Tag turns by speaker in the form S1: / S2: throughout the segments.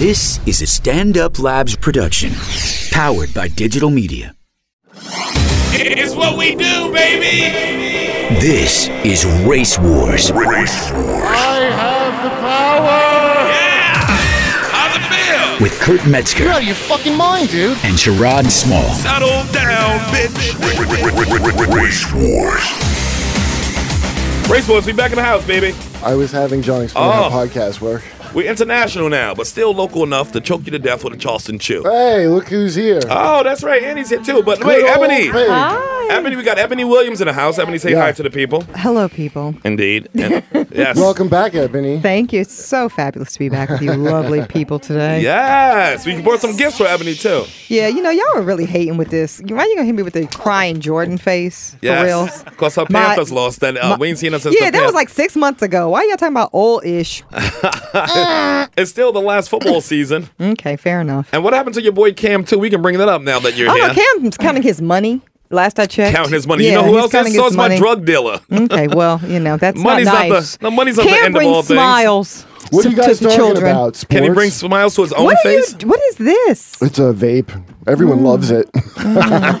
S1: This is a Stand Up Labs production, powered by digital media.
S2: It's what we do, baby.
S1: This is Race Wars
S2: How's it feel?
S1: with Kurt Metzger
S3: You're out of your fucking mind, dude.
S1: and Sherrod Small.
S2: Settle down, bitch.
S4: Race Wars.
S2: Race Wars, we back in the house, baby.
S3: I was having John explain
S2: Oh.
S3: how podcasts work.
S2: We're international now, but still local enough to choke you to death with a Charleston chew.
S3: Hey, look who's here.
S2: Oh, that's right. Andy's here too. But wait,
S3: Good old
S2: Ebony.
S3: Pig.
S2: Ebony, we got Ebony Williams in the house. Ebony, say
S3: Yeah.
S2: hi to the people.
S5: Hello, people.
S2: Indeed. And- yes.
S3: Welcome back, Ebony.
S5: Thank you. It's so fabulous to be back with you, lovely people today.
S2: Yes. We brought some gifts for Ebony too.
S5: Yeah, you know, y'all are really hating with this. Why you gonna hit me with the crying Jordan face?
S2: Yes.
S5: For real?
S2: Because her
S5: My-
S2: Panthers lost, and uh,
S5: my-
S2: we ain't seen her since.
S5: Yeah,
S2: the
S5: that was
S2: Panthers.
S5: like six months ago. Why y'all talking about old ish? uh.
S2: It's still the last football season.
S5: Okay, fair enough.
S2: And what happened to your boy Cam too? We can bring that up now that you're
S5: I
S2: here.
S5: don't know, Cam's counting his money. Last I checked.
S2: counting his money. you
S5: Yeah,
S2: know who
S5: he's
S2: else
S5: counting
S2: is? So
S5: his
S2: it's my
S5: money.
S2: drug dealer.
S5: Okay, well, you know, that's
S2: Money's not
S5: not
S2: the-
S5: nice.
S2: no, money's not the
S5: Cam
S2: end of
S5: brings
S2: all things.
S5: smiles
S3: What
S5: to,
S3: are you guys
S5: to the
S3: talking
S5: children.
S3: about? Sports?
S2: Can he bring smiles to his own
S5: What are
S2: face?
S5: you? What is this? Hmm.
S3: It's a vape. Everyone loves it.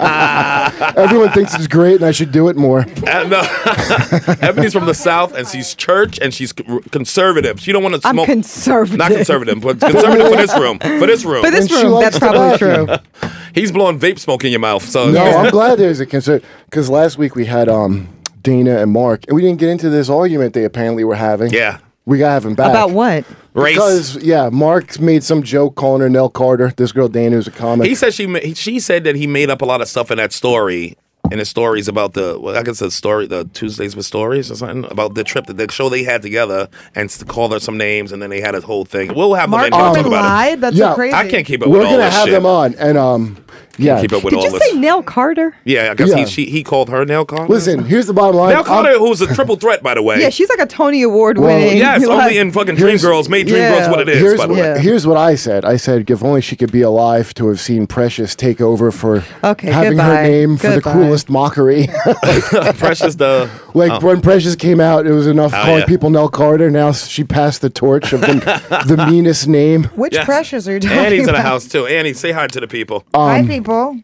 S3: Everyone thinks it's great, and I should do it more.
S2: Uh, no. uh, Ebony's from the South, and she's church, and she's c- conservative. She don't want to
S5: I'm
S2: smoke.
S5: conservative.
S2: not conservative, but conservative for this room. For this room,
S5: For this
S3: And she
S5: room,
S3: likes
S5: that's
S3: to
S5: probably
S3: vacuum.
S5: true.
S2: he's blowing vape smoke in your mouth. So
S3: No, I'm glad there's a concern because last week we had um Dana and Mark, and we didn't get into this argument they apparently were having.
S2: Yeah.
S3: we gotta have him back.
S5: About what?
S2: race.
S3: Because yeah, Mark made some joke calling her Nell Carter. This girl Dana who's a comic.
S2: he said she ma- he- she said that he made up a lot of stuff in that story. In his stories about the, well, I guess the story, the Tuesdays with Stories or something about the trip, that the show they had together, and s- called her some names, and then they had a whole thing. We'll have them in here and talk about it.
S5: That's
S3: yeah,
S2: I can't keep up
S3: We're
S2: with all
S3: gonna
S2: this
S3: have
S2: shit.
S3: them on, and um, yeah.
S2: Keep up with
S5: Did
S2: all
S5: you
S2: this.
S5: say Nell Carter?
S2: Yeah, I guess he
S3: Yeah.
S2: she, he called her nail Carter.
S3: Listen, here's the bottom line.
S2: nail Carter,
S3: I'm-
S2: who's a triple threat, by the way.
S5: Yeah, she's like a Tony Award winning.
S2: yes,
S5: like-
S2: only in fucking Dream
S3: Here's-
S2: Girls made Dream
S5: Yeah.
S2: Girls what it is.
S3: Here's
S2: By the
S3: what,
S2: way,
S5: Yeah.
S3: here's what I said. I said, if only she could be alive to have seen Precious take over for
S5: Okay,
S3: having her
S5: goodbye.
S3: name for the
S5: Goodbye.
S3: cruelest mockery.
S2: Precious the
S3: like when Precious came out, it was enough
S2: Oh,
S3: calling
S2: yeah.
S3: people Nell Carter. Now she passed the torch of the, the meanest name.
S5: Which
S2: Yes.
S5: pressures are you talking
S2: Annie's in
S5: about?
S2: the house too. Annie, say hi to the people.
S3: Um,
S5: Hi, people.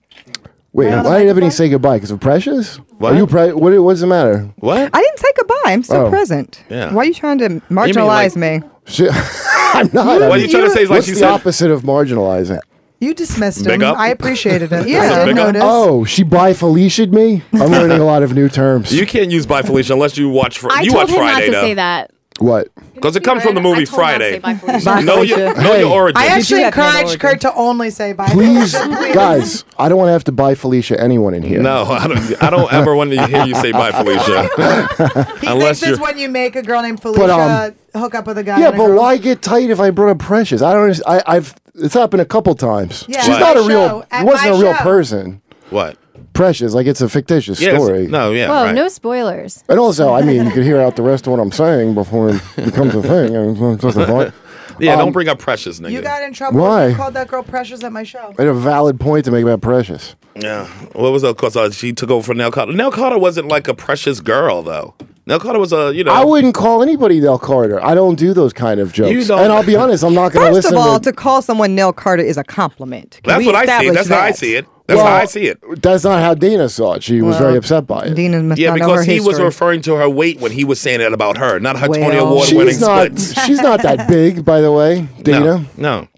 S3: Wait, why did Ebony say goodbye? Because of Precious?
S2: What?
S3: Are you pre- what, what's the matter?
S2: what?
S5: I didn't say goodbye. I'm still
S3: Oh.
S5: present.
S2: Yeah.
S5: Why are you trying to marginalize me?
S3: She, I'm not.
S2: What
S3: I
S2: are you
S3: mean,
S2: trying to say? Is like
S3: what's
S2: she
S3: the
S2: said.
S3: opposite of marginalizing?
S6: You dismissed
S2: Big
S6: him.
S2: up.
S6: I appreciated it.
S5: Yeah.
S6: I did
S2: Big up.
S6: notice.
S3: Oh, she bi Felicia'd me? I'm learning a lot of new terms.
S2: You can't use by Felicia unless you watch. Fr-
S7: I
S2: you
S7: told
S2: watch
S7: him
S2: Friday
S7: not to
S2: though.
S7: say that.
S3: what?
S2: Because it comes from the movie
S7: I told him not to
S2: Friday.
S7: say bye, Felicia.
S5: Bye,
S2: Know your,
S5: Felicia.
S2: know
S3: Hey.
S2: your origin.
S6: I actually
S5: have no origin.
S6: encouraged Kurt to only say bye.
S3: Please, guys, I don't want to have to buy Felicia anyone in here.
S2: no, I don't. I don't ever want to hear you say bye, Felicia.
S6: He
S2: Unless
S6: thinks it's
S2: you're-
S6: when you make a girl named Felicia hook up with a guy.
S3: Yeah,
S6: and a
S3: but
S6: girl.
S3: why get tight if I brought up Precious? I don't. underst- I, I've. It's happened a couple times.
S6: Yeah,
S3: She's
S2: at
S3: not
S6: my
S3: a real.
S6: show,
S3: It
S6: at
S3: wasn't
S6: my
S3: a real
S6: show.
S3: person.
S2: what?
S3: Precious, like it's a fictitious
S2: Yes.
S3: story.
S2: No. Yeah.
S7: Whoa,
S2: right.
S7: no spoilers.
S3: And also, I mean, you can hear out the rest of what I'm saying before it becomes a thing. I mean, it's just a point. Um,
S2: yeah. don't bring up precious, nigga.
S6: You got in trouble. when
S3: Why?
S6: You called that girl precious at my show.
S3: I had a valid point to make about Precious.
S2: Yeah. What was that? Because uh, she took over for Nell Carter. Nell Carter wasn't like a precious girl, though. Nell Carter was a, you know.
S3: I wouldn't call anybody Del Carter. I don't do those kind of jokes.
S2: You don't-
S3: And I'll be honest, I'm not going to
S5: First
S3: listen
S5: of all,
S3: to.
S5: to call someone Nell Carter is a compliment. Can
S2: that's
S5: we
S2: what I see. it.
S5: establish
S2: That's
S5: that?
S2: how I see it. That's
S3: Well,
S2: how I see it.
S3: that's not how Dana saw it. She was
S5: Well,
S3: very upset by it.
S5: Dina must
S2: Yeah,
S5: not know her
S2: because he was
S5: history.
S2: referring to her weight when he was saying that about her, not her Tony
S5: Well-
S2: Award winning
S3: she's not.
S2: splits.
S3: she's not that big, by the way, Dana.
S2: No, no.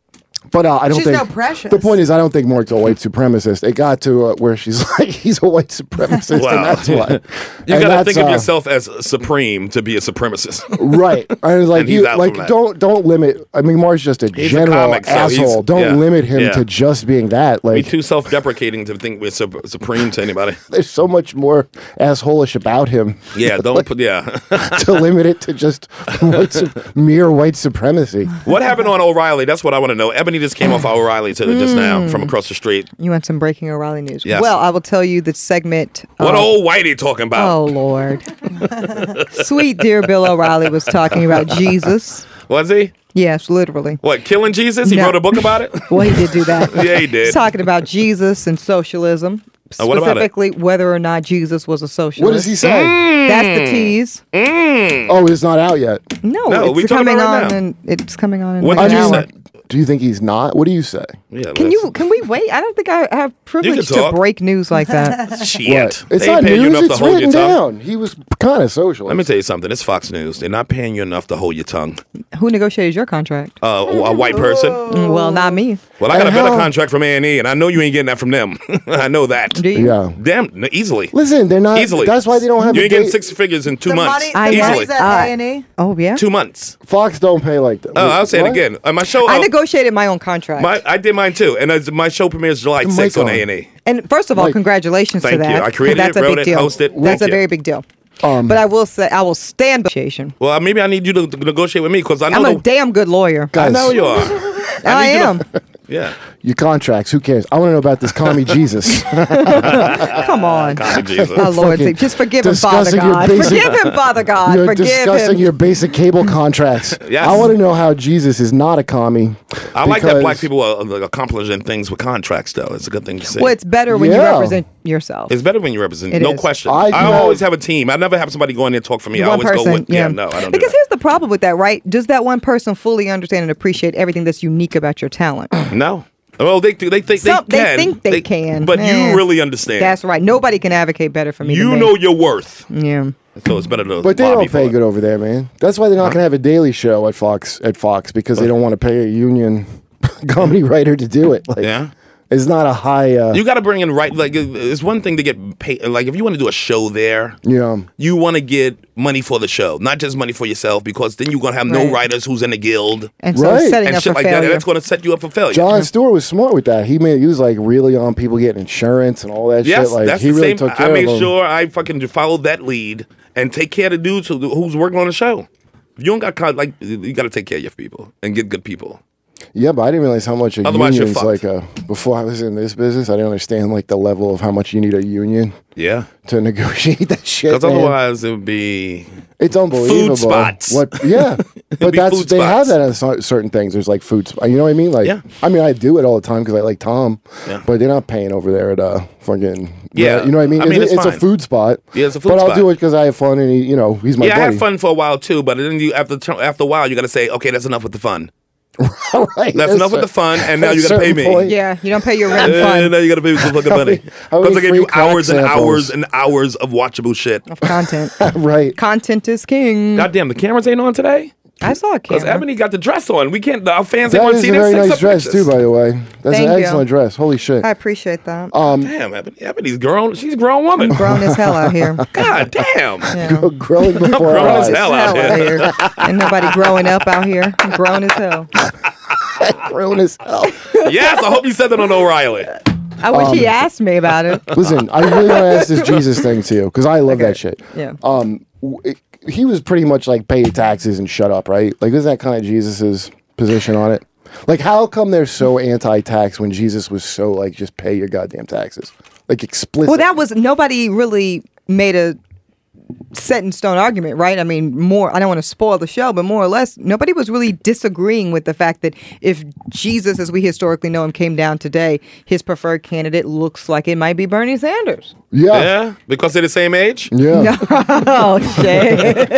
S3: But uh, I don't
S6: She's
S3: think
S6: no precious.
S3: the point is I don't think Mark's a white supremacist. It got to uh, where she's like he's a white supremacist,
S2: Wow.
S3: and that's why.
S2: You
S3: And
S2: got to
S3: that's,
S2: think of
S3: uh,
S2: yourself as supreme to be a supremacist.
S3: right? I was like,
S2: And he's
S3: you,
S2: out
S3: like
S2: from that.
S3: don't don't limit. I mean, Mark's just a
S2: a
S3: general
S2: comic, so he's-
S3: asshole. don't
S2: yeah,
S3: limit him
S2: yeah.
S3: to just being that.
S2: Be
S3: Like,
S2: too self deprecating to think we're sup- supreme to anybody.
S3: there's so much more assholish about him
S2: Yeah, don't put, yeah.
S3: to limit it to just white, su- mere white supremacy.
S2: what happened on O'Reilly? That's what I want to know. Ebony just came off O'Reilly to just
S5: Hmm.
S2: now from across the street.
S5: You want some breaking O'Reilly news?
S2: Yes.
S5: Well, I will tell you the segment.
S2: What
S5: uh,
S2: old whitey talking about?
S5: Oh Lord, sweet dear Bill O'Reilly was talking about Jesus.
S2: Was he?
S5: Yes, literally.
S2: What, killing Jesus? He
S5: No.
S2: wrote a book about it?
S5: Well, he did do that.
S2: Yeah, he did.
S5: He's talking about Jesus and socialism.
S2: Uh, what about it?
S5: Specifically, whether or not Jesus was a socialist.
S3: What does he say?
S5: That's the
S2: Mm.
S5: tease.
S3: Oh, it's not out yet.
S5: No,
S2: No,
S5: it's
S2: Mm. we talking
S5: coming
S2: about it
S5: on,
S2: now.
S5: and it's coming on. In
S2: What
S5: like
S2: did
S5: an
S2: you
S5: hour.
S2: say?
S3: Do you think he's not? What do you say?
S2: Yeah,
S5: Can
S2: that's-
S5: you? Can we wait? I don't think I have privilege to
S2: talk.
S5: break news like that.
S2: Shit.
S3: What? It's
S2: They
S3: not
S2: ain't paying you
S3: news.
S2: enough to
S3: It's
S2: hold
S3: written
S2: your tongue.
S3: down. He was kind of social.
S2: Let me tell you something. It's Fox News. They're not paying you enough to hold your tongue.
S5: Who negotiated your contract?
S2: Uh, a white person.
S5: Mm, well, not me.
S2: Well, I got a
S3: And
S2: better
S3: how-
S2: contract from A and E, and I know you ain't getting that from them. I know that.
S5: Do you?
S3: Yeah.
S2: Damn, no, easily.
S3: Listen, they're not.
S2: easily.
S3: That's why they don't have.
S2: You
S3: a
S2: ain't getting
S3: date.
S2: six figures in two
S6: The
S2: money,
S6: money-
S2: money's
S6: the
S5: I
S2: months.
S5: know.
S2: Easily.
S6: money's at
S5: Uh,
S6: A&E.
S5: Oh yeah.
S2: two months.
S3: Fox don't pay like that.
S2: Oh, I'll say
S3: What?
S2: it again. Uh, my show.
S5: I
S2: uh,
S5: negotiated my own contract.
S2: my, I did mine too, and it's- my show premieres July
S3: Mic
S2: 6th on
S3: on.
S2: A and E.
S5: and first of all,
S3: Mike.
S5: congratulations to
S2: Thank you.
S5: that.
S2: I
S5: 'cause
S2: created
S5: that's
S2: it,
S5: a
S2: wrote
S5: big
S2: it,
S5: deal.
S2: hosted.
S5: That's
S2: Thank
S5: a
S2: you.
S5: very big deal.
S3: Um,
S5: but I will say, I will stand by negotiation.
S2: Well, maybe I need you to negotiate with me because I know
S5: I'm a
S2: the-
S5: damn good lawyer.
S2: I
S3: Guys,
S2: know you are.
S5: I
S2: need you to-
S5: am.
S2: Yeah.
S3: your contracts. Who cares? I want to know about this commie Jesus.
S5: Come on.
S2: God, Jesus.
S5: Oh, Lord,
S3: Fucking
S5: just forgive him, Father
S3: discussing your
S5: God.
S3: basic-
S5: Forgive him, Father God.
S3: You're
S5: forgive
S3: discussing
S5: him.
S3: your basic cable contracts.
S2: Yes.
S3: I want to know how Jesus is not a commie.
S2: I like that
S3: because-
S2: black people are uh, accomplishing things with contracts, though. It's a good thing to say.
S5: well, it's better when you
S3: Yeah.
S5: represent yourself.
S2: It's better when you represent.
S5: It
S2: no
S5: is.
S2: question.
S3: I
S2: I,
S3: know-
S2: always have a team. I never have somebody go in there and talk for me. I
S5: one
S2: always
S5: person,
S2: go with.
S5: yeah.
S2: Yeah, no, I don't.
S5: because
S2: do
S5: here's the problem with that, right? Does that one person fully understand and appreciate everything that's unique about your talent?
S2: that. no. Well, they do- they think they
S5: Some- they
S2: can.
S5: think they can.
S2: but
S5: Yeah.
S2: you really understand.
S5: that's right. Nobody can advocate better for me.
S2: You
S5: than
S2: know
S5: Me.
S2: your worth,
S5: Yeah.
S2: so it's better to.
S3: But they
S2: lobby
S3: don't pay
S2: for it.
S3: good over there, man. That's why they're not going to have a daily show at Fox at Fox because they don't want to pay a union comedy writer to do it. Like,
S2: Yeah.
S3: it's not a high. Uh,
S2: You got to bring in right. Like it- it's one thing to get paid. Like if you want to do a show there,
S3: you know,
S2: you want to get money for the show, not just money for yourself, because then you're gonna have no
S5: Right.
S2: writers who's in the guild
S5: And so
S3: Right.
S5: setting
S2: and
S5: up
S2: shit
S5: for
S2: like that.
S5: failure.
S2: And that's gonna set you up for failure.
S3: John Stewart was smart with that. He made he was like really on people getting insurance and all that
S2: Yes,
S3: shit. Like
S2: that's
S3: he
S2: the
S3: really
S2: same.
S3: took care
S2: I made
S3: of 'em.
S2: sure I fucking followed that lead and take care of the dudes who, who's working on the show. If you don't got con- like you got to take care of your people and get good people.
S3: Yeah, but I didn't realize how much a
S2: Otherwise, you're
S3: union's like
S2: fucked.
S3: a. Before I was in this business, I didn't understand like the level of how much you need a union
S2: Yeah,
S3: to negotiate that shit.
S2: because
S3: man.
S2: otherwise it would be
S3: It's unbelievable.
S2: spots.
S3: What? Yeah, but
S2: be
S3: that's
S2: food
S3: they have
S2: spots.
S3: that on cer- certain things. There's like food. Sp- you know what I mean? Like,
S2: Yeah.
S3: I mean, I do it all the time because I like Tom.
S2: Yeah.
S3: But they're not paying over there at uh fucking.
S2: Yeah.
S3: You know what I mean?
S2: I mean,
S3: it's,
S2: it's
S3: a
S2: fine.
S3: food spot.
S2: Yeah, it's a food
S3: But I'll
S2: spot.
S3: do it because I have fun and he, you know he's my
S2: yeah. I
S3: buddy.
S2: had fun for a while too, but then you after t- after a while you got to say okay, that's enough with the fun.
S3: right.
S2: That's enough with the fun, and now
S3: At a
S2: you got to pay
S3: certain
S2: me.
S3: point-
S5: yeah, you don't pay your
S2: Uh,
S5: rent fund
S2: now you got to pay me some fucking money
S3: how
S2: because
S3: many
S2: I gave
S3: free
S2: you
S3: crack
S2: hours and
S3: samples?
S2: hours and hours of watchable shit.
S5: of content.
S3: Right.
S5: content is king.
S2: God damn, the cameras ain't on today.
S5: I saw a
S2: Because
S5: camera.
S2: Ebony got the dress on. We can't. Our fans ain't
S3: That
S2: want to
S3: is
S2: see
S3: a
S2: them
S3: very
S2: six
S3: nice
S2: up
S3: dress
S2: pictures.
S3: too, by the way. That's
S5: Thank
S3: an
S5: you.
S3: excellent dress. Holy shit. Um,
S5: I appreciate that.
S2: Damn, Ebony, Ebony's grown. She's a grown woman.
S5: Grown as hell out here.
S2: God damn.
S5: Yeah.
S3: Growing before
S2: grown
S3: our
S2: as
S3: eyes.
S2: hell. out
S5: hell out here. Ain't nobody growing up out here. I'm grown as hell.
S3: Grown as hell.
S2: Yes, I hope you said that on O'Reilly.
S5: I wish he asked me about it.
S3: Um, Listen, I really want to ask this Jesus thing to you because I love that shit.
S5: Yeah.
S3: Um, w- it- he was pretty much like pay your taxes and shut up, right? Like, isn't that kind of Jesus's position on it? Like, how come they're so anti-tax when Jesus was so like just pay your goddamn taxes, like explicit?
S5: Well, that was nobody really made a set in stone argument, right? I mean, more I don't want to spoil the show, but more or less, nobody was really disagreeing with the fact that if Jesus, as we historically know him, came down today, his preferred candidate looks like it might be Bernie Sanders.
S3: yeah,
S2: Yeah, because they're the same age.
S3: yeah.
S5: Oh shit.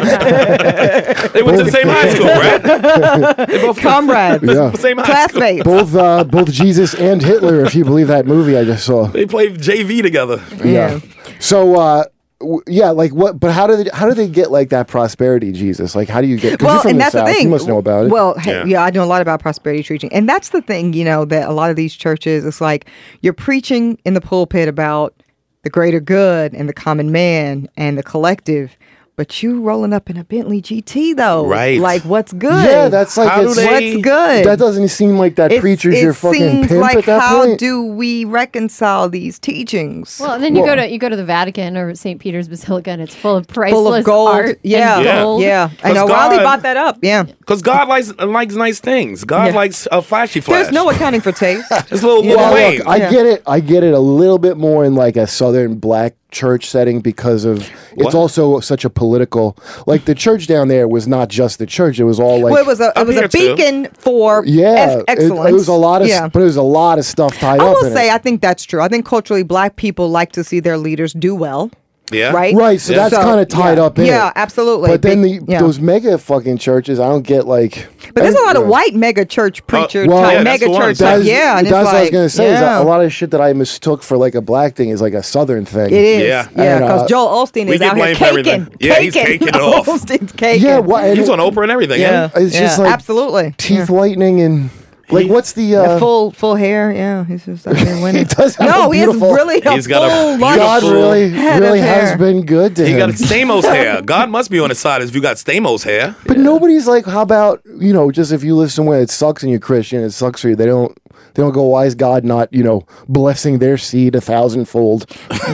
S2: They went to the same high school, right?
S5: Comrades.
S3: Yeah.
S2: The same high school.
S5: Classmates.
S3: Both uh, both Jesus and Hitler, if you believe that movie I just saw.
S2: They played JV together.
S5: Yeah.
S3: So. uh w- yeah, like what? But how do they how do they get like that prosperity, Jesus? Like, how do you get? 'cause you're
S5: Well,
S3: from
S5: and
S3: the
S5: that's
S3: South,
S5: the thing.
S3: You must know about it.
S5: Well, hey,
S2: Yeah.
S5: yeah. I know a lot about prosperity preaching, and that's the thing. You know that a lot of these churches, it's like you're preaching in the pulpit about the greater good and the common man and the collective, but you rolling up in a Bentley GT though,
S2: Right.
S5: Like, what's good?
S3: yeah, that's like
S2: How do
S3: it's-
S2: they-
S5: what's good.
S3: That doesn't seem like that
S5: It's-
S3: preacher's
S5: it
S3: your fucking
S5: seems
S3: pimp
S5: like
S3: at that
S5: how
S3: point.
S5: do we reconcile these teachings?
S7: Well, and then you go to you go to the Vatican or St. Peter's Basilica, and it's full of priceless
S5: Full of gold,
S7: art.
S5: yeah,
S7: and
S2: Yeah.
S7: gold.
S5: yeah. I know.
S2: Because
S5: Wiley
S2: God-
S5: bought that up. Yeah,
S2: Because God likes likes nice things. God
S5: Yeah.
S2: likes a flashy flash.
S5: there's no accounting for taste.
S2: It's little, little
S3: Well,
S2: Wayne.
S3: look, I
S5: Yeah.
S3: get it. I get it a little bit more in like a southern black church setting because of it's
S2: What?
S3: also such a political. Like the church down there was not just the church; it was all like
S5: well, it was a it
S2: I'm
S5: was a
S2: here, too.
S5: beacon for
S3: yeah,
S5: ex-
S3: it-
S5: excellence.
S3: It, was a lot of,
S5: yeah.
S3: but it was a lot of stuff tied
S5: I
S3: up.
S5: will
S3: in
S5: say,
S3: it.
S5: I think that's true. I think culturally, black people like to see their leaders do well.
S2: Yeah.
S5: Right.
S3: Right, so
S2: Yeah.
S3: that's kind of tied
S5: yeah.
S3: up in it.
S5: Yeah, absolutely.
S3: But then
S5: Big-
S3: the,
S5: yeah.
S3: those mega fucking churches, I don't get like.
S5: But there's a lot of
S3: Yeah.
S5: white mega church preacher
S3: well,
S5: type
S3: yeah,
S2: Uh, that's
S5: mega
S2: the one.
S5: church.
S2: That
S5: Like,
S3: That's,
S5: yeah, and
S3: that's
S5: it's
S3: what I was
S5: like,
S3: gonna say. Is
S5: yeah.
S3: that a lot of shit that I mistook for like a black thing is like a southern thing.
S5: It is.
S2: Yeah.
S5: Yeah,
S3: And,
S5: because
S3: uh,
S5: Joel Osteen
S2: we
S5: is
S2: get
S5: out here
S2: blamed for everything.
S5: caking.
S2: Yeah, he's caking it off.
S5: Osteen's caking.
S3: Yeah, what? and
S2: He's
S3: it-
S2: on Oprah and everything.
S5: Yeah.
S2: Yeah.
S3: It's just
S5: Yeah,
S3: like
S5: absolutely.
S3: teeth whitening and like
S2: He-
S3: what's the
S5: The
S3: uh,
S5: full full hair. Yeah, he's just out there winning.
S3: does have
S5: no,
S3: a
S5: he has
S3: beautiful-
S5: really a
S2: He's
S5: full
S2: got a
S5: lot of
S3: God
S2: beautiful-
S3: really
S5: head of
S3: really has
S5: hair.
S3: been good to
S2: He
S3: him.
S2: got Stamos hair. God must be on his side if you got Stamos hair.
S3: but nobody's like, how about you know, just if you live somewhere it sucks and you're Christian, it sucks for you. They don't they don't go, why is God not you know blessing their seed a thousandfold?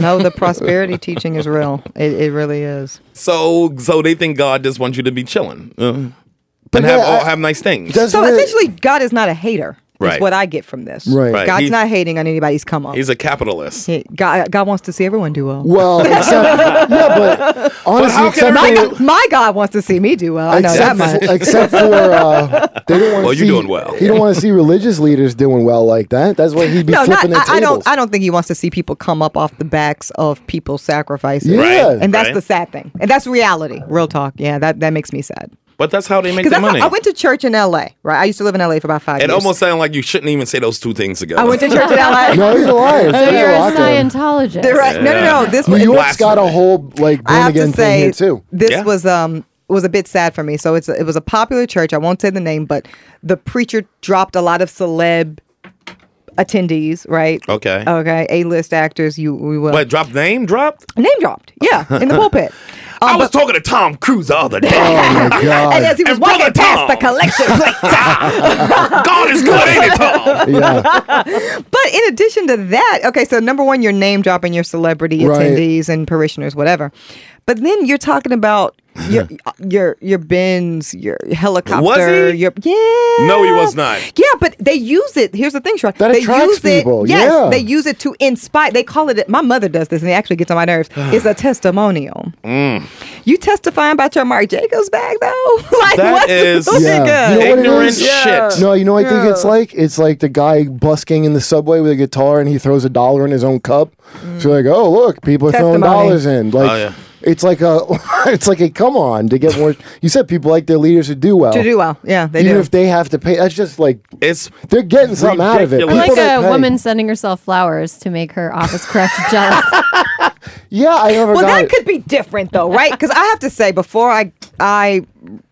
S5: no, the prosperity teaching is real. It, it really is.
S2: So so they think God just wants you to be chilling uh, and
S3: yeah,
S2: have all,
S3: I-
S2: have nice things.
S3: That's
S5: So
S3: where-
S5: essentially, God is not a hater. That's
S2: Right.
S5: what I get from this.
S3: Right. Right.
S5: God's
S2: He's-
S5: not hating on anybody's come up.
S2: He's a capitalist.
S5: He- God, God wants to see everyone do well.
S3: well, Um, except, yeah, but honestly,
S2: how can
S3: except
S5: My
S2: everybody-
S3: for,
S5: God, my God wants to see me do well. I know that
S3: except,
S5: much.
S3: for, except for uh, they don't want.
S2: Well,
S3: see,
S2: you're doing well.
S3: He don't want to see religious leaders doing well like that. That's why he'd be
S5: No, not.
S3: flipping their
S5: I, I
S3: tables.
S5: don't. I don't think he wants to see people come up off the backs of people's sacrifices.
S3: Yeah. Right,
S5: and that's
S2: right.
S5: the sad thing. And that's reality. Real talk. Yeah, that that makes me sad.
S2: But that's how they make
S5: Because
S2: their
S5: that's
S2: money.
S5: how, I went to church in L.A. Right, I used to live in L.A. for about five
S2: it
S5: years.
S2: almost sounded like you shouldn't even say those two things together.
S5: I went to church in L.A.
S3: no, he's a liar.
S7: So
S3: There's
S7: you're
S3: a
S7: a
S3: lot to him.
S7: Scientologist.
S5: right. No, no, no. This
S3: New
S5: was.
S3: York's got a
S2: Blasphemy.
S3: whole like
S5: I
S3: born
S5: have
S3: again
S5: to
S3: thing
S5: say
S3: here too.
S5: this
S2: Yeah.
S5: was um was a bit sad for me. So it's a, it was a popular church. I won't say the name, but the preacher dropped a lot of celeb attendees. Right.
S2: Okay.
S5: Okay. A list actors. You we will.
S2: What drop name dropped?
S5: name dropped. Yeah, in the pulpit. Um,
S2: I was
S5: but-
S2: talking to Tom Cruise the other day.
S3: Oh my
S5: and
S3: god!
S5: as he
S2: Uh,
S5: was
S2: And
S5: walking
S2: Brother
S5: past the
S2: Tom.
S5: collection plate.
S2: God is good, ain't it, Tom?
S3: yeah,
S5: But in addition to that, okay, so number one, you're name dropping your celebrity
S3: Right.
S5: attendees and parishioners, whatever. But then you're talking about your your your Benz, your helicopter,
S2: he?
S5: your yeah.
S2: No, he was not.
S5: Yeah, but they use it. Here's the thing, Shrek.
S3: That
S5: they
S3: attracts
S5: use it,
S3: people,
S5: Yes,
S3: yeah.
S5: they use it to inspire. They call it. My mother does this, and it actually gets on my nerves. It's a testimonial.
S2: Mm.
S5: You testifying about your Marc Jacobs bag, though. like
S2: That
S5: what's
S2: is-
S5: really
S3: Yeah.
S5: good?
S3: You know what it
S2: Ignorant
S3: is?
S2: shit.
S3: no, you know what I think it's like? It's like the guy busking in the subway with a guitar and he throws a dollar in his own cup. So you're like, oh look, people are throwing
S5: Testimony.
S3: dollars in. Like,
S2: Oh, yeah.
S3: it's like a, it's like a come on to get more. You said people like their leaders who do well,
S5: To do well, yeah, they
S3: even
S5: do.
S3: if they have to pay. That's just like
S2: It's
S3: they're getting something out of it.
S2: Ridiculous.
S7: I'm like
S3: People don't
S7: a
S3: pay.
S7: woman sending herself flowers to make her office crush jealous.
S3: Yeah, I never
S5: well,
S3: got
S5: that
S3: it.
S5: could be different though, right? Because I have to say, before I I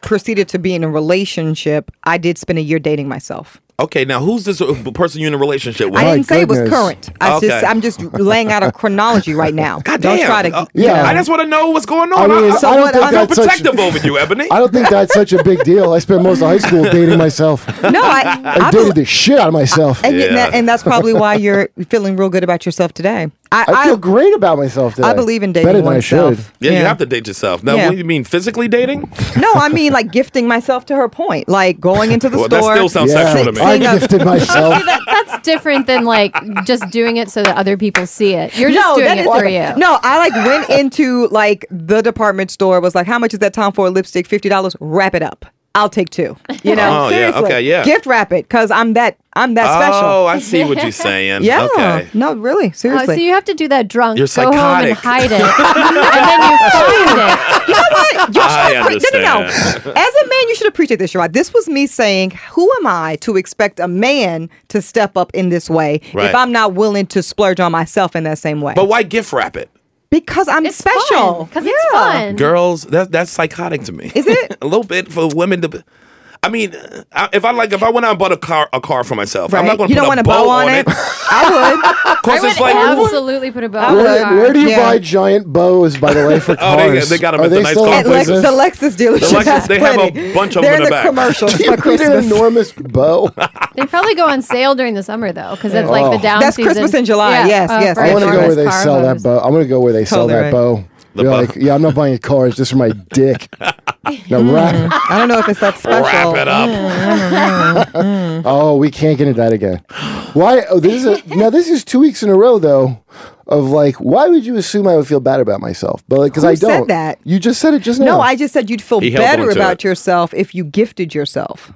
S5: proceeded to be in a relationship, I did spend a year dating myself.
S2: okay. Now, who's this uh, person you're in a relationship with?
S5: I
S3: My
S5: didn't say it was
S3: goodness.
S5: current. I
S2: Okay.
S5: just I'm just laying out a chronology right now.
S2: God
S5: Don't
S2: damn.
S5: try to.
S2: Uh,
S5: you
S3: yeah.
S5: know.
S2: I just want to know what's going
S3: I
S2: on.
S3: mean,
S2: I,
S5: so
S3: I don't
S5: what-
S3: think
S5: I
S2: am
S5: don't
S3: that's such.
S2: protective over you, Ebony.
S3: I don't think that's such a big deal. I spent most of high school dating myself.
S5: No, I,
S3: I
S5: I,
S3: dated
S5: bel-
S3: the shit out of myself. I,
S5: and, yet-
S2: Yeah.
S5: and that's probably why you're feeling real good about yourself today. I, I,
S3: feel great about myself today.
S5: I believe in
S3: Better
S5: dating
S3: than I should.
S5: oneself.
S2: yeah, you have to date yourself. Now,
S5: Yeah.
S2: what do you mean physically dating?
S5: No, I mean like gifting myself to her point, like going into the
S2: Well, that
S5: store.
S2: still sounds
S5: sit-
S2: sexual to me.
S5: sitting
S3: I
S5: up-
S3: gifted myself.
S7: that, that's different than like just doing it so that other people see it. You're just doing
S5: that
S7: it
S5: is
S7: for
S5: different.
S7: you.
S5: No, I like went into like the department store. Was like, how much is that Tom Ford lipstick? Fifty dollars. Wrap it up. I'll take two. You know,
S2: Oh, yeah,
S5: seriously.
S2: okay, yeah.
S5: Gift wrap it because I'm that I'm that special.
S2: Oh, I see what you're saying.
S5: yeah.
S2: Okay.
S5: No, really,
S7: Oh, so
S5: seriously.
S7: you have to do that drunk,
S2: You're
S7: go home and
S2: psychotic.
S7: hide it, and then you find it.
S5: You should
S2: I
S5: appre- No, no,
S2: understand.
S5: no. As a man, you should appreciate this, right? This was me saying, who am I to expect a man to step up in this way
S2: Right.
S5: if I'm not willing to splurge on myself in that same way?
S2: But why gift wrap it?
S5: because I'm
S7: It's
S5: special.
S7: because
S5: yeah.
S7: it's fun.
S2: Girls, that that's psychotic to me.
S5: Is it?
S2: a little bit for women to? be- I mean, I, if I like, if I went out and bought a car, a car for myself, I'm not
S5: Right?
S2: going
S5: You
S2: to put
S5: don't want
S2: a
S5: to
S2: bow,
S5: bow
S2: on it.
S5: I would.
S2: Cause
S7: I
S2: it's
S7: would
S2: like,
S7: absolutely put a bow on
S5: Where-
S7: the
S3: Where,
S7: car.
S3: where do you
S5: Yeah.
S3: buy giant bows, by the way, for
S2: Oh, they-
S3: cars?
S2: they got 'em
S3: Are
S2: at the
S3: they
S2: nice
S3: still
S2: car
S3: in
S5: At Lex,
S2: places.
S5: the
S3: business?
S5: Lexus dealership.
S2: The Lexus,
S5: has
S2: they have a
S5: plenty.
S2: bunch of
S5: They're
S2: them in
S5: the
S2: the back.
S5: commercials
S3: Do
S5: for
S3: you need an
S5: Christmas.
S3: enormous bow?
S7: They probably go on sale during the summer though, because it's like the
S3: Oh.
S7: down
S5: That's
S7: season. Uh,
S5: Christmas and July, yes, yes,
S7: for
S3: I want to go
S7: enormous
S3: where they
S7: car
S3: sell that
S7: hoes.
S3: bow. I'm going to go where they sell
S5: Totally
S3: that
S5: right.
S3: bow.
S2: The
S3: You're
S2: bow.
S3: like, yeah, I'm not buying a car. It's just for my dick. Now wrap.
S5: I don't know if it's that special.
S2: Wrap it up.
S5: Mm-hmm.
S3: Oh, we can't get into that again. Why? Oh, this is a, now. This is two weeks in a row, though. Of like, why would you assume I would feel bad about myself? But like, because
S5: Who
S3: I
S5: said
S3: don't.
S5: that?
S3: You just said it just now.
S5: No, I just said you'd feel
S2: He held
S5: better
S2: onto
S5: about
S2: it.
S5: yourself if you gifted yourself.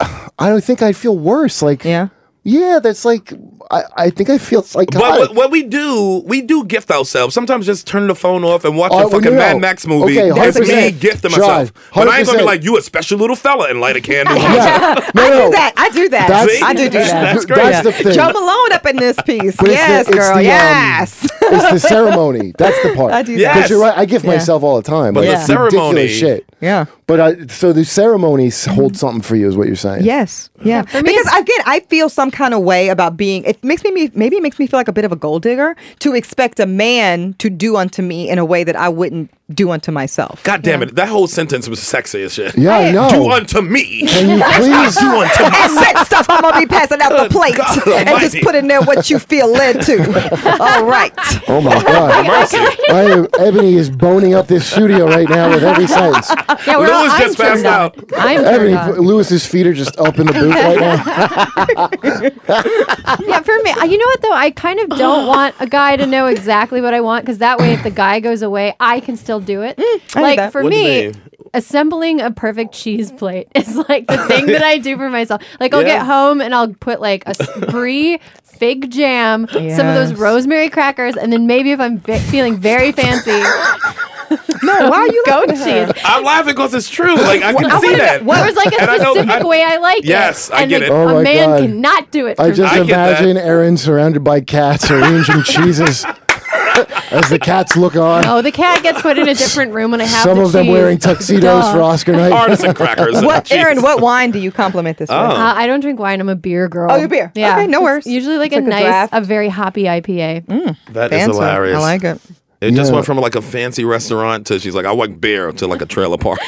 S3: I don't think I'd feel worse. Like,
S5: Yeah.
S3: yeah, that's like I, I think I feel psychotic.
S2: But what, what we do, we do gift ourselves. Sometimes just turn the phone off and watch
S3: Oh,
S2: a
S3: well,
S2: fucking
S3: no.
S2: Mad Max movie.
S3: Okay,
S2: That's me
S3: 100%.
S2: gifting
S3: John,
S2: myself. But I ain't gonna be
S3: 100%.
S2: like, you a special little fella and light a candle.
S3: yeah. no,
S5: I
S3: no.
S5: do that. I do that.
S3: That's-
S5: I do do
S2: That's
S5: that.
S2: great.
S3: That's the thing.
S5: Joe Malone up in this piece.
S3: But it's the-
S5: yes,
S3: it's
S5: girl.
S3: the, um,
S5: yes.
S3: it's the ceremony. That's the part.
S5: I do
S2: Yes.
S5: that.
S3: Because you're right. I give
S5: Yeah.
S3: myself all the time.
S2: But
S3: like,
S5: the
S2: ceremony-
S3: ridiculous shit.
S5: Yeah.
S3: But I, so the ceremonies hold something for you, is what you're saying.
S5: Yes. Yeah. because again, I feel some kind of way about being. It makes me maybe it makes me feel like a bit of a gold digger to expect a man to do unto me in a way that I wouldn't do unto myself.
S2: God damn it. That whole sentence was sexy as shit.
S3: Yeah, I know.
S2: Do unto me.
S3: Can you please?
S2: Do unto me.
S5: and that stuff I'm gonna be passing out the plate
S2: God
S5: and just
S2: almighty.
S5: put in there what you feel led to. All right.
S3: Oh my god.
S2: Mercy.
S3: I am, Ebony is boning up this studio right now with every sentence.
S7: Yeah, we're all,
S2: Louis
S7: I'm
S2: just passed
S7: turned on.
S2: out.
S7: I'm turned
S3: Ebony,
S7: on.
S3: Lewis's feet are just up in the booth right now.
S7: Yeah, for me, uh, you know what though? I kind of don't want a guy to know exactly what I want because that way, if the guy goes away, I can still do it.
S5: Mm, I
S7: like
S5: get that.
S7: for
S2: What do you
S7: me,
S2: mean?
S7: assembling a perfect cheese plate is like the thing that I do for myself. Like I'll
S2: Yeah.
S7: get home and I'll put like a s- brie. Fig jam, some of those
S5: Yes.
S7: rosemary crackers, and then maybe if I'm ve- feeling very fancy,
S5: No, why are you
S7: goat
S5: laughing at her?
S7: cheese.
S2: I'm laughing because it's true. Like, I can
S7: I
S2: see
S7: wanna-
S2: that.
S7: What was like a
S2: And I know-
S7: specific
S2: I-
S7: way I like
S2: Yes,
S7: it?
S2: I
S7: and
S2: get
S7: like,
S2: it.
S3: Oh
S7: a
S3: my
S7: man
S3: God.
S7: cannot do it.
S3: I
S7: for
S3: just
S7: me.
S2: I get that.
S3: imagine Aaron surrounded by cats arranging cheeses as the cats look on.
S7: Oh, the cat gets put in a different room when I have
S3: Some
S7: the
S3: of them
S7: cheese.
S3: wearing tuxedos
S7: Duh.
S3: for Oscar night.
S2: Artisan crackers.
S5: What,
S2: Jesus.
S5: Aaron? What wine do you compliment this?
S2: Oh.
S5: with?
S7: Uh, I don't drink wine. I'm a beer girl.
S5: Oh, you're beer.
S7: Yeah.
S5: Okay, no
S7: It's
S5: worries.
S7: Usually like
S5: It's
S7: a
S5: like a
S7: nice,
S5: draft. Mm,
S7: a, very hoppy IPA.
S2: That is
S5: Fancy.
S2: hilarious.
S5: I like it.
S2: It just
S3: Yeah.
S2: went from like a fancy restaurant to she's like, I want beer to like a trailer park.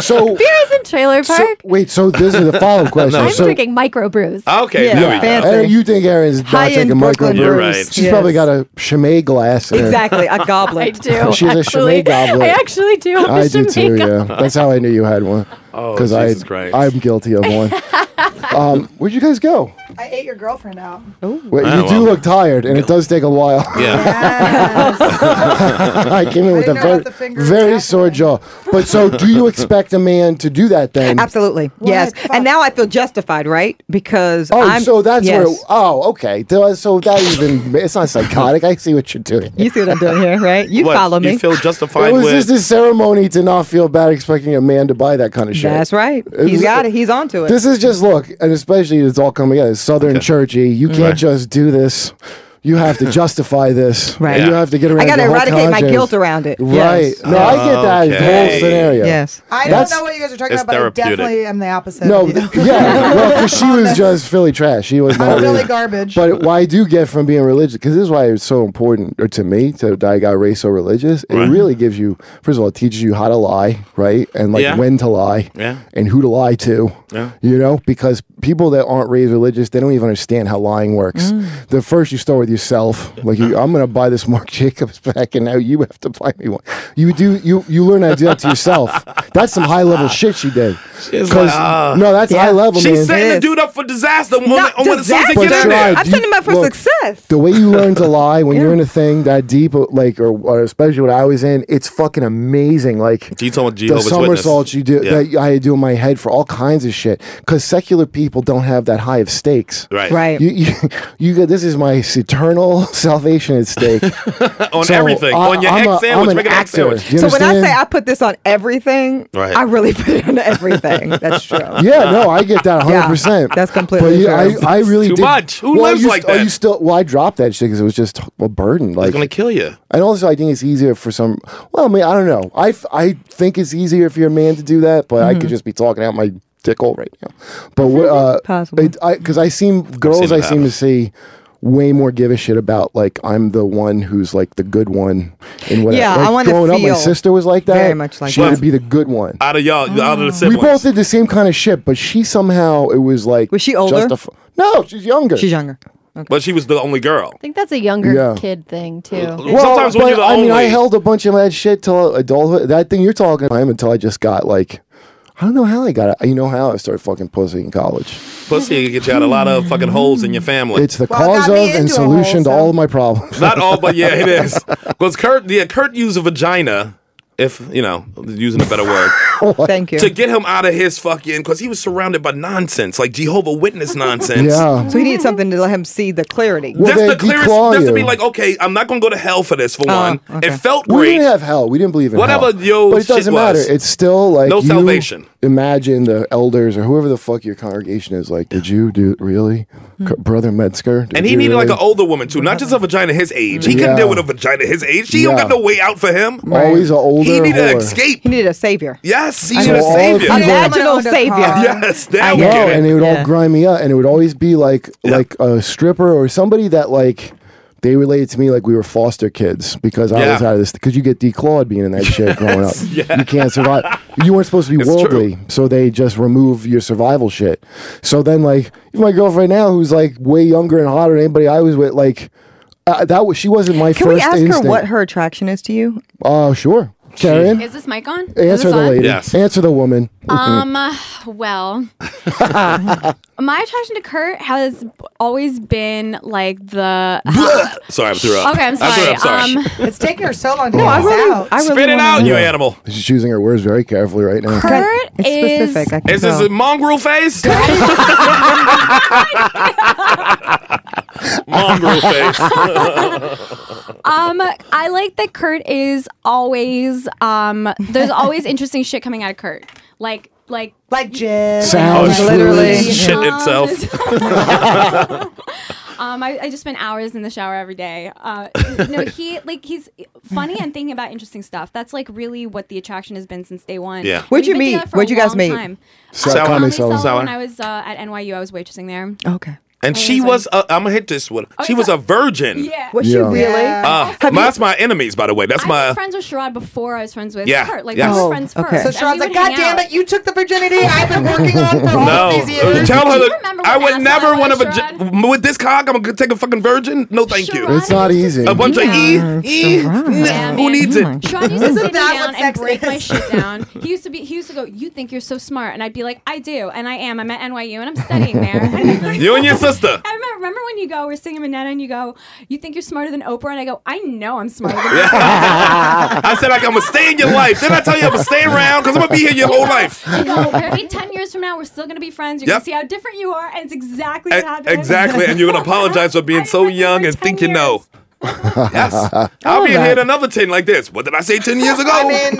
S3: So,
S7: Beer is in Trailer
S3: so-
S7: Park.
S3: wait, so this is the follow up question.
S7: I'm
S3: so,
S7: drinking micro brews.
S2: okay,
S5: Yeah.
S2: there we go.
S5: Fancy.
S3: Aaron, you think Aaron's not
S5: High
S3: taking
S5: end
S3: micro
S5: Brooklyn
S2: You're
S5: brews.
S2: right.
S3: She's
S5: Yes.
S3: probably got a Chimay glass. in her.
S5: exactly a goblet.
S7: I do.
S3: She has a Chimay
S7: actually.
S3: goblet.
S7: I actually do. have a
S3: I do too.
S7: Chimay
S3: Yeah, that's how I knew you had one.
S2: Oh,
S3: because I
S2: Jesus Christ.
S3: I'm guilty of one. um, where'd you guys go?
S6: I ate your girlfriend out.
S3: Wait,
S2: Ah,
S3: you do
S2: well.
S3: look tired, and it does take a while.
S2: yeah.
S3: I came in with a
S6: didn't know about the
S3: very,
S6: fingers
S3: very
S6: happening.
S3: sore jaw. But so, do you expect a man to do that then?
S5: Absolutely. Yes. And now I feel justified, right? Because
S3: Oh,
S5: I'm
S3: so that's
S5: yes.
S3: where. Oh, okay. So- So that even it's not psychotic. I see what you're doing.
S5: you see what I'm doing here, right? You
S2: What,
S5: follow me.
S2: You feel
S3: It
S2: justified
S3: was
S2: with
S3: just a ceremony to not feel bad expecting a man to buy that kind of shit.
S5: that's right.
S3: It
S5: He's
S3: was-
S5: got it. He's onto it.
S3: This is just look, and especially it's all coming out. It's Southern churchy. You can't just do this. You have to justify this.
S5: Right.
S3: You have to get around.
S5: I got to
S3: your whole
S5: eradicate my
S3: conscience.
S5: guilt around it.
S3: Right.
S5: Yes.
S3: No, I get that
S2: Okay.
S3: whole scenario.
S5: Yes.
S6: I don't
S3: That's-
S6: know what you guys are talking
S2: It's
S6: about, but I
S2: therapeutic.
S6: definitely am the opposite.
S3: No.
S6: of you.
S3: th- yeah. Well, 'cause she was just Philly trash. She was not
S6: I'm really
S3: really-
S6: garbage.
S3: But what I do get from being religious, because this is why it's so important, or to me, to that I got raised so religious. It
S2: Right.
S3: really gives you, first of all, it teaches you how to lie, right, and like
S2: Yeah.
S3: when to lie,
S2: Yeah.
S3: and who to lie to.
S2: Yeah.
S3: You know, because people that aren't raised religious, they don't even understand how lying works. The first you start with yourself, like you, I'm going to buy this Marc Jacobs back, and now you have to buy me one. You do you you learn how to do that to yourself. That's some high level shit she did.
S2: She's
S3: 'Cause-
S2: like, ah.
S3: no, that's high level.
S2: She's
S3: man.
S2: setting the
S5: Yes.
S2: dude up for disaster. When,
S5: Not
S2: when, when, as soon as they
S5: disaster.
S2: get in there.
S5: I'm
S3: You-
S5: setting him up for
S3: look,
S5: success.
S3: The way you learn to lie when you're in a thing that deep, like, or, or especially what I was in, it's fucking amazing. Like,
S2: You told
S3: the
S2: Jehovah's Witness.
S3: somersaults you do
S2: Yeah.
S3: that I do in my head for all kinds of shit because secular people don't have that high of stakes.
S2: Right.
S5: Right.
S3: You, you, you go, this is my eternal salvation at stake.
S2: on
S3: So,
S2: everything.
S3: I-
S2: on your
S3: I'm
S2: egg
S3: a- I'm
S2: sandwich.
S3: an
S2: Make an egg
S3: actor.
S2: sandwich.
S3: You
S5: so when I
S3: understand?
S5: say I put this on everything,
S2: Right.
S5: I really put it on everything. That's true.
S3: Yeah, no, I get that 100%.
S5: that's completely
S3: But yeah,
S5: true.
S3: I, I really
S2: Too
S3: did-
S2: much. Who
S3: well,
S2: lives
S3: you
S2: like
S3: st- Are
S2: that?
S3: you still? Well, I dropped that shit because it was just a burden. Like
S2: It's gonna kill you.
S3: And also, I think it's easier for some. Well, I mean, I don't know. I, f- I think it's easier for your man to do that, but I
S2: Mm-hmm.
S3: could just be talking out my dickle right now. But what? Uh,
S5: Possible.
S3: Because I, 'cause I seem girls,
S2: seen it
S3: I seem to see way more give a shit about like I'm the one who's like the good one and whatever.
S5: Yeah, I
S3: like,
S5: wanna
S3: growing up, my
S5: feel
S3: sister was like that.
S5: very much like Oh.
S3: she
S5: that.
S3: would be the good one.
S2: Out of y'all, out of the
S3: we
S2: siblings.
S3: both did the same kind of shit, but she somehow it was like
S5: Was she older?
S3: justif- no, she's younger.
S5: She's younger. Okay.
S2: but she was the only girl.
S7: I think that's a younger
S3: Yeah.
S7: kid thing too.
S3: Well,
S2: Sometimes when
S3: but,
S2: you're the
S3: I mean, I
S2: only-
S3: held a bunch of that shit till adulthood. That thing you're talking about until I just got like, I don't know how I got it. You know how I started fucking pussy in college.
S2: Pussy can get you out a lot of fucking holes in your family.
S3: It's the
S6: Well, it
S3: cause
S6: got me
S3: of and
S6: into a
S3: solution
S6: hole,
S3: to
S6: so-
S3: all of my problems.
S2: Not all, but yeah, it is. Because Kurt, yeah, Kurt used a vagina, if you know, using a better word.
S5: Thank you.
S2: to get him out of his fucking because he was surrounded by nonsense, like Jehovah Witness nonsense.
S3: Yeah.
S5: so he needed something to let him see the clarity.
S3: Well,
S2: That's
S3: they
S2: the clearest.
S3: declaw
S2: That's to be
S3: you.
S2: like, okay, I'm not gonna go to hell for this. For one,
S5: Oh, okay.
S2: it felt
S3: We
S2: great.
S3: didn't have hell. We didn't believe in
S2: Whatever
S3: hell.
S2: your
S3: but it doesn't
S2: shit
S3: matter.
S2: was.
S3: It's still like
S2: No
S3: you
S2: salvation.
S3: Imagine the elders or whoever the fuck your congregation is. Like, did you do really, C- brother Metzger? did
S2: and he
S3: you
S2: needed like
S3: really?
S2: an older woman too, not just a vagina his age. He couldn't
S3: Yeah.
S2: deal with a vagina his age. She don't
S3: Yeah.
S2: got no way out for him.
S3: always an older.
S2: He needed
S3: whore.
S2: an escape.
S5: He needed a savior.
S2: Yes, he
S3: So
S2: needed a
S3: all the
S2: savior.
S3: people-
S5: Imaginal savior.
S2: Yes,
S5: I
S2: that
S5: get
S3: No,
S5: it.
S3: and it would
S5: Yeah.
S3: all grind me up, and it would always be like
S2: Yeah.
S3: like a stripper or somebody that like they related to me like we were foster kids because I
S2: Yeah.
S3: was out of this because you get declawed being in that shit growing up. You can't survive. You weren't supposed to be
S2: It's
S3: worldly, so they just remove your survival shit. So then, like even my girlfriend now, who's like way younger and hotter than anybody I was with, like. Uh, that was she wasn't my
S5: Can
S3: first
S5: we ask
S3: instinct.
S5: her what her attraction is to you?
S3: Oh, sure, Karen.
S8: Is this mic on? Is this
S3: Answer the
S8: on?
S3: lady.
S2: Yes.
S3: Answer the woman.
S8: Um, well, my attraction to Kurt has always been like the.
S2: Sorry, I threw up.
S8: okay, I'm
S2: I threw
S8: sorry.
S2: up, sorry.
S8: Um,
S6: It's taking her so long to
S5: I
S6: get this
S5: really,
S6: out.
S5: I really
S2: Spit it
S5: wanna
S2: out, you
S5: know.
S2: animal.
S3: She's choosing her words very carefully right now.
S8: Kurt
S5: It's
S8: is.
S5: specific. I can
S2: Is this
S5: tell.
S2: a mongrel face? mongrel face.
S8: Um, I like that Kurt is always. Um, there's always interesting shit coming out of Kurt. Like, like.
S6: Like Jim.
S3: Sounds
S5: Oh, literally.
S3: fluid.
S2: Shit
S8: um,
S2: itself.
S8: um, I, I just spend hours in the shower every day. Uh, no, he like he's funny and thinking about interesting stuff. That's like really what the attraction has been since day one.
S2: Yeah.
S5: Where'd
S8: We've
S5: you
S8: been
S5: meet?
S8: together for a
S5: Where'd you guys
S8: long
S5: meet?
S8: time.
S3: Sour
S2: Sour.
S3: comedy
S8: Comedy
S3: cellar.
S8: Cellar.
S2: Sour.
S8: When I was uh, at NYU, I was waitressing there.
S5: Okay.
S2: And she
S8: Oh, that's Oh,
S2: was, i am I'm gonna hit this one. she was a virgin.
S8: Yeah.
S5: Was she
S3: Yeah.
S5: really?
S6: Yeah.
S2: Uh, my- that's my enemies, by the way. That's
S8: I
S2: my. uh,
S8: was friends with Sherrod before I was friends with
S2: Yeah,
S8: Kurt. Like
S2: yes.
S8: we
S5: Oh,
S8: were friends
S5: okay.
S8: first.
S5: So
S6: So
S8: and we
S6: Sherrod's like,
S8: would
S6: God
S8: hang
S6: damn
S8: out."
S6: it, you took the virginity I've been working on for all
S2: No,
S6: these years.
S2: tell her
S8: Do you
S2: that
S8: remember
S2: I
S8: when
S2: would
S8: I
S2: never
S8: asked
S2: want
S8: that
S2: to vagi- with this cock. I'm gonna take a fucking virgin. No, thank you.
S8: Sherrod
S3: It's not
S8: used to
S3: easy.
S8: sit
S2: a bunch
S8: down.
S2: of e, e, n-
S8: Yeah,
S2: who
S8: man.
S2: needs
S5: Oh my
S2: it?
S8: Sherrod used to sit me
S6: that what
S8: down and
S6: sex
S8: break my
S6: is?
S8: shit down. He used to be. He used to go. You think you're so smart, and I'd be like, I do, and I am. I'm at NYU, and I'm studying there. And he'd be like,
S2: You and your sister.
S8: I remember, remember when you go, we're singing Manetta, and you go, you think you're smarter than Oprah, and I go, I know I'm smarter than Oprah.
S2: I said like, I'm gonna stay in your life. Then I tell you I'm gonna stay around because I'm gonna be here your whole life.
S8: You go, maybe ten years from now, we're still gonna be friends. You're
S2: Yep.
S8: gonna see how different you are, and it's exactly
S2: E-
S8: what happened.
S2: Exactly, and you're gonna apologize for being
S8: I've
S2: so
S8: been friends
S2: young
S8: for
S2: and
S8: 10
S2: think you know.
S8: years.
S2: Yes, I'll be here in another ten like this. What did I say ten years ago?
S6: I mean,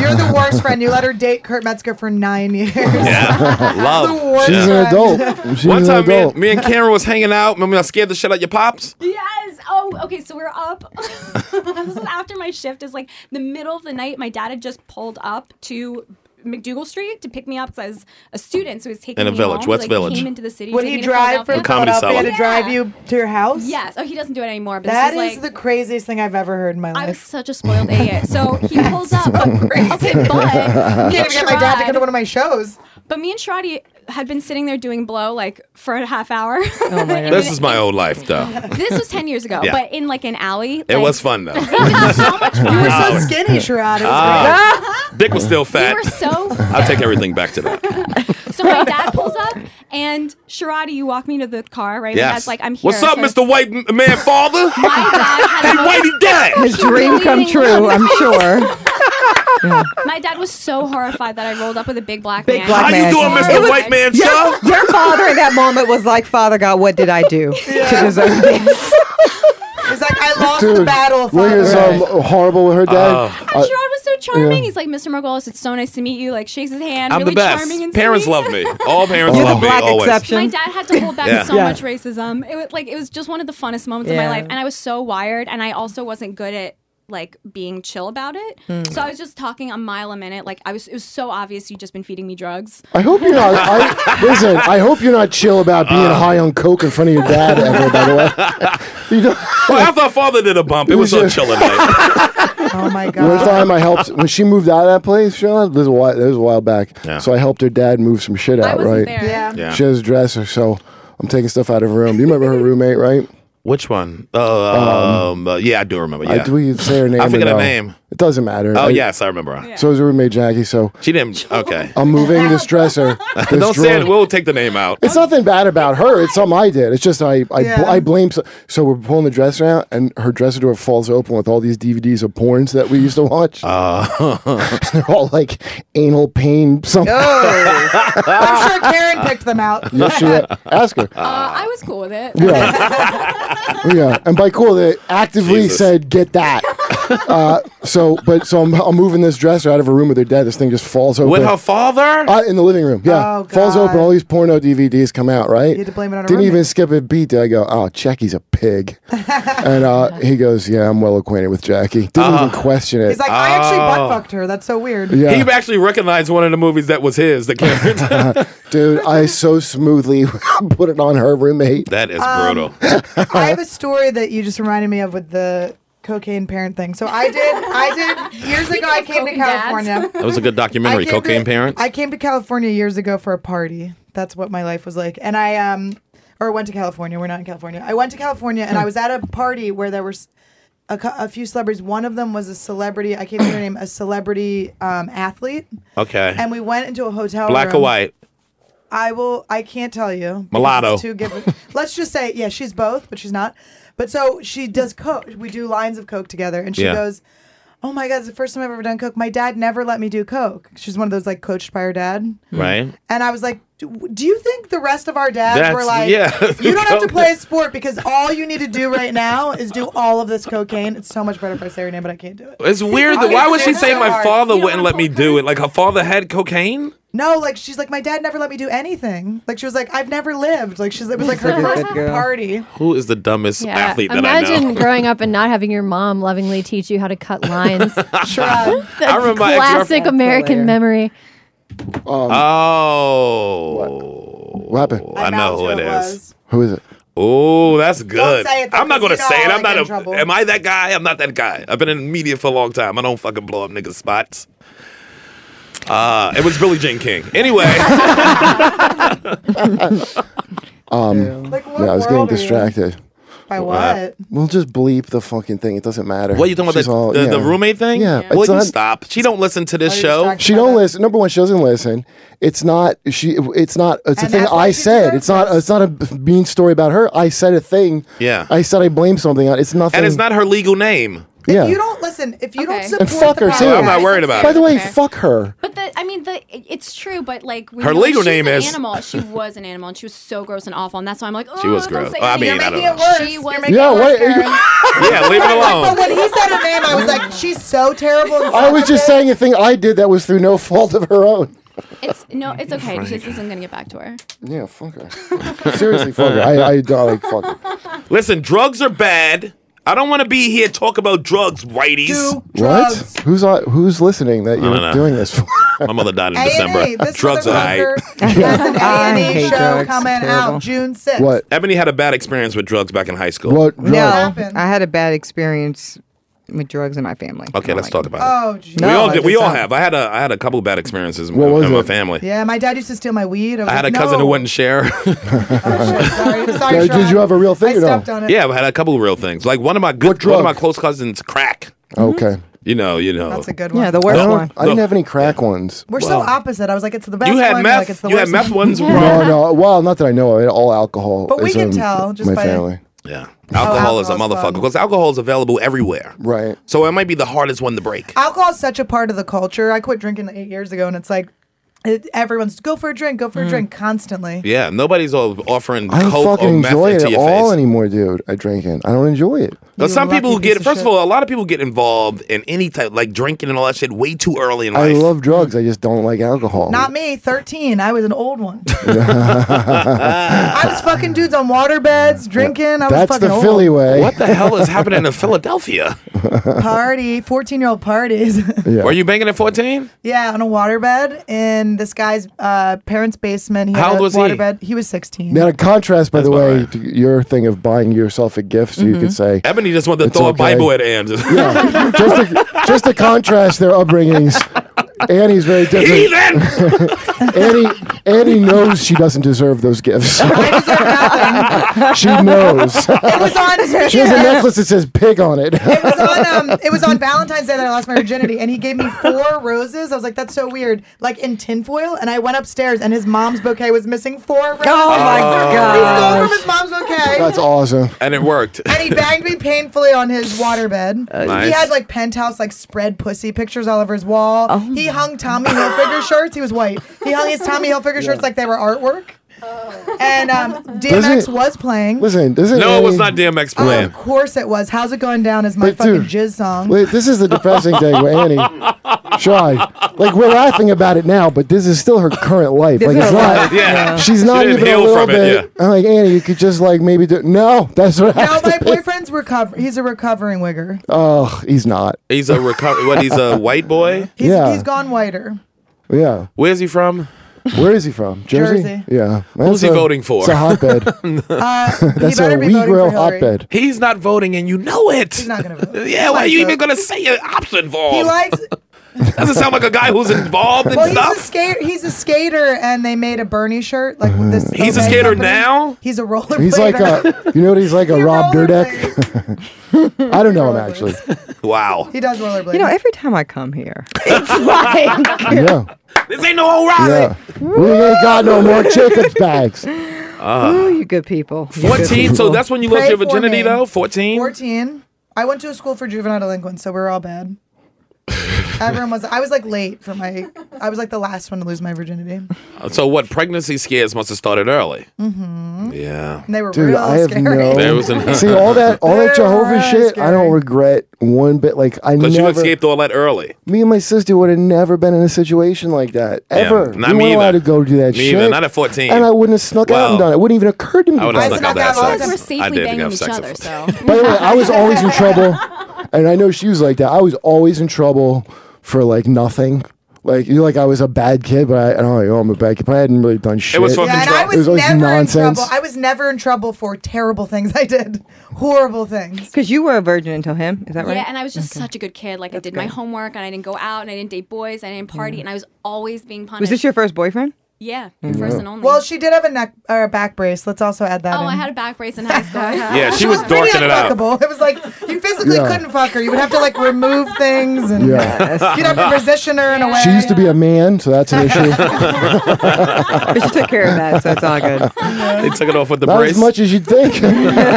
S6: you're the worst friend. You let her date Kurt Metzger for nine years.
S2: yeah,
S6: The
S2: love.
S6: worst
S3: She's an
S6: friend.
S3: adult. She's
S2: One
S3: an
S2: time, me
S3: adult.
S2: and, me and Karen was hanging out. Remember, I scared the shit out your pops.
S8: Yes. Oh, okay. So we're up. this is after my shift. Is like the middle of the night. My dad had just pulled up to. McDougal Street to pick me up because I was a student, so he was taking
S2: In a
S8: me
S2: village.
S8: Home.
S2: What's
S8: like,
S2: village?
S8: Came into the city.
S6: Would
S8: taking
S6: he
S8: me to
S6: drive
S8: Philadelphia.
S6: from
S2: Comedy
S6: Philadelphia
S2: Cellar.
S6: to drive you to your house?
S8: Yes. Oh, he doesn't do it anymore. But
S6: That
S8: this was,
S6: is
S8: like,
S6: the craziest thing I've ever heard in my
S8: I was
S6: life.
S8: such a spoiled idiot. So he pulls up. okay, but me
S6: I
S8: and
S6: can't even get my dad to come
S8: Sherrod,
S6: to one of my shows.
S8: but me and Sherrod had been sitting there doing blow like for a half hour.
S5: Oh my God.
S2: This is my old life, though.
S8: this was ten years ago,
S2: Yeah.
S8: but in like an alley.
S2: It
S8: like,
S2: was fun though.
S6: You were
S2: Wow.
S6: so skinny, Sherrod. It was
S2: Dick was still
S8: We
S2: fat.
S8: were so.
S2: I'll take everything back to that.
S8: So my dad pulls up and Sherrod, you walk me to the car, right? My
S2: Yes.
S8: dad's like, I'm here.
S2: What's up,
S8: So
S2: Mr. White M- Man Father?
S8: My dad had
S2: hey,
S8: the most-
S2: Whitey Dad!
S5: His dream come true, I'm sure.
S8: My dad was so horrified that I rolled up with a big black
S5: Big
S8: man.
S5: black
S2: How you
S5: man.
S2: doing,
S8: It
S2: Mr.
S8: was-
S2: White Man,
S5: Your,
S2: sir?
S5: your father in that moment was like, Father God, what did I do to deserve this?
S6: great. He's like, I lost the
S3: Dude,
S6: battle.
S3: Look
S6: father.
S3: at some horrible with her
S2: Oh.
S3: dad.
S8: And
S3: Uh,
S8: Sherrod was so charming.
S3: yeah.
S8: He's like, Mr. Margolis, it's so nice to meet you. Like, shakes his hand.
S2: I'm
S8: really
S2: the best.
S8: charming and
S2: Parents
S8: sweet.
S2: love me. All parents
S5: You're the
S2: love me,
S5: black
S2: always.
S5: exception.
S8: My dad had to hold back
S2: Yeah.
S8: so
S5: Yeah.
S8: much racism. It was like it was just one of the funnest moments of
S5: Yeah.
S8: my life, and I was so wired, and I also wasn't good at like being chill about it.
S6: Hmm.
S8: So I was just talking a mile a minute. Like I was, it was so obvious you'd just been feeding me drugs.
S3: I hope you're not. I, listen, I hope you're not chill about
S2: Oh.
S3: being high on coke in front of your dad ever. By the way, you know,
S2: Well, I thought Father did a bump. It was so
S3: Yeah.
S2: chilling. Like.
S6: Oh my
S3: one
S6: god.
S3: time I helped when she moved out of that place. Sean, this was a while, this was a while back.
S2: Yeah.
S3: So I helped her dad move some shit
S8: I
S3: out.
S8: wasn't
S3: Right?
S8: there.
S6: Yeah.
S2: Yeah.
S3: She has a dresser, so I'm taking stuff out of her room. You remember her roommate, right?
S2: Which one? Uh, um, uh, yeah, I do remember. Yeah.
S3: I, do we say her name?
S2: I forget
S3: or
S2: her
S3: no?
S2: name.
S3: It doesn't matter.
S2: Oh
S3: I-
S2: yes, I remember. her.
S3: So is her roommate Jackie. So
S2: She didn't. Okay.
S3: I'm moving this dresser. This
S2: Don't say
S3: drawer.
S2: it. We'll take the name out.
S3: It's nothing bad about her. It's something I did. It's just I I, bl-
S5: Yeah.
S3: I blame. So, so we're pulling the dresser out, and her dresser door falls open with all these DVDs of porns that we used to watch. they're all like anal pain. Something.
S5: Oh,
S6: I'm sure Karen picked them out.
S3: Yes, she ask her.
S8: Uh, I was cool with it.
S3: Yeah. yeah. And by cool, they actively
S2: Jesus.
S3: said, get that. uh, so, but so I'm, I'm moving this dresser out of her room with her dad. This thing just falls open.
S2: With her father?
S3: Uh, in the living room, yeah.
S6: Oh,
S3: Falls
S6: God.
S3: open, all these porno DVDs come out, right?
S6: You had to blame it on her
S3: Didn't even
S6: roommate.
S3: skip a beat. Did I go, oh, Jackie's a pig. and uh, he goes, yeah, I'm well acquainted with Jackie. Didn't
S2: Uh-huh.
S3: even question it.
S6: He's like, I actually
S2: Oh.
S6: butt fucked her. That's so weird.
S3: Oh. yeah.
S2: He actually recognized one of the movies that was his. The Karen.
S3: Dude, I so smoothly put it on her roommate.
S2: that is brutal.
S6: Um, I have a story that you just reminded me of with the cocaine parent thing. So I did, I did years ago. I
S8: of
S6: came to
S8: cocaine dads.
S6: California.
S2: That was a good
S6: I
S2: documentary.
S6: came
S2: Cocaine
S6: to,
S2: Parents.
S6: I came to California years ago for a party. That's what my life was like. And I um or went to California. We're not in California. I went to California and I was at a party where there were s- a, cou- a few celebrities. One of them was a celebrity. I can't remember her name. A celebrity um, athlete.
S2: okay.
S6: And we went into a hotel.
S2: Black
S6: room.
S2: or white.
S6: I will. I can't tell you. because
S2: Mulatto.
S6: it's Too given. Let's just say, yeah, she's both, but she's not. But so she does coke. We do lines of coke together, and she
S2: Yeah.
S6: goes, "Oh my god, it's the first time I've ever done coke. My dad never let me do coke. She's one of those like coached by her dad."
S2: Hmm. Right.
S6: And I was like, do do you think the rest of our dads
S2: That's-
S6: were like,
S2: yeah.
S6: you don't have to play a sport because all you need to do right now is do all of this cocaine. It's so much better if I say her name, but I can't do it.
S2: It's weird. That,
S6: Okay,
S2: why would she
S6: so
S2: say my
S6: hard.
S2: father
S8: You don't
S2: wouldn't
S8: want
S2: let me
S8: cocaine?
S2: do it? Like her father had cocaine.
S6: No, like she's like, my dad never let me do anything. Like she was like, I've never lived. Like she's it was like her
S5: Good
S6: first
S5: girl.
S6: party.
S2: Who is the dumbest athlete that
S7: Imagine
S2: I know?
S7: growing up and not having your mom lovingly teach you how to cut lines.
S6: Shrug.
S7: That's
S2: I remember my ex-girlfriend-
S7: classic American
S5: hilarious.
S7: memory.
S2: Oh.
S3: Um, What happened?
S2: I know who it is.
S3: Who is it?
S2: Oh, that's good.
S6: say it, though,
S2: I'm not
S6: 'cause
S2: gonna
S6: you
S2: say it.
S6: know
S2: I'm
S6: I'll
S2: not
S6: get
S2: a.
S6: in trouble.
S2: Am I that guy? I'm not that guy. I've been in media for a long time. I don't fucking blow up niggas' spots. Uh, it was Billie Jean King. Anyway, Oh,
S6: Like what
S3: Um, Yeah, I was
S6: world
S3: getting
S6: are you in?
S3: distracted.
S6: By what?
S3: Well, just bleep the fucking thing. It doesn't matter.
S2: what you talking about?
S3: She's
S2: The,
S3: all-
S2: the,
S3: yeah.
S2: the roommate thing?
S3: Yeah, Yeah.
S2: Will
S3: it's
S2: you
S3: not-
S2: stop? She don't listen to this
S6: Oh, you
S2: show.
S6: distracted?
S3: She don't listen. Number one, she doesn't listen. It's not. She. It's not. It's
S6: And
S3: a thing
S6: that's why
S3: I
S6: she
S3: said.
S6: deserves
S3: It's not.
S6: this.
S3: It's not a b- mean story about her. I said a thing.
S2: Yeah.
S3: I said I blame something on. It's nothing.
S2: and it's not her legal name.
S3: Yeah.
S6: If you don't listen, if you don't
S8: Okay.
S6: support
S3: And fuck
S6: the
S3: her, too.
S6: podcast-
S2: I'm not worried about
S3: By the way,
S8: Okay.
S3: fuck her.
S8: But the, I mean, the it- it's true. But like, we
S2: Her
S8: know
S2: legal
S8: she's
S2: name
S8: an
S2: is-
S8: animal. She was an animal, and she was so gross and awful, and that's why I'm like, oh,
S2: She was
S8: don't
S2: gross.
S8: say
S2: I
S8: that."
S2: mean,
S6: You're
S2: I don't
S6: making
S2: know.
S6: it worse.
S8: She was-
S6: You're making
S3: Yeah,
S6: it worse,
S3: wait, are you-
S6: Karen.
S2: Yeah, leave it
S6: But
S2: alone.
S6: when he said her name, I was like, she's so terrible. and
S3: I
S6: so
S3: was just
S6: pathetic.
S3: saying a thing I did that was through no fault of her own.
S8: It's no, it's okay. because this isn't gonna get back to her.
S3: Yeah, fuck her. Seriously, fuck her. I, I don't like fuck her.
S2: Listen, drugs are bad. I don't want to be here talk about drugs, whiteys.
S6: Do
S3: What?
S6: drugs.
S3: Who's on, who's listening that you're
S2: don't know.
S3: doing this for?
S2: My mother died in
S6: A&E,
S2: December.
S6: this
S2: Drugs are
S6: motherfucker
S2: high.
S6: has an
S5: I
S6: A&E
S5: hate
S6: show
S5: drugs.
S6: coming
S5: Terrible.
S6: out June 6th.
S3: what?
S2: Ebony had a bad experience with drugs back in high school.
S3: What?
S5: no,
S3: drug?
S6: happened?
S5: I had a bad experience with drugs in my family.
S2: Okay,
S5: I'm
S2: let's
S5: like,
S2: talk about it.
S6: Oh, geez.
S5: No,
S2: we all
S5: I
S2: did, we
S5: just
S2: all
S5: don't.
S2: have. I had a I had a couple bad experiences in,
S3: What was
S2: in my
S3: it?
S2: family.
S6: Yeah, my dad used to steal my weed. was
S2: I had a
S6: like,
S2: cousin
S6: no.
S2: who wouldn't share.
S6: Oh, shit, sorry, sorry,
S3: Yeah, did
S6: Sean.
S3: you have a real thing
S6: I
S3: or no?
S6: stepped on it.
S2: yeah, I had a couple real things. Like one of my good,
S3: What
S2: one of
S3: drug?
S2: my close cousins, crack.
S3: Okay.
S2: You know, you know.
S6: That's a good Mm-hmm. one.
S5: Yeah, the
S3: I,
S5: worst
S3: don't,
S5: one.
S3: I didn't
S2: No.
S3: have any crack ones.
S6: We're so opposite. I was like, it's the best
S2: you had
S6: one. Like,
S2: meth.
S6: it's the
S2: you had
S6: worst
S2: meth
S6: one.
S2: ones.
S3: No, no. Well, not that I know of. It- All alcohol.
S6: But we
S3: is
S6: can
S3: in
S6: tell just
S3: my
S6: by-
S3: family.
S2: Yeah, alcohol is a
S6: alcohol's
S2: motherfucker
S6: fun.
S2: because alcohol is available everywhere.
S3: Right.
S2: So it might be the hardest one to break.
S6: Alcohol is such a part of the culture. I quit drinking eight years ago, and it's like, it, everyone's go for a drink, go for a drink constantly.
S2: Yeah, nobody's o- offering
S3: I don't
S2: coke
S3: fucking
S2: or meth
S3: enjoy it
S2: into
S3: at
S2: your
S3: all
S2: face.
S3: anymore, dude. I drink it. I don't enjoy it.
S2: But
S6: You
S2: some
S6: lucky
S2: people who get
S6: piece of
S2: first of
S6: shit.
S2: all, a lot of people get involved in any type like drinking and all that shit way too early in
S3: I
S2: life.
S3: love drugs. I just don't like
S2: Oh.
S3: alcohol.
S6: Not me, 13. I was an old one. I was fucking dudes on waterbeds, drinking. I was
S3: That's
S6: fucking
S3: the
S6: old.
S3: Philly way.
S2: what the hell is happening in Philadelphia?
S6: Party, 14 year old parties.
S3: Yeah.
S2: Were you banging at fourteen?
S6: yeah, on a waterbed in this guy's uh, parents' basement. He
S2: How
S6: had
S2: old
S6: a
S2: was he?
S6: waterbed. He? was 16.
S3: Now, in contrast, by the
S2: about
S3: way,
S2: right.
S3: to your thing of buying yourself a gift, so you could
S6: Mm-hmm.
S3: say.
S2: Ebony just wanted to
S3: It's
S2: throw a
S3: okay.
S2: Bible at Ann. Just-
S3: Yeah. just, to, just to contrast their upbringings, Annie's very different.
S2: Heathen!
S3: Annie, Annie knows she doesn't deserve those gifts. she knows.
S6: It was on. Oh,
S3: She has a necklace that says pig on it.
S6: It was on. Um, it was on Valentine's Day that I lost my virginity, and he gave me four roses. I was like, "That's so weird," like in tinfoil. And I went upstairs, and his mom's bouquet was missing four roses.
S5: Oh my
S6: He
S5: god.
S6: stole from his mom's bouquet.
S3: That's awesome.
S2: and it worked.
S6: and he banged me painfully on his waterbed.
S3: Uh,
S2: Nice.
S6: He had like penthouse like spread pussy pictures all over his wall.
S3: Oh
S6: He hung Tommy Hilfiger shirts. He was white. He hung his Tommy Hilfiger shirts like they were artwork. And um, DMX
S3: Doesn't-
S6: was playing.
S3: Listen, this is
S2: No, it was
S3: Annie-
S2: not DMX
S6: Oh,
S2: plan.
S6: of course it was. How's it going down? Is my
S3: But
S6: fucking
S3: dude,
S6: jizz song.
S3: Wait, this is the depressing thing with Annie. Shy. Like we're laughing about it now, but this is still her current life. Like it's not.
S2: Yeah.
S3: She's
S2: She
S3: not
S2: didn't
S3: even a
S2: heal
S3: little
S2: from it,
S3: bit. I'm like Annie, you could just like maybe do. No, that's what.
S6: No,
S3: happened.
S6: my boyfriend's recover. He's a recovering wigger.
S3: Oh, he's not.
S2: He's a recover. What? He's a white boy.
S6: He's,
S3: yeah.
S6: he's gone whiter.
S3: Yeah.
S2: Where's he from?
S3: Where is he from? Jersey.
S6: Jersey.
S3: Yeah. That's
S2: Who's he
S3: a-
S2: voting for?
S3: It's a hotbed.
S6: Uh,
S3: That's
S6: he better
S3: a
S6: be
S3: weed
S6: voting for
S3: grow
S6: Hillary.
S3: hotbed.
S2: He's not voting, and you know it.
S6: He's not gonna vote.
S2: Yeah, why are
S6: Like
S2: you
S6: the-
S2: even gonna say your option for?
S6: He
S2: him?
S6: likes.
S2: Doesn't sound like a guy who's involved in
S6: Well, he's a
S2: stuff.
S6: skater. He's a skater, and they made a Bernie shirt like with this.
S2: He's a
S6: Obey
S2: skater
S6: company.
S2: now?
S6: He's a roller.
S3: Oh. He's like a, you know what he's like a
S6: He
S3: Rob Dyrdek.
S6: rollerblades.
S3: I don't know him actually.
S2: Wow,
S6: He does rollerblade.
S5: You know, every time I come here,
S3: Yeah,
S2: this ain't no O'Reilly.
S3: yeah. We ain't got no more chicken bags.
S5: oh, you good people. You good
S2: Ah. Fourteen. So
S5: people.
S2: that's when you lost
S6: Pray
S2: your
S6: for
S2: virginity,
S6: me.
S2: though. Fourteen.
S6: fourteen. I went to a school for juvenile delinquents, so we're all bad. Everyone was. I was like late for my. I was like the last one to lose my virginity, and
S2: So what? Pregnancy scares must have started early. Mm-hmm. Yeah.
S6: they were
S3: Dude,
S6: real
S3: I have
S6: scary.
S3: no.
S2: There was an-
S3: See all that all that Jehovah
S6: Very
S3: shit. I
S6: scary.
S3: don't regret one bit. Like I
S2: But you
S3: never.
S2: escaped all that early.
S3: Me and my sister would have never been in a situation like that ever.
S2: not
S3: we
S2: me
S3: weren't allowed
S2: either.
S3: to go do that
S2: Me
S3: shit.
S2: either, not at 14.
S3: And I wouldn't have snuck out
S2: Well,
S3: and done it. Wouldn't even occurred to me.
S2: I would have
S6: I
S2: snuck
S6: snuck
S2: out that
S6: out all the
S2: sex.
S6: time.
S8: We're
S2: I
S8: safely
S2: did think I
S8: banging
S2: have
S8: each
S2: sex
S8: other,
S2: at
S8: so.
S3: By the way, I was always in trouble, and I know she was like that. I was always in trouble for like nothing. Like you, like I was a bad kid, but I, I don't know. I'm a bad kid, but I hadn't really done shit.
S2: was fucking
S6: Yeah, and
S2: Control.
S6: I
S2: It
S6: was,
S3: was always
S6: never in
S3: nonsense.
S6: trouble. I was never in trouble for terrible things I did, horrible things.
S5: because you were a virgin until him. Is that right?
S8: Yeah, and I was just such a good kid. Like I did my homework, and I didn't go out, and I didn't date boys, and I didn't party, and I was always being punished.
S5: was this your Mm. first boyfriend?
S8: yeah, first and only.
S6: Mm-hmm. Well, she did have a neck or a back brace. Let's also add that.
S8: oh,
S6: in.
S8: I had a back brace in high school.
S2: Yeah, she was
S6: pretty
S2: dorking it out.
S6: unfuckable. It was like you physically
S3: Yeah.
S6: couldn't fuck her. You would have to like remove things, and
S3: Yeah.
S6: you'd have to position her in a way.
S3: She used to be a man, so that's an issue.
S5: But she took care of that, so it's all good.
S2: They took it off with the
S3: Not
S2: brace.
S3: as much as you'd think.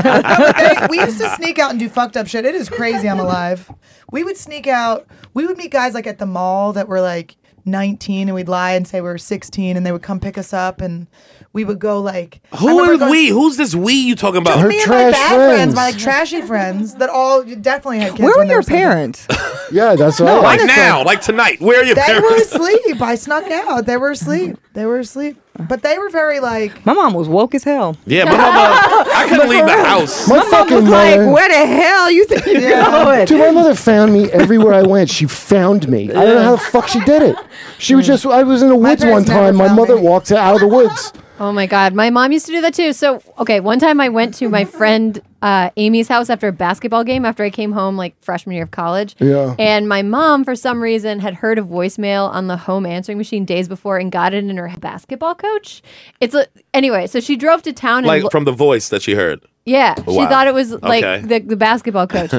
S6: They- we used to sneak out and do fucked up shit. It is crazy. I'm alive. We would sneak out. We would meet guys like at the mall that were like 19, and we'd lie and say we were 16, and they would come pick us up, and we would go like. I
S2: Who
S6: remember
S2: are
S6: going-
S2: we? Who's this we you talking about?
S3: Her
S6: Me and my
S3: trash
S6: bad friends.
S3: friends.
S6: my like trashy friends that all definitely had kids.
S5: Where were
S6: when they
S5: your
S6: single.
S5: parents?
S3: yeah, that's all.
S2: like now, like tonight. Where are your
S6: They were
S2: parents?
S6: asleep. I snuck out. They were asleep. They were asleep. But they were very like.
S5: My mom was woke as hell.
S2: Yeah, my mother. I couldn't leave the house.
S3: my,
S5: Mom was
S3: fucking mother.
S5: like, "Where the hell you think you're going?"
S3: Dude, my mother found me everywhere I went. She found me. I don't know how the fuck she did it. She
S5: Hmm.
S3: was just, I was in the woods one
S6: parents never
S3: time. My
S6: found
S3: mother
S6: me.
S3: walked out of the woods.
S7: Oh my god, my mom used to do that too. So okay, one time I went to my friend uh, Amy's house after a basketball game after I came home like freshman year of college.
S3: Yeah.
S7: And my mom, for some reason, had heard a voicemail on the home answering machine days before and got it in her basketball coach. It's a, anyway. So she drove to town and
S2: Like
S7: lo-
S2: from the voice that she heard.
S7: yeah,
S2: Wow.
S7: she thought it was like
S2: Okay.
S7: the, the basketball coach.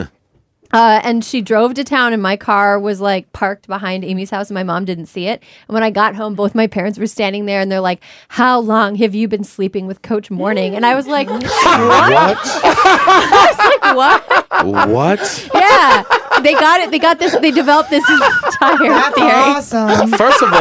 S7: Uh, and she drove to town, and my car was like parked behind Amy's house, and my mom didn't see it. And when I got home, both my parents were standing there, and they're like, "How long have you been sleeping with Coach Morning?" And I was like,
S2: What?
S7: "What?"
S2: what?
S7: yeah, they got it. They got this. They developed this entire
S6: That's
S7: theory.
S6: awesome.
S2: First of all,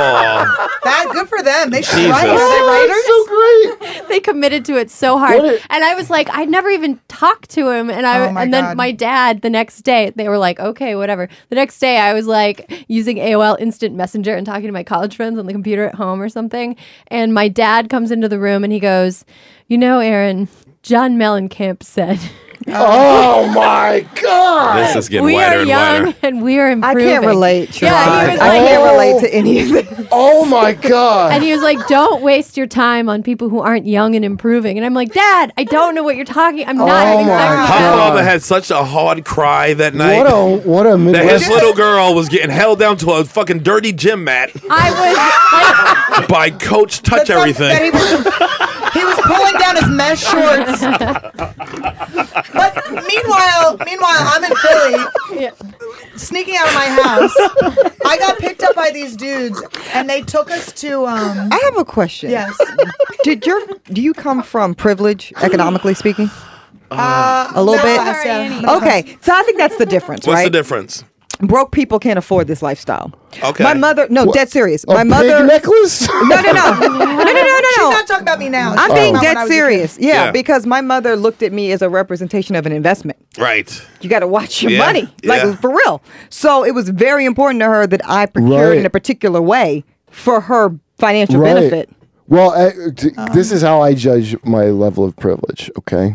S6: that good for them. They should
S2: Jesus.
S6: write. Are they writers?
S3: so great.
S7: They committed to it so hard,
S3: What a-
S7: and I was like, I never even talked to him, and I
S6: Oh my
S7: and then
S6: God.
S7: my dad the next day they were like, okay, whatever. The next day I was like using AOL Instant Messenger and talking to my college friends on the computer at home or something, and my dad comes into the room and he goes, you know, Aaron, John Mellencamp said.
S3: Oh my god!
S2: This is getting
S7: we
S2: wider
S7: are
S2: and
S7: young
S2: wider.
S7: and we're
S5: I
S7: improving.
S5: can't relate.
S7: Yeah,
S5: Siobhan.
S7: he was
S5: I
S7: like-
S5: can't relate to any of this.
S3: Oh my god!
S7: And he was like, "Don't waste your time on people who aren't young and improving." And I'm like, "Dad, I don't know what you're talking. I'm not
S3: Oh
S7: having
S3: my
S7: sex with
S2: Her
S3: God.
S7: them."
S2: father had such a hard cry that night
S3: what a what a
S2: that his
S3: Midwest.
S2: little girl was getting held down to a fucking dirty gym mat
S7: I was like,
S2: by Coach Touch
S6: That's something that
S2: Everything.
S6: He was, he was pulling down his mesh shorts. but meanwhile, meanwhile, I'm in Philly, sneaking out of my house. I got picked up by these dudes, and they took us to. Um,
S5: I have a question.
S6: yes,
S5: Did your do you come from privilege economically speaking?
S6: uh,
S5: A little
S6: middle
S5: bit?
S6: class, yeah, middle class.
S5: Okay, so I think that's the difference,
S2: What's
S5: right?
S2: the difference?
S5: Broke people can't afford this lifestyle.
S2: Okay.
S5: My mother, no, dead serious.
S3: a
S5: My mother,
S3: Big
S5: no,
S3: necklace.
S5: no, no, no, no, no, no,
S6: She's
S5: no.
S6: not talking about me now. She's
S5: I'm
S6: talking
S5: being
S6: about Oh. when I
S5: dead
S6: was a kid.
S5: serious. Yeah,
S2: Yeah.
S5: because my mother looked at me as a representation of an investment.
S2: Right.
S5: You got to watch your
S2: Yeah,
S5: money, like
S2: yeah.
S5: for real. So it was very important to her that I procured
S3: Right.
S5: in a particular way for her financial benefit.
S3: Well, I, t- this is how I judge my level of privilege. Okay,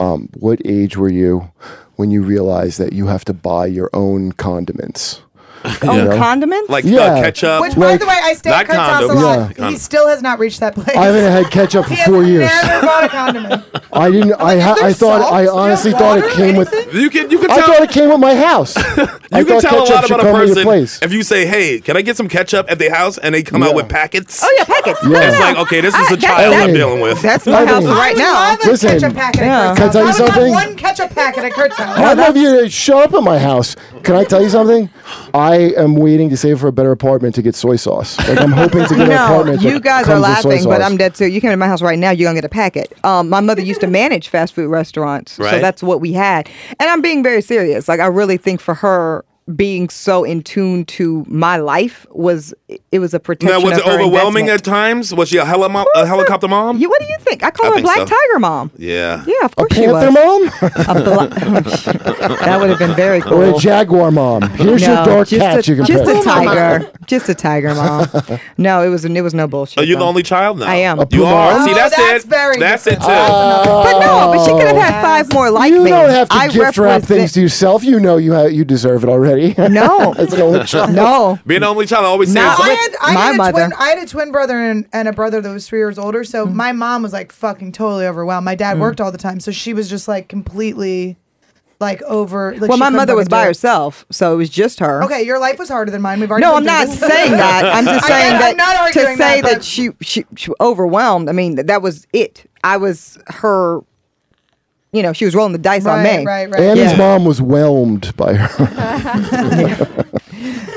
S3: um, what age were you when you realized that you have to buy your own condiments?
S5: Own condiments?
S2: Like uh,
S3: Yeah.
S2: ketchup.
S6: Which, by
S3: Like-
S6: the way, I stay
S2: Not
S6: at Kurt's house a
S2: condoms.
S6: lot.
S2: Yeah.
S6: He still has not reached that place.
S3: I haven't had ketchup for
S6: He has
S3: four years.
S6: Never bought a condiment.
S3: I didn't. I ha-
S6: there
S3: I thought.
S6: salt?
S3: I
S6: Is there
S3: honestly thought it
S6: water?
S3: came with.
S6: Anything?
S2: you can you can
S3: I
S2: tell
S3: thought it came with my house. you I
S2: you can
S3: thought
S2: tell a
S3: ketchup
S2: lot
S3: should
S2: about a
S3: come with your
S2: person
S3: place.
S2: if you say, "Hey, can I get some ketchup at their house?" and they come out
S3: Yeah.
S2: with packets.
S5: oh yeah, packets. No,
S3: Yeah.
S5: no,
S2: It's
S5: no.
S2: like, okay, this is
S5: I-
S2: a
S5: that-
S2: child
S5: that-
S2: I'm dealing with.
S5: That's my
S3: I
S5: house
S3: mean-
S5: right
S6: I
S5: now.
S6: Love a
S3: Listen,
S6: ketchup packet
S5: yeah.
S3: I
S6: at
S5: Can
S6: Kurt's
S3: tell you
S6: house. I would love
S3: something?
S6: one ketchup packet at Kurt's house.
S3: I'd love you to show up at my house. Can I tell you something? I am waiting to save for a better apartment to get soy sauce. Like I'm hoping to get an
S5: No,
S3: apartment. that
S5: you guys are
S3: comes with soy
S5: laughing, but
S3: sauce.
S5: I'm dead serious. You came to my house right now, you're gonna get a packet. Um, my mother used to manage fast food restaurants, so
S2: Right.
S5: that's what we had. And I'm being very serious. Like I really think for her being so in tune to my life was it was a protection.
S2: Now, was it
S5: of her
S2: overwhelming
S5: investment.
S2: at times? Was she a, heli- a helicopter mom?
S5: You, what do you think? I call
S2: I
S5: her
S2: think
S5: Black
S2: so.
S5: Tiger Mom.
S2: yeah.
S5: Yeah, of course she
S3: Panther
S5: was.
S3: mom
S5: A bla- that would have been very cool.
S3: or a jaguar mom. Here's
S5: No,
S3: your dark
S5: just
S3: cat.
S5: A,
S3: you can
S5: just
S3: pet.
S5: a tiger, just a tiger, mom. No, it was it was no bullshit.
S2: Are Oh, you the
S5: though.
S2: only child now?
S5: I am. A
S2: You
S3: puma.
S2: are.
S6: Oh,
S2: See, that's,
S6: that's
S2: it.
S6: very
S2: that's it
S6: different.
S2: too.
S5: But no, but she could have had five more like
S3: You
S5: me.
S3: don't have to
S5: I
S3: gift wrap
S5: represent-
S3: things to yourself. You know you ha- you deserve it already.
S5: No,
S3: As an Oh. only child.
S5: no.
S2: Being the only child, I always say.
S5: No,
S2: it's-
S6: I
S5: with
S6: had, I
S5: my
S6: had a
S5: mother. Mm.
S6: Twin, I had a twin brother and, and a brother that was three years older. So my mom was like fucking totally overwhelmed. My dad worked all the time, so she was just like completely like over. Like
S5: Well,
S6: she
S5: my
S6: couldn't
S5: mother was
S6: fucking
S5: by
S6: do it.
S5: herself, so it was just her.
S6: Okay, your life was harder than mine. We've already.
S5: No, I'm
S6: been
S5: not
S6: through this.
S5: saying that. I'm just
S6: I
S5: saying
S6: know, I'm
S5: that
S6: not
S5: to
S6: arguing
S5: say
S6: that,
S5: that
S6: but-
S5: she, she she overwhelmed. I mean, that, that was it. I was her. You know, she was rolling the dice on
S6: Right,
S5: me.
S6: right, right.
S3: Annie's
S5: Yeah.
S3: mom was whelmed by her.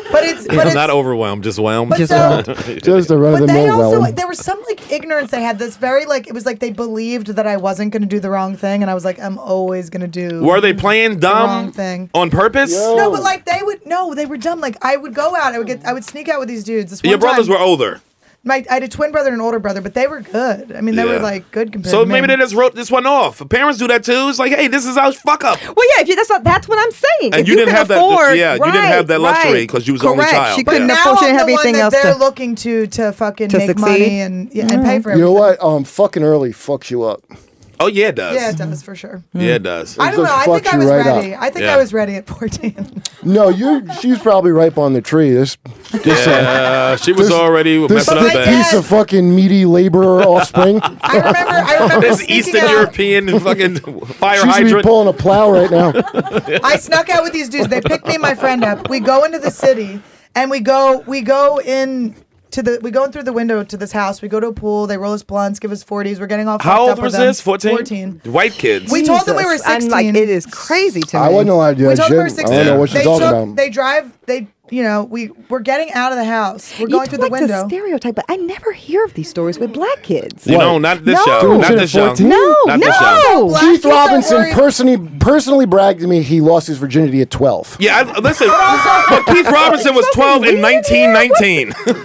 S6: But it's but
S2: I'm
S6: it's,
S2: not overwhelmed, just whelmed.
S6: but so,
S3: just a run of the
S6: but they
S3: mill
S6: also
S3: whelmed.
S6: there was some like ignorance they had. This very like it was like they believed that I wasn't going to do the wrong thing, and I was like, I'm always going to do.
S2: Were they playing
S6: Wrong
S2: dumb
S6: thing.
S2: on purpose?
S6: No, but like they would no, they were dumb. Like I would go out, I would get, I would sneak out with these dudes. This
S2: Your
S6: one
S2: brothers
S6: time-
S2: were older.
S6: My, I had a twin brother and an older brother, but they were good. I mean, they
S2: Yeah.
S6: were like good compared.
S2: So
S6: to
S2: maybe
S6: me.
S2: they just wrote this one off. Parents do that too. It's like, hey, this is our fuck up.
S5: Well, yeah, if you, that's not, that's what I'm saying.
S2: And
S5: if
S2: you didn't
S5: can
S2: have that-
S5: afford,
S2: yeah, you didn't have that
S5: right,
S2: luxury
S5: right.
S2: 'cause you was the only
S5: Correct.
S2: child.
S5: She
S2: But
S5: couldn't
S2: now
S5: afford. She didn't have
S6: the one
S5: anything
S6: that
S5: else
S6: they're
S5: to.
S6: looking to to fucking
S5: to
S6: make
S5: succeed.
S6: money and yeah, and pay for
S3: You know
S6: everything.
S3: what? Um, fucking early fucks you up. Mm.
S2: Oh yeah, it does.
S6: Yeah, it does for sure.
S2: Yeah, it does.
S6: I don't know.
S3: Those
S6: I think
S3: fuck
S6: I
S3: you
S6: was
S3: right
S6: ready.
S3: up.
S6: I think
S2: Yeah.
S6: I was ready at 14.
S3: No, you. She's probably ripe on the tree. This this uh,
S2: Uh, she was already
S3: this
S2: messing up
S6: But my
S2: that.
S3: piece of fucking meaty laborer offspring.
S6: I remember. I remember.
S2: This
S6: sneaking
S2: Eastern
S6: out.
S2: European fucking fire
S3: She should be
S2: hydrant.
S3: pulling a plow right now.
S6: I snuck out with these dudes. They picked me and my friend up. We go into the city and we go we go in to the we go in through the window to this house. We go to a pool. They roll us blunts, give us forties. We're getting all fucked
S2: How
S6: up
S2: old
S6: with
S2: was
S6: them.
S2: this? 14?
S6: Fourteen.
S2: White kids.
S6: We told them we were
S5: Jesus. I'm like,
S6: 16.
S5: it is crazy to me.
S3: I wasn't allowed to do
S6: We
S3: that
S6: told
S3: shit.
S6: them we were
S3: I don't
S6: 16.
S3: know what
S6: they
S3: you're talking
S6: took,
S3: about.
S6: They drive. They you know we we're getting out of the house. We're
S5: You
S6: going through the
S5: talk to
S6: window.
S5: stereotype, but I never hear of these stories with black kids.
S2: you
S3: What?
S2: know, not this
S5: No.
S2: young.
S5: Dude,
S2: Not
S3: was it
S2: this young.
S3: 14?
S5: No,
S2: not This young.
S5: no.
S6: black
S3: Keith
S6: kids are
S3: Robinson
S6: worried-
S3: personally personally bragged to me he lost his virginity at 12.
S2: Yeah, I, listen. But Keith Robinson was 12 in 1919.
S3: Listen,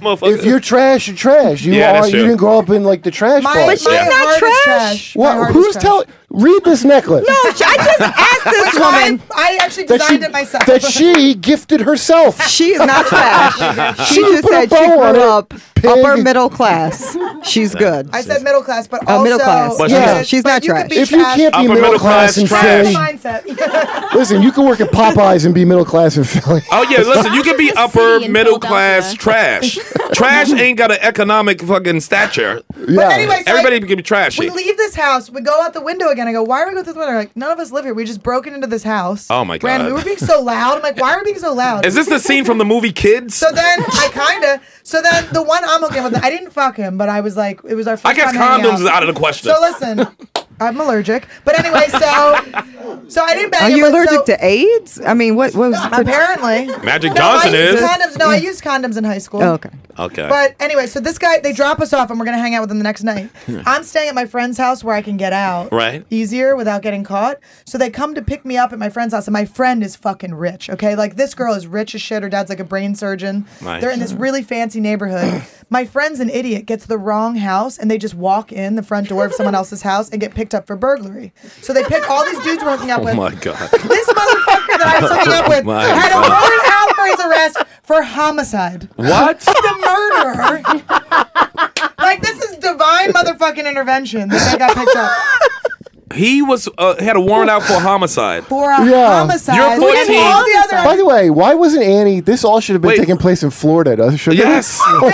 S2: Motherfucker.
S3: if you're trash, you're trash. You
S2: Yeah, that's
S3: are. You
S2: true.
S3: didn't grow up in like the trash
S6: My,
S3: box.
S6: my
S2: Yeah.
S5: not
S6: heart is
S5: trash.
S6: trash. My
S3: What?
S6: heart is
S3: Who's
S6: trash.
S3: telling? Read this necklace.
S5: No, sh- I just asked this woman.
S6: I, I actually
S3: that she
S6: designed it myself.
S3: that she gifted herself.
S5: She is not trash. she
S3: She
S5: just
S3: put a
S5: said she
S3: bow on
S5: grew
S3: it.
S5: up
S3: pig.
S5: Upper middle class. She's good.
S6: I said middle class, but
S5: Oh,
S6: also
S5: middle class.
S2: But
S3: Yeah.
S6: you could-
S5: she's
S6: but
S5: not
S6: you could
S5: trash.
S6: be
S3: if you
S6: trash.
S3: can't be
S2: Upper
S3: middle,
S2: middle
S3: class,
S2: class
S3: in
S2: trash.
S6: That's
S3: Philly,
S6: the mindset.
S3: listen, you can work at Popeyes and be middle class in Philly.
S2: Oh yeah, listen, you can be
S8: It's a
S2: upper
S8: city in
S2: middle class trash.
S8: Philadelphia.
S2: trash ain't got an economic fucking stature.
S3: yeah.
S6: anyway, so
S2: Everybody
S6: I-
S2: can be trashy.
S6: We leave this house. We go out the window again. I go, why are we going through the window? They're Like, none of us live here. We just broken into this house.
S2: Oh, my God.
S6: Randomly. We were being so loud. I'm like, why are we being so loud?
S2: Is this the scene from the movie Kids?
S6: so then I kind of. So then the one I'm okay with. I didn't fuck him, but I was like, it was our first.
S2: I guess
S6: time hanging
S2: condoms is
S6: out.
S2: out of the question.
S6: So listen, I'm allergic. But anyway, so so I didn't bang
S5: Are
S6: him.
S5: you
S6: but
S5: allergic
S6: so,
S5: to AIDS? I mean, what, what was.
S6: Apparently.
S2: Magic
S6: No, I
S2: Johnson
S6: used
S2: is.
S6: Condoms. No, I used condoms in high school.
S5: Oh, okay.
S2: Okay.
S6: But anyway, so this guy, they drop us off and we're going to hang out with him the next night. I'm staying at my friend's house where I can get out
S2: Right.
S6: easier without getting caught. So they come to pick me up at my friend's house and my friend is fucking rich, okay? Like this girl is rich as shit. Her dad's like a brain surgeon.
S2: Nice.
S6: They're in this really fancy neighborhood. my friend's an idiot, gets the wrong house and they just walk in the front door of someone else's house and get picked up for burglary. So they pick all these dudes we're hooking up
S2: oh
S6: with
S2: my god.
S6: this motherfucker that I was hooking up with
S2: Oh My
S6: had a
S2: God.
S6: warrant out for his arrest for homicide.
S2: What?
S6: The murderer. like this is divine motherfucking intervention that they got picked up
S2: He was uh, had a warrant out for homicide.
S6: for a
S3: Yeah.
S6: homicide.
S2: You're
S6: And
S2: 14.
S6: all the other
S3: By the way, why wasn't Annie? This all should have been
S2: Wait.
S3: taking place in Florida. doesn't- Shouldn't it?
S2: Yes.
S6: Billy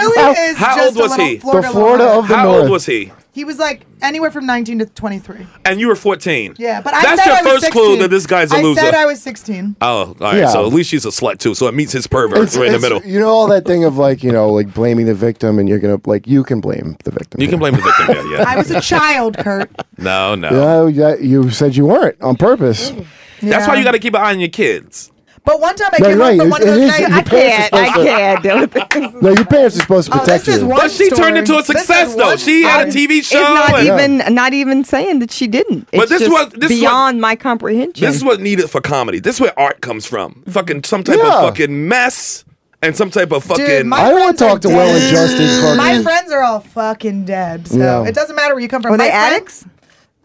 S6: is
S2: How
S6: just
S2: old was
S6: a little
S2: he? The
S6: Florida
S3: The Florida
S6: lover.
S3: of the
S2: How
S3: North.
S2: old was he?
S6: He was like anywhere from 19 to 23.
S2: And you were 14.
S6: Yeah, but I
S2: That's
S6: said
S2: your
S6: I was
S2: first clue
S6: 16.
S2: that this guy's a loser.
S6: I said I was 16.
S2: oh, all right.
S3: Yeah.
S2: So at least she's a slut too. So it meets his pervert right in the middle.
S3: You know all that thing of like you know like blaming the victim, and you're gonna like you can blame the victim.
S2: You can blame the victim. Yeah,
S6: I
S2: yeah.
S6: was a child, Kurt.
S2: No, no.
S3: Oh, yeah, you said you weren't on purpose.
S2: That's why
S6: Yeah.
S2: you got to keep an eye on your kids.
S6: But one time I
S3: Right,
S6: came
S3: right.
S6: home from
S3: It-
S6: one
S3: it
S6: of those
S3: is-
S6: nights.
S3: you
S6: I-
S5: can't. I can't deal with it.
S3: No, your parents are supposed to
S6: Oh,
S3: protect
S6: this is
S3: you.
S6: one
S2: But she turned
S6: story.
S2: into a
S6: This is
S2: success though.
S6: one
S2: She had a
S6: story.
S2: TV show.
S5: It's not
S2: and-
S5: even not even saying that she didn't. It's
S2: But this
S5: just
S2: what- this what-
S5: beyond my comprehension.
S2: This is what needed for comedy. This is where art comes from. Fucking some type
S3: Yeah.
S2: of fucking mess and some type of fucking.
S6: Dude, my
S3: I don't want
S6: friends
S3: to
S6: are
S3: talk to well
S6: dead.
S3: adjusted
S6: My
S3: fucking.
S6: friends are all fucking dead. So
S3: Yeah.
S6: it doesn't matter where you come from.
S5: Were
S6: My
S5: they
S6: friend-
S5: addicts?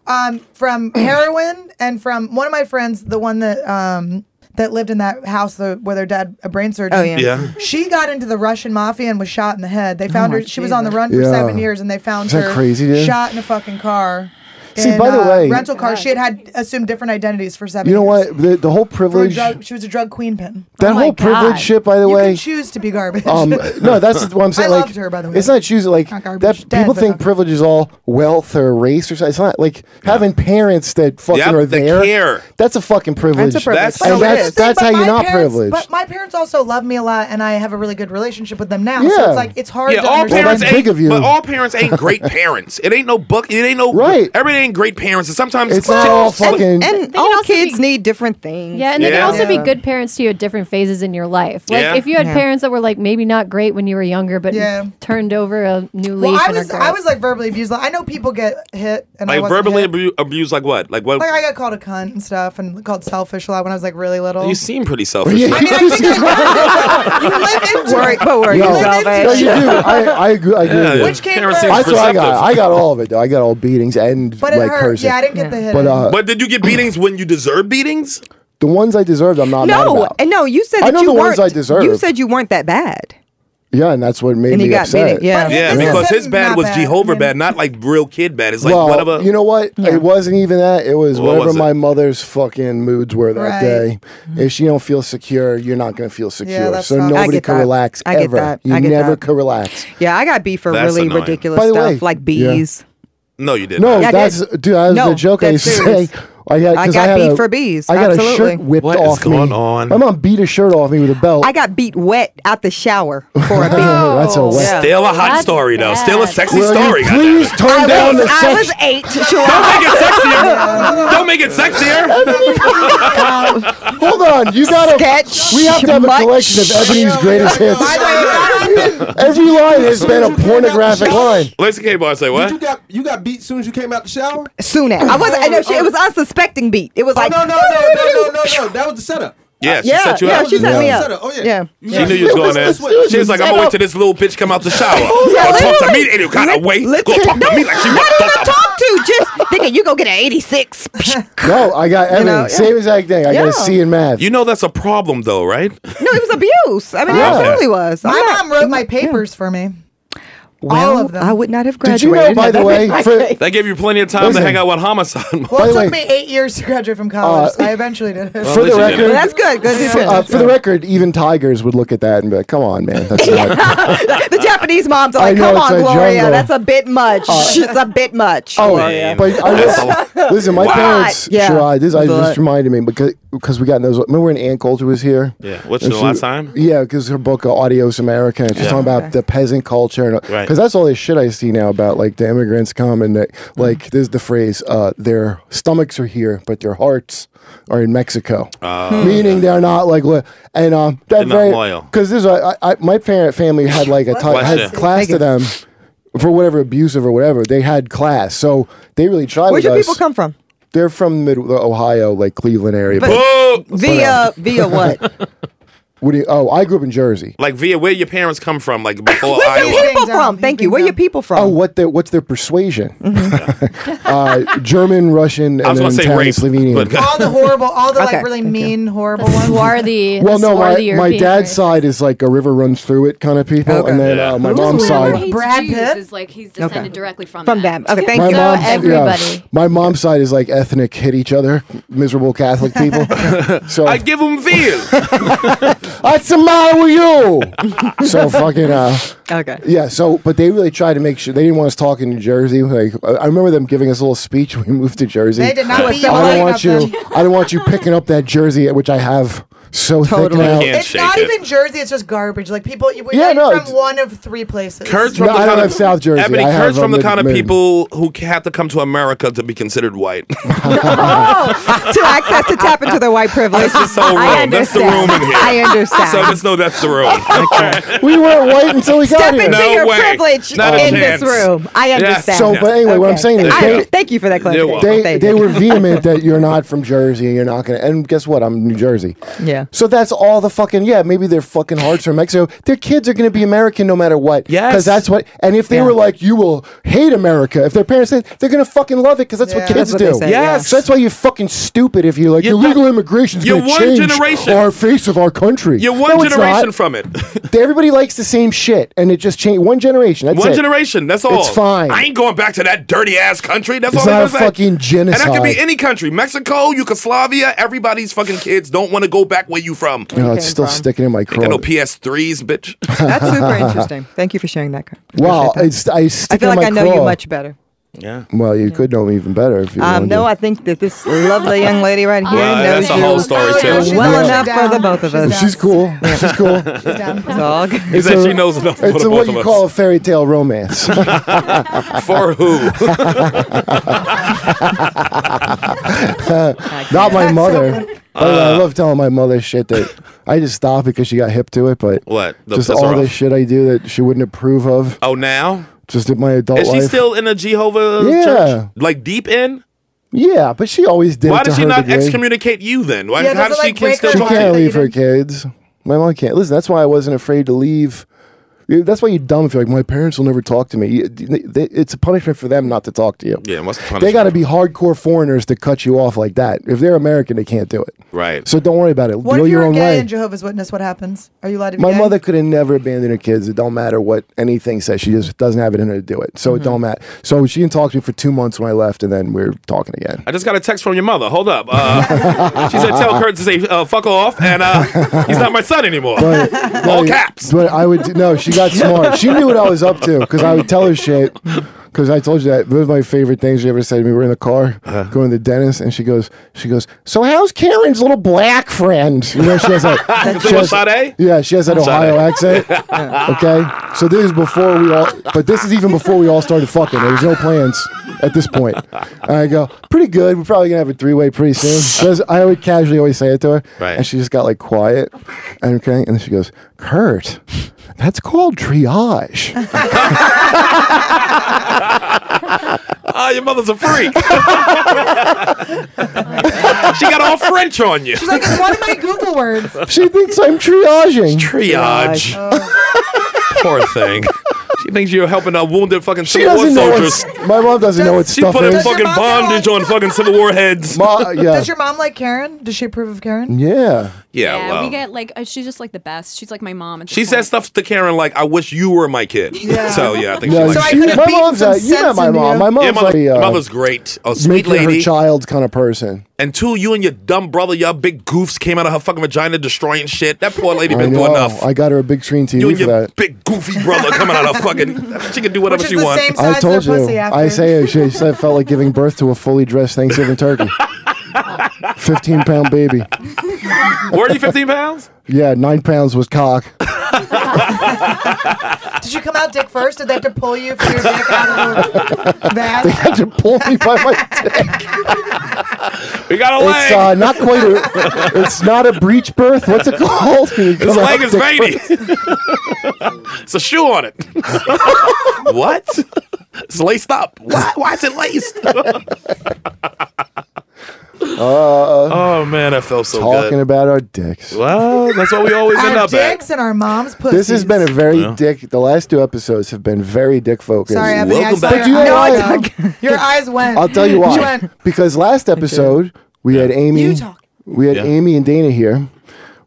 S6: Um, from heroin and from one of my friends, the one that um that lived in that house the, where their dad a brain surgeon.
S5: Oh, yeah.
S2: yeah.
S6: She got into the Russian mafia and was shot in the head. They found her. She was on the run for
S3: Oh Yeah.
S6: seven years, and they found
S3: Is that
S6: her
S3: crazy, dude?
S6: shot in a fucking car.
S3: See,
S6: in,
S3: by the
S6: uh,
S3: way-
S6: rental car. She had had assumed different identities for seven.
S3: You know
S6: years.
S3: what? The, the whole
S6: For a
S3: privilege,
S6: drug, she was a drug queen pin.
S3: that
S7: Oh my
S3: whole privilege
S7: God.
S3: shit. By the
S6: You
S3: way,
S6: can choose to be garbage.
S3: Um, no, that's what I'm saying.
S6: I
S3: like,
S6: loved her, by the way.
S3: It's not choosing like
S6: Not
S3: that.
S6: garbage. Dead,
S3: people
S6: but
S3: think
S6: okay.
S3: privilege is all wealth or race or something. It's not like having parents that fucking
S2: Yep,
S3: are
S2: that
S3: there.
S2: care.
S3: That's a fucking privilege.
S5: That's a privilege.
S2: That's-
S5: But
S3: and
S5: it
S3: that's
S5: is.
S3: that's
S6: But
S3: how
S6: my
S3: you're not
S6: parents-
S3: privileged.
S6: But my parents also love me a lot, and I have a really good relationship with them now. So
S3: Yeah.
S6: it's like it's hard.
S2: Yeah,
S6: to
S2: all
S6: understand.
S2: parents
S3: that's big
S2: ain't,
S3: of you.
S2: but all parents ain't great parents. It ain't no book. It ain't no
S3: Right.
S2: Everybody ain't great parents, and sometimes
S3: It's not all fucking.
S5: And
S7: can
S5: all
S7: also
S5: kids
S7: be-
S5: need different things.
S7: Yeah, and they
S2: Yeah.
S7: can also
S5: Yeah.
S7: be good parents to you at different phases in your life. Like
S2: Yeah.
S7: if you had
S5: Yeah.
S7: parents that were like maybe not great when you were younger, but
S6: Yeah.
S7: turned over a new leaf.
S6: Well, I
S7: and are
S6: was
S7: great.
S6: I was like verbally abused. Like, I know people get hit, and I
S2: like
S6: wasn't
S2: verbally
S6: hit.
S2: abu- abused. Like what? Like what?
S6: Like I got called a cunt and stuff, and called selfish a lot when I was like really little.
S2: you seem pretty selfish.
S3: Yeah,
S6: I mean, I
S3: you
S6: think
S3: seem-
S6: I you live into
S5: Worry,
S6: it.
S5: but worry
S3: Yo,
S5: yourself,
S6: no,
S3: no,
S5: Ash.
S3: you do. I, I agree. I agree
S2: Yeah,
S3: with
S2: yeah.
S3: you.
S6: Which came
S2: Parents
S6: first?
S2: seem
S3: That's what I got.
S2: perceptive.
S3: I got all of it. though. I got all beatings and
S6: But it
S3: like
S6: hurt.
S3: cursing.
S6: Yeah, I didn't get the hit.
S3: But uh,
S2: But did you get beatings when you deserve beatings?
S3: the ones I deserved, I'm not mad
S5: No,
S3: about.
S5: and no, you said
S3: I
S5: that
S3: know
S5: you
S3: the ones
S5: weren't.
S3: I deserve.
S5: You said you weren't that bad,
S3: yeah, and that's what made
S5: and
S3: me
S5: you got
S3: upset.
S5: beat. Yeah,
S6: But
S2: Yeah,
S6: This
S2: because
S6: is
S2: his bad
S6: not
S2: was
S6: bad.
S2: Jehovah
S6: I mean-
S2: bad, not like real kid bad. It's like
S3: well,
S2: whatever.
S3: you know what? It wasn't even that. It was
S2: What
S3: whatever
S2: was it?
S3: my mother's fucking moods were that
S6: Right.
S3: day. If she don't feel secure, you're not gonna feel secure.
S6: that's
S3: so
S6: tough. I
S3: nobody
S5: get
S3: can
S5: that.
S3: relax
S5: I get
S3: ever.
S5: that.
S3: You
S5: I get
S3: never
S5: that.
S3: can relax.
S5: yeah. I got beat for
S2: That's
S5: really
S2: annoying.
S5: ridiculous
S3: By the
S5: stuff
S3: way,
S5: like
S3: yeah.
S5: bees.
S2: no, you didn't.
S3: No,
S5: Yeah, I
S3: that's
S5: did.
S3: dude. That was
S5: No,
S3: the joke I
S5: that's
S3: used to
S5: serious.
S3: say. I got,
S5: I
S3: 'cause
S5: got
S3: had
S5: beat
S3: a-
S5: for bees.
S3: I got
S5: Absolutely.
S3: a shirt whipped
S2: What is
S3: off
S2: going
S3: me.
S2: on?
S3: My mom beat a shirt off me with a belt.
S5: I got beat wet out the shower for a beat.
S3: Oh, that's a wet.
S5: Yeah.
S2: Still a hot
S7: That's
S2: story though.
S7: bad.
S2: Still a sexy
S3: Will you
S2: story. goddamn
S3: please
S2: it.
S3: turn
S5: I
S3: down
S5: was,
S3: the
S5: I was
S3: section.
S5: eight. Sure.
S2: Don't make it sexier. Don't make it sexier.
S3: Hold on, you gotta.
S5: Sketch
S3: we have to have a
S5: much.
S3: collection of Ebony's greatest hits.
S6: By the way, that happened.
S3: Every line has been a pornographic line.
S2: Lacey K Bar say
S9: You
S2: what?
S9: got you got beat soon as you came out the shower.
S5: Soon after, I wasn't. I know she, it was unsuspecting beat. It was
S9: Oh,
S5: like
S9: no, no, no, no, no, no, no. That was the setup.
S2: Yeah, she
S5: Yeah,
S2: set you
S5: yeah,
S2: up.
S5: she set me
S9: That was
S5: up.
S9: the setup. Oh yeah.
S5: Yeah.
S9: You
S2: She
S9: got-
S2: knew you was going there.
S9: This way.
S2: She was like, I'm gonna wait till this little bitch come out the shower.
S5: Yeah,
S2: Gonna talk to me
S5: literally.
S2: any kind of way. Gonna
S5: Let-
S2: talk to me like she
S5: no,
S2: wanna
S5: no, no,
S2: talk to
S5: talk to. Just thinking you go get an 86. no,
S3: No, I got everything.
S5: know, yeah.
S3: Same exact thing. I got
S5: Yeah.
S3: a C in math.
S2: You know that's a problem though, right?
S5: it was abuse. I mean, it
S3: Yeah.
S5: absolutely was.
S6: My
S5: I'm not-
S6: mom wrote my papers for me.
S5: Well,
S6: All of them.
S5: I would not have
S3: Did you
S5: graduated.
S3: know, by the way, for,
S2: That gave you plenty of time
S3: Listen.
S2: to hang out with homicide.
S6: Well,
S3: By
S6: it
S3: the
S6: took
S3: way-
S6: me eight years to graduate from college.
S3: Uh,
S6: I eventually did it.
S3: for
S2: at
S3: the
S2: least you did
S3: record,
S2: it.
S5: that's good. Good.
S3: for,
S5: good.
S3: uh, for the record, even tigers would look at that and be like, "Come on, man, that's not."
S5: the Japanese moms are
S3: I
S5: like,
S3: know,
S5: "Come
S3: it's
S5: on,
S3: a
S5: Gloria,
S3: jungle."
S5: that's a bit much. it's a bit much."
S3: Oh,
S2: Man,
S3: but
S2: that's
S3: I will, listen, my
S2: Wow.
S3: parents.
S5: Yeah.
S3: Sherrod, this I
S5: But-
S3: just reminded me because because we got in those. Remember when Ann Coulter was here?
S2: Yeah, which
S3: And
S2: the
S3: she-
S2: last time?
S3: Yeah, because her book Audios America, and she's
S2: Yeah.
S3: talking about the peasant culture, and because
S2: Right.
S3: that's all this shit I see now about like the immigrants come and that
S2: Mm-hmm.
S3: like there's the phrase uh, their stomachs are here, but their hearts are in Mexico, meaning they're not like li- and um that
S2: Oh. They're not loyal.
S3: because there's a, I, I, my parent family had like a t-
S2: Bless
S3: had
S2: you.
S3: class to them for whatever abusive or whatever they had class, so they really tried.
S5: Where'd
S3: with
S5: your
S3: us.
S5: people come from?
S3: They're from mid uh, Ohio, like Cleveland area. But,
S2: Whoa!
S5: Via via what?
S3: what do you, oh, I grew up in Jersey.
S2: Like via where your parents come from, like before
S5: Where
S2: Iowa.
S5: your people
S6: Being dumb.
S5: from?
S6: He's
S5: Thank you.
S6: being
S5: Where your
S6: dumb.
S5: people from? Mm-hmm.
S3: Oh, what their what's their persuasion? uh, German, Russian,
S2: I
S3: and
S2: was
S3: then
S2: gonna say
S3: Italian,
S2: rape,
S3: Slovenian.
S2: but
S6: all the horrible, all the
S5: Okay,
S6: like really mean, horrible ones.
S7: Swarthy.
S3: well,
S7: the
S3: no, my,
S7: swarthy
S3: my
S7: European
S3: dad's
S7: race.
S3: side is like a river runs through it kind of people, and then
S2: Yeah.
S3: uh, my
S2: Who's
S3: mom's
S8: Whoever
S3: side.
S8: hates
S6: Brad
S8: Jews
S6: Pitt?
S8: is like he's descended directly from
S5: from
S8: that.
S5: them. Okay, thank
S3: My
S5: you.
S7: So
S3: mom's, Yeah,
S7: everybody.
S3: my mom's side is like ethnic hit each other, miserable Catholic people. so
S2: I give them veal.
S3: what's the matter with you? so fucking uh,
S5: Okay.
S3: Yeah, so but they really tried to make sure they didn't want us talking New Jersey. Like I I remember them giving us a little speech when we moved to Jersey.
S6: They did not
S3: I
S6: beat you
S3: don't
S6: up
S3: want you.
S6: then.
S3: I don't want you picking up that jersey, which I have so
S5: Totally.
S3: thick now.
S2: Can't
S6: It's
S2: shake
S6: not
S2: it.
S6: even Jersey. It's just garbage. Like people, you- we're
S3: Yeah, no,
S6: from
S3: it's-
S6: one of three places.
S2: Kurds
S3: No,
S2: from the
S3: I don't
S2: kind of
S3: have South Jersey.
S2: Ebony,
S3: I
S2: Kurds
S3: have,
S2: from
S3: um,
S2: the kind of
S3: mid-
S2: people who ca- have to come to America to be considered white.
S5: Oh, to access to tap into their white privilege.
S2: That's the room.
S5: I understand.
S2: That's the room in here.
S5: I understand.
S2: so just know that's the room.
S3: We weren't white until we
S5: Step
S3: got here.
S5: into
S2: No
S5: your
S2: way.
S5: privilege
S2: Not a
S5: in
S2: chance.
S5: this room. I
S2: Yes.
S5: understand.
S3: So, but anyway, what I'm
S5: Okay.
S3: saying is,
S5: I-
S3: they,
S5: thank you for that clarification.
S2: welcome.
S3: they,
S5: Thank
S3: they
S5: you.
S3: were vehement that you're not from Jersey and you're not gonna. And guess what? I'm New Jersey.
S5: Yeah.
S3: So that's all the fucking yeah. Maybe their fucking hearts from Mexico. Their kids are gonna be American no matter what.
S2: Yes.
S3: Because that's what. And if they
S5: Yeah.
S3: were like, you will hate America. If their parents said, they're gonna fucking love it because that's what
S6: Yeah.
S3: kids
S5: That's what
S3: do.
S5: they say,
S2: yeah. Yes.
S3: So that's why you're fucking stupid if you're like
S2: You're
S3: illegal
S2: not-
S3: immigration's
S2: you're
S3: gonna
S2: one
S3: change
S2: generation.
S3: our face of our country.
S2: You're one
S3: No, it's
S2: generation
S3: not.
S2: from it.
S3: Everybody likes the same shit, and it just changed one generation. That's
S2: one
S3: it.
S2: generation. That's all.
S3: It's fine.
S2: I ain't going back to that dirty ass country. That's
S3: It's
S2: all.
S3: not
S2: I'm
S3: a
S2: gonna say.
S3: fucking
S2: And that could
S3: genocide.
S2: be any country. Mexico, Yugoslavia. Everybody's fucking kids don't want to go back where you from.
S3: No, it's still
S5: from.
S3: sticking in my
S2: Got
S3: craw.
S2: no PS3s, bitch.
S5: That's super interesting. Thank you for sharing that. Kurt. Appreciate
S3: Wow,
S5: that.
S3: it's I stick
S5: I feel
S3: in
S5: like
S3: my
S5: I know you
S3: craw.
S5: much better.
S2: Yeah.
S3: Well, you could know me even better if you
S5: Um,
S3: wanted
S5: no,
S3: to.
S5: I think that this lovely young lady right here
S2: Well,
S5: knows
S2: that's a whole
S5: you
S2: story
S6: Oh, yeah,
S2: too.
S6: she's
S5: well
S6: down.
S5: enough
S6: She's
S5: for the
S6: down.
S5: both of us.
S3: She's cool. She's cool.
S5: It's all good.
S2: Is that
S3: It's
S2: she
S3: a-
S2: knows enough for
S3: It's
S2: the
S3: a, what
S2: both
S3: you
S2: of
S3: call
S2: us.
S3: a fairy tale romance.
S2: For who?
S3: Not my mother. By the way,
S2: Uh.
S3: I love telling my mother shit that I just stopped because she got hip to it. But
S2: What? The
S3: just
S2: piss her
S3: all
S2: off?
S3: this shit I do that she wouldn't approve of.
S2: Oh, now
S3: Just in my adult
S2: is she
S3: life.
S2: still in a Jehovah
S3: Oh, Yeah.
S2: church? Like deep in?
S3: yeah, but she always did.
S2: Why
S3: it to
S2: does she
S3: her
S2: not
S3: degree.
S2: excommunicate you then? Why,
S6: Yeah,
S2: how
S6: does
S2: does
S6: it,
S2: she
S6: like,
S2: can
S6: break
S2: still
S6: her
S3: She
S2: talk to
S6: heart?
S3: can't
S2: you?
S3: leave her kids. My mom can't. Listen, that's why I wasn't afraid to leave. That's why you're dumb if you're like, my parents will never talk to me. You- they- It's a punishment for them not to talk to you.
S2: Yeah, what's the
S3: They
S2: punishment?
S3: got to be hardcore foreigners to cut you off like that. If they're American, they can't do it.
S2: right.
S3: So don't worry about it.
S6: What
S3: Deal
S6: if
S3: your
S6: you're
S3: own
S6: gay
S3: way.
S6: and Jehovah's Witness? What happens? Are you allowed to be
S3: My
S6: gay?
S3: mother could have never abandoned her kids. It don't matter what anything says. She just doesn't have it in her to do it.
S6: Mm-hmm.
S3: So it don't matter. So she didn't talk to me for two months when I left, and then we are talking again.
S2: I just got a text from your mother. Hold up. Uh, she said, "Tell Kurt to say uh, fuck off," and uh, he's not my son anymore. All
S3: But-
S2: caps.
S3: But I would no. She got smart. She knew what I was up to because I would tell her shit. Because I told you that one of my favorite things she ever said to me. We were in the car
S2: Uh-huh.
S3: going to the dentist, and she goes, she goes, so how's Karen's little black friend? You know, she has that. she
S2: Little
S3: has-
S2: Sade?
S3: Yeah, she has that Ohio accent. Okay, so this is before we all, but this is even before we all started fucking. There was no plans at this point. And I go, pretty good. We're probably gonna have a three way pretty soon. 'Cause I would casually always say it to her,
S2: Right.
S3: and she just got like quiet. And okay, and then she goes, Kurt, that's called triage.
S2: Ah, your mother's a freak. she got all French on you.
S6: She's like, it's one of my Google words.
S3: she thinks I'm triaging.
S6: Oh.
S2: Triage. Poor thing. She thinks you're helping out wounded fucking
S3: She
S2: Civil War
S3: doesn't know
S2: soldiers.
S3: what's, my mom doesn't know what
S2: She
S3: stuff
S2: put in
S3: is.
S6: fuck-
S2: fucking
S6: mom know?
S2: bondage on fucking Civil War heads.
S3: Ma- yeah.
S6: Does your mom like Karen? Does she approve of Karen?
S3: yeah.
S2: Yeah,
S8: Yeah,
S2: well.
S8: we get like uh, she's just like the best. She's like my mom. at this
S2: she
S8: point.
S2: said stuff to Karen like, "I wish you were my kid."
S6: Yeah.
S2: So yeah, I think
S3: No,
S2: she
S6: So
S2: likes.
S6: I
S3: she,
S6: could've
S3: my
S6: beat
S3: mom's
S6: some
S3: uh, you know
S6: sense
S3: my
S6: into
S3: mom.
S6: you.
S3: My
S2: yeah,
S3: mom's
S2: mother,
S3: a, uh,
S2: mother's great. A Oh, sweet
S3: making her
S2: lady.
S3: child kind of person.
S2: And two, you and your dumb brother, y'all big goofs came out of her fucking vagina destroying shit. That poor lady
S3: I
S2: been
S3: know.
S2: doing enough.
S3: I got her a big screen TV
S2: you and
S3: for
S2: your
S3: that.
S2: big goofy brother coming out of fucking. She can do whatever
S6: Which
S2: she
S6: is the
S2: wants.
S6: same size
S3: I told
S6: as their
S3: you.
S6: pussy after.
S3: I say it. She said it felt like giving birth to a fully dressed Thanksgiving turkey. Fifteen pound baby.
S2: Were you 15 pounds?
S3: Yeah, nine pounds was cock.
S6: Did you come out dick first? Did they have to pull you for your dick out of the
S3: They
S6: van?
S3: had to pull me by my dick.
S2: We got a
S3: It's
S2: leg.
S3: uh, not quite a. It's not a breech birth. What's it called?
S2: His leg is veiny. it's a shoe on it. what? It's laced up. Why, why is it laced? oh man, I felt so
S3: Uh, Talking
S2: good.
S3: about our dicks.
S2: Well, that's what we always end
S6: Our
S2: up at.
S6: dicks and our mom's pussies.
S3: This has been a very dick. The last two episodes have been very dick focused.
S6: Sorry, Ebony. I
S2: Welcome
S6: saw
S2: back.
S3: But
S6: your
S3: you
S6: eyes
S3: know
S6: go. Your eyes went.
S3: I'll tell you
S6: She
S3: why.
S6: went,
S3: because last episode we had Amy,
S6: You talk.
S3: we had
S2: Yeah.
S3: Amy and Dana here,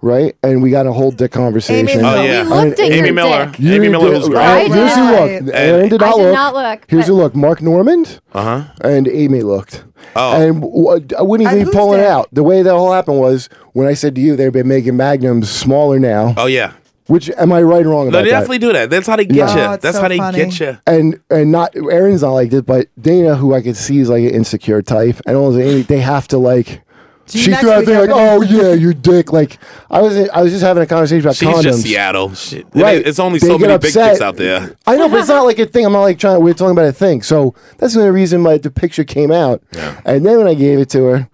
S3: right? And we got a whole dick conversation.
S6: Amy-
S2: Oh
S6: No,
S2: yeah,
S7: we looked at
S2: Amy
S7: your
S2: Miller.
S7: dick.
S3: You
S2: Amy Miller
S3: did-
S2: was
S3: right,
S2: great.
S6: I
S3: Here's who
S6: did.
S3: looked.
S2: I
S3: Aaron did not
S7: did
S3: look.
S7: not look,
S3: Here's who
S7: but-
S3: looked. Mark Normand uh-huh. and Amy looked.
S2: Oh.
S3: And w- uh, I wouldn't
S6: And
S3: even be
S6: who's
S3: pulling
S6: dick?
S3: out. The way that all happened was when I said to you they've been making magnums smaller now.
S2: Oh yeah,
S3: Which am I right or wrong
S2: no,
S3: about
S2: they
S3: that?
S2: definitely do that. That's how they
S3: Yeah.
S2: get
S6: Oh,
S2: you.
S6: it's
S2: That's
S6: so
S2: how they
S6: funny.
S2: get you.
S3: and and not Aaron's not like this, but Dana, who I could see is like an insecure type, and all they they have to like. She
S6: next
S3: threw out
S6: week
S3: thing like,
S6: I'm
S3: "Oh yeah, your dick." Like I was, I was just having a conversation about
S2: She's
S3: condoms.
S2: just Seattle. Shit. It
S3: Right.
S2: is- it's only
S3: They
S2: so
S3: get
S2: many big
S3: upset.
S2: dicks out there.
S3: I know, but it's not like a thing. I'm not like trying. We're talking about a thing, so that's the only reason my the picture came out. And then when I gave it to her,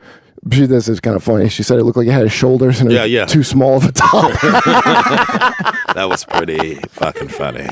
S3: she this is kind of funny. She said it looked like it had shoulders and it
S2: Yeah,
S3: was
S2: yeah.
S3: too small of a top.
S2: That was pretty fucking funny.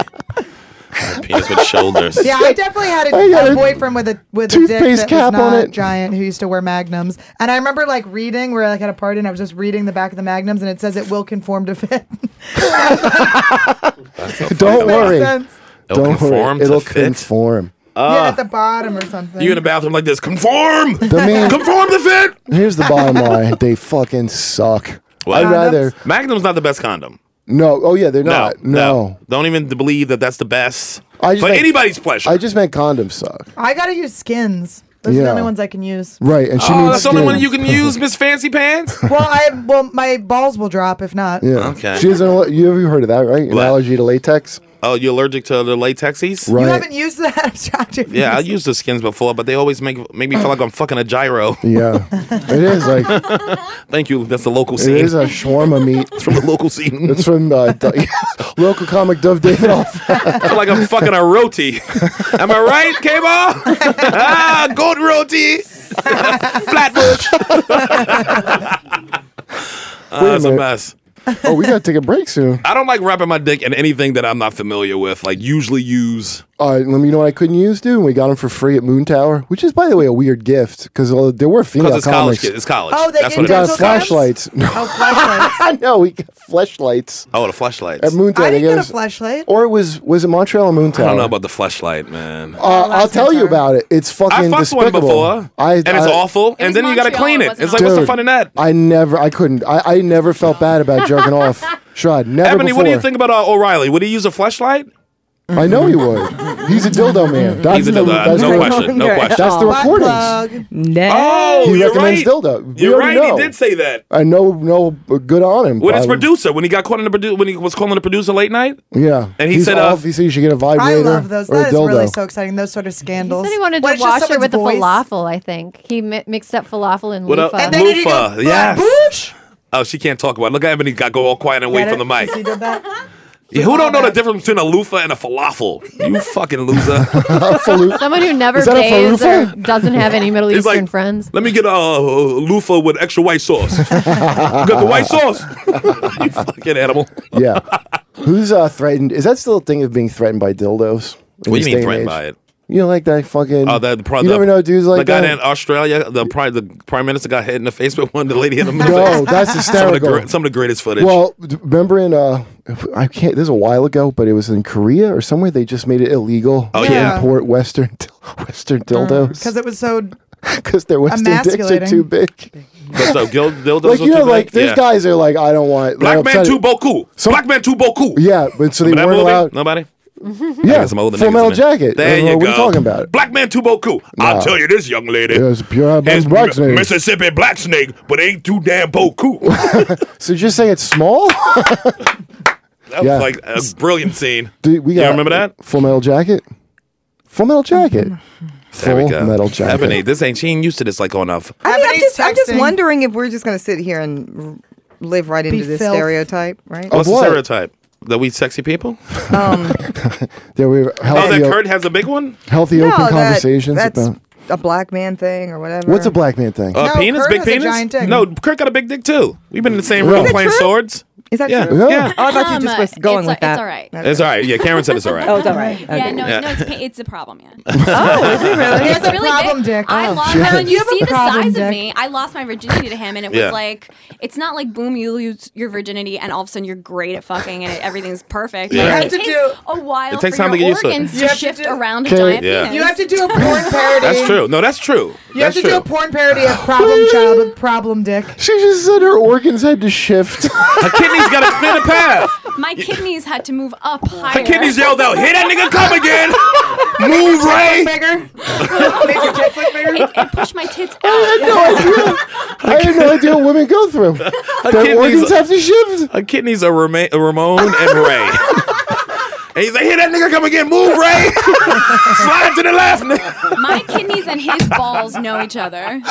S2: Her penis with shoulders.
S6: Yeah, I definitely had a,
S3: I got
S6: a
S3: a
S6: boyfriend with a with a dick
S3: toothpaste
S6: that
S3: cap
S6: was
S3: on
S6: not
S3: it.
S6: giant who used to wear magnums. And I remember like reading, we were like at a party and I was just reading the back of the magnums and it says it will conform to fit.
S3: Don't
S6: Makes
S3: worry.
S6: sense.
S2: It'll
S3: Don't
S2: conform
S3: worry.
S2: to
S3: It'll
S2: fit.
S3: conform.
S6: yeah, at the bottom or something.
S2: You in the bathroom like this? Conform.
S3: Ah. The man-
S2: Conform to fit.
S3: Here's the bottom line: they fucking suck.
S2: What?
S3: I'd rather
S2: Magnum's not the best condom.
S3: no. Oh yeah, they're
S2: No,
S3: not. No,
S2: Don't even believe that that's the best
S3: I just
S2: for
S3: think-
S2: anybody's pleasure.
S3: I just meant condoms suck.
S6: I gotta use skins. Those are
S3: Yeah.
S6: the only ones I can use.
S3: Right, and she
S2: oh,
S3: needs
S2: that's the only one
S3: skin.
S2: you can use, Miss Fancy Pants.
S6: Well, I well my balls will drop if not.
S3: Yeah.
S2: Okay.
S3: She has an. al- You ever heard of that? Right, an
S2: What?
S3: allergy to latex.
S2: oh, you're allergic to the latexies?
S3: Right.
S6: You haven't used that abstract.
S2: Yeah, I used the skins before, but they always make make me feel like I'm fucking a gyro.
S3: Yeah, it is like it
S2: Thank you. That's the local scene.
S3: is a shawarma meat.
S2: It's from the local scene.
S3: It's from uh, D- local comic Dove Davidoff.
S2: I feel like I'm fucking a roti. Am I right, K-Ball? ah, goat roti. Flatbush.
S3: Wait a
S2: Ah, That's a
S3: minute.
S2: mess.
S3: oh, we gotta take a break soon.
S2: I don't like wrapping my dick in anything that I'm not familiar with. Like usually use.
S3: All right, let me know what I couldn't use, dude. And we got them for free at Moon Tower, which is, by the way, a weird gift because there were
S2: Because
S3: female
S2: it's college.
S3: comics.
S2: Kid. It's college.
S6: Oh, they
S2: That's
S6: get
S2: what
S3: we
S2: it
S3: got
S2: is.
S6: dental condoms?
S3: flashlights.
S6: Oh, flashlights.
S3: no, we got flashlights.
S2: Oh, the flashlights.
S3: At Moon Tower,
S6: I
S3: they
S6: didn't
S3: gave
S6: get a
S3: us-
S6: flashlight.
S3: Or it was was it Montreal or Moon
S2: I
S3: Tower?
S2: don't know about the flashlight, man.
S3: Uh, I'll
S6: last
S3: tell you
S6: time.
S3: about it. It's
S2: I
S3: fucking
S2: fucked
S3: despicable.
S2: one before, and it's awful. And
S8: was
S2: then you gotta
S8: Montreal,
S2: clean
S8: it
S2: it.
S8: wasn't
S2: It's like, what's the
S3: Dude,
S2: fun in that?
S3: I never, I couldn't, I, I never felt bad about jerking off. Shrod, never
S2: Ebony,
S3: before.
S2: what do you think about uh, O'Reilly? Would he use a flashlight?
S3: I know he would. He's a dildo man. That's
S2: He's a
S3: the,
S2: dildo. uh,
S3: that's
S2: no
S3: the,
S2: question. No
S5: Yeah.
S2: question.
S3: That's the
S6: Butt
S3: recordings.
S6: plug.
S2: Oh,
S3: He
S2: you're right.
S3: recommends dildo. We
S2: You're right.
S3: already
S2: He
S3: know.
S2: did say that.
S3: I know, no, good on him.
S2: With his
S3: I-
S2: producer, when he got caught in the produ- when he was calling the producer late night,
S3: Yeah.
S2: And he
S3: He's
S2: said, uh,
S3: off, he said you should get a vibrator
S6: I love those.
S3: or a
S6: That is
S3: dildo.
S6: really so exciting. Those sort of scandals.
S7: He said he wanted
S6: When
S7: to
S6: it's just
S7: wash it
S6: someone's
S7: with the
S6: voice.
S7: falafel. I think he mi- mixed up falafel and
S2: What up?
S7: loofah.
S2: And
S6: Then he did
S2: Loofah,
S6: go,
S2: yes.
S6: "Boosh."
S2: oh, she can't talk about. it. Look at Ebony, got go all quiet and away
S6: Get
S2: from the
S6: it?
S2: mic.
S6: He did that.
S2: Yeah, who don't know the difference between a loofah and a falafel? You fucking loser.
S3: A faloof.
S7: Someone who never
S3: Is that a
S7: bathes or
S3: falafel?
S7: doesn't have any Middle
S2: He's
S7: Eastern
S2: like,
S7: friends.
S2: Let me get a uh, loofah with extra white sauce. you got the white sauce. you fucking animal.
S3: yeah. Who's uh, threatened? Is that still a thing of being threatened by dildos? in this
S2: What do
S3: day
S2: you mean
S3: and
S2: threatened
S3: age?
S2: by it?
S3: You know, like that fucking.
S2: Oh, that
S3: you never know dudes like
S2: the guy
S3: that.
S2: in Australia, the prime the prime minister got hit in the face with one. The lady in the movie.
S3: No, that's
S2: some of, the,
S3: hysterical.
S2: gre- some of the greatest footage.
S3: Well, d- remember in uh, I can't. This is a while ago, but it was in Korea or somewhere. They just made it illegal
S2: Oh,
S3: to
S2: yeah.
S3: import Western Western
S5: Mm,
S6: because
S3: dildos
S6: it was so.
S3: because their Western dicks are
S6: Emasculating.
S3: too big.
S2: so Gil, dildos
S3: Like
S2: were
S3: you know,
S2: too big?
S3: like these
S2: Yeah.
S3: guys are like, I don't want
S2: Black
S3: like,
S2: man
S3: upset-
S2: too boku. Black man too boku.
S3: Yeah, but so they
S2: Remember that
S3: weren't
S2: movie?
S3: allowed.
S2: Nobody.
S3: Yeah,
S2: Got some older
S3: Full
S2: niggas
S3: Metal
S2: in it.
S3: Jacket.
S2: There you
S3: what
S2: go.
S3: are we talking about?
S2: Black man too boku. I'll tell you this, young lady.
S3: It was pure
S2: It's
S3: black
S2: M-
S3: snake.
S2: Mississippi black snake, but ain't too damn boku. that
S3: So just say it's small.
S2: was
S3: Yeah.
S2: like a brilliant scene.
S3: Dude, we
S2: You
S3: got.
S2: remember that?
S3: Full Metal Jacket? Full Metal Jacket.
S5: Mm-hmm.
S2: There we
S3: Full
S2: go.
S3: Metal Jacket.
S2: Ebony, this ain't she ain't used to this like enough.
S5: I mean, I'm
S6: Everybody's
S5: just, I'm just
S6: texting.
S5: wondering if we're just going to sit here and r- live right into
S6: Be
S5: this
S6: filth.
S5: stereotype, right? Um,
S2: What's
S3: what?
S2: the Oh, stereotype? That we sexy people?
S3: There we
S2: Oh,
S3: healthy,
S2: that
S3: o-
S2: Kurt has a big one?
S3: healthy
S5: No,
S3: open
S5: that-
S3: conversations
S5: that's
S3: about.
S5: a black man thing or whatever.
S3: What's a black man thing?
S2: Uh,
S6: No,
S2: penis?
S6: Oh, Kurt
S2: big
S6: has a
S2: penis?
S6: giant dick.
S2: No, Kurt got a big dick too. We've been in the same
S3: Really?
S2: room
S3: Is it
S2: playing
S5: true?
S2: swords.
S5: Is that
S2: Yeah.
S5: true?
S3: Yeah.
S2: Yeah.
S5: Oh, I thought you just
S8: Um,
S5: was going
S8: it's,
S5: with that.
S8: It's all right.
S2: It's all right. Yeah, Karen said it's all right.
S5: Oh, it's all right. Okay. Oh,
S8: Yeah, no, no, it's, pa- it's a problem, yeah.
S6: Oh, He has
S8: It's
S6: a
S8: really
S6: problem,
S8: big.
S6: dick.
S8: I
S6: Oh.
S8: lost him. And you see the
S6: problem,
S8: size
S6: dick.
S8: of me. I lost my virginity to him, and it was
S2: Yeah.
S8: like, it's not like boom, you lose your virginity, and all of a sudden you're great at fucking, and it, everything's perfect.
S2: You
S8: Like,
S2: have
S8: it
S6: to
S8: takes
S6: do-
S8: a while
S2: It takes
S8: for
S2: time to
S8: your
S2: get used to it.
S8: organs
S6: You
S8: to
S6: have to
S8: shift
S6: do-
S8: around a
S3: Okay.
S8: giant
S2: Yeah.
S8: penis.
S6: You have to do a porn parody.
S2: That's true. No, that's true.
S6: You
S2: that's
S6: have to
S2: true.
S6: do a porn parody of problem child with problem dick.
S3: She just said her organs had to shift.
S2: Her kidneys got a thinner path.
S8: My kidneys had to move up
S2: Her
S8: higher.
S2: kidneys yelled out, "Here that nigga come again! Move, Ray!"
S6: Bigger. Make your tits look bigger.
S8: It, it pushed my tits out.
S3: I had no idea what women go through. Their
S2: kidneys-
S3: organs have to shift.
S2: Her kidneys are Rama- Ramon and Ray. and he's like, "Here that nigga come again! Move, Ray! Slide to the left." nigga."
S8: My kidneys and his balls know each other.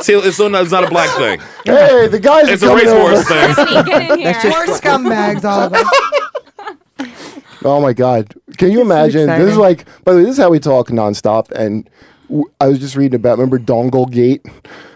S2: See, it's, so not, it's not a black thing.
S3: Hey, the guys
S2: It's
S3: are
S2: a
S3: coming
S2: racehorse
S3: over.
S2: thing.
S8: Sweet, Get in here.
S6: More scumbags, all of us.
S3: Oh my god! Can you imagine? This is
S5: exciting.
S3: like. By the way, this is how we talk nonstop. And w- I was just reading about. Remember Dongle Gate,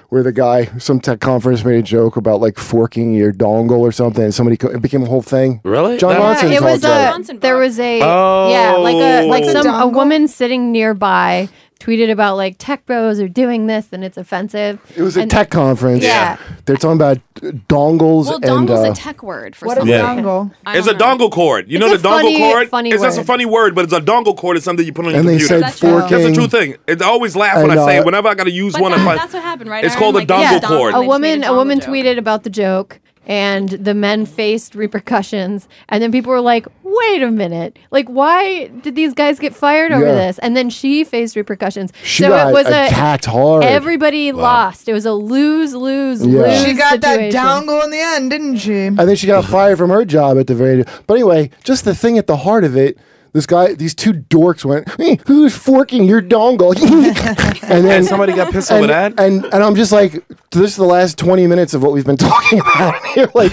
S3: where the guy, some tech conference, made a joke about like forking your dongle or something, and somebody co- it became a whole thing.
S2: Really?
S3: John
S2: That-
S3: Ronson
S7: it was
S3: talked about
S8: Johnson
S7: a, there
S8: brought.
S7: was a yeah like a like
S2: Oh.
S7: some a
S6: Dongle?
S7: woman sitting nearby tweeted about like tech bros are doing this and it's offensive.
S3: it. It was a
S7: And-
S3: tech conference.
S7: Yeah.
S3: They're talking about uh, dongles
S8: Well,
S3: and.
S8: dongle's
S3: uh,
S8: a tech word for
S6: What is
S8: something.
S2: Yeah.
S6: dongle?
S8: I
S2: It's a
S8: don't know.
S2: dongle cord. You
S7: It's
S2: know
S7: a
S2: the dongle
S7: funny-
S2: cord?
S7: funny
S2: it's that's a
S7: word.
S2: funny word, but it's a dongle cord. It's something you put on your
S3: and they
S2: computer.
S3: said
S8: That's true.
S3: forking.
S8: That's
S2: That's the true thing. It I always laugh when
S3: And,
S2: I say it.
S3: uh,
S2: Whenever I got to use
S8: But
S2: one,
S8: that-
S2: I-
S8: that's what happened, right?
S2: It's
S8: Aaron?
S2: called a
S8: Like,
S2: dongle
S8: yeah,
S2: cord.
S7: A
S8: Dongle, they just
S7: woman,
S8: made
S7: a woman
S8: dongle joke.
S7: tweeted about the joke, and the men faced repercussions. And then people were like, "Wait a minute! Like, why did these guys get fired over
S3: Yeah.
S7: this?" And then she faced repercussions.
S3: She got attacked hard.
S7: Everybody lost. It was a lose, lose,
S3: Yeah.
S7: lose.
S6: She got
S7: situation.
S6: that dongle in the end, didn't she?
S3: And then she
S2: Mm-hmm.
S3: got fired from her job at the very. But anyway, just the thing at the heart of it, this guy, these two dorks went, "Eh, "Who's forking your dongle?" and then
S2: and somebody got pissed over
S3: and,
S2: that.
S3: and and I'm just like, this is the last 20 minutes of what we've been talking about here. Like,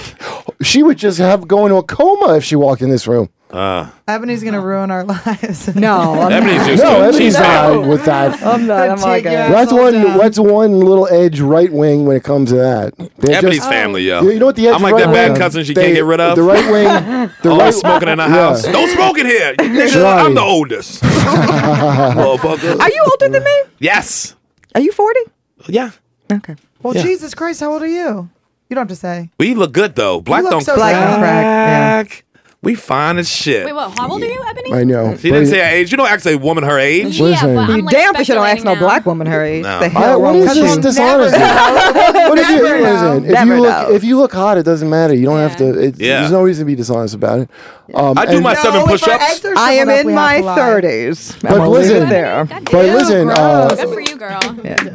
S3: she would just have go into a coma if she walked in this room.
S2: Ah,
S6: Ebony's gonna ruin our lives.
S5: No, I'm
S2: Ebony's just
S3: No, Ebony's
S2: she's
S3: not with that.
S5: I'm not. I'm all
S6: Take your
S5: good.
S3: That's
S6: asshole
S3: one.
S6: down.
S3: That's one little edge right wing when it comes to that. They're
S2: Ebony's
S3: just-
S2: family, yo.
S3: You know what the edge
S2: I'm like that
S3: right
S2: bad
S3: wing-
S2: cousin she
S3: they-
S2: can't get rid of.
S3: The right wing. The right
S2: Always smoking in the
S3: yeah.
S2: house. Don't smoke in here. Nigga,
S3: Right.
S2: I'm the oldest. Motherfucker.
S5: Are you older than me?
S2: yes.
S5: Are you 40?
S2: Yeah.
S5: Okay.
S6: Well, Jesus Christ, how old are you? You don't have to say.
S2: We look good though. Black
S6: look
S2: don't
S6: so
S5: Black
S2: crack.
S5: on crack. Yeah.
S2: We fine as shit.
S8: Wait, what? How old are you, Ebony?
S3: I know.
S2: She
S3: But-
S2: didn't say her age. You don't ask a woman her age.
S3: What is
S8: Yeah,
S3: her
S8: but
S3: name?
S8: I'm like
S5: Damn, if she don't ask no
S8: speculating
S5: black
S8: now.
S5: woman her age.
S2: No.
S5: The
S3: I-
S5: hell
S3: what
S5: wrong
S3: is
S5: with
S3: this
S5: you?
S3: dishonesty? what if you
S6: Never know.
S3: listen, if
S5: Never
S3: you look
S5: know.
S3: if you look hot, it doesn't matter. You don't have to. It,
S2: Yeah.
S3: There's no reason to be dishonest about it. Um,
S2: I do
S3: and-
S2: my seven
S6: if our
S2: push-ups.
S6: eggs are
S5: I am
S6: shriveled up,
S5: in
S6: we
S5: my
S6: have to lie.
S5: 30s.
S3: But
S5: I'm only
S3: listen-
S5: there.
S8: God
S3: But
S8: damn.
S3: listen, uh,
S8: Good for you, girl.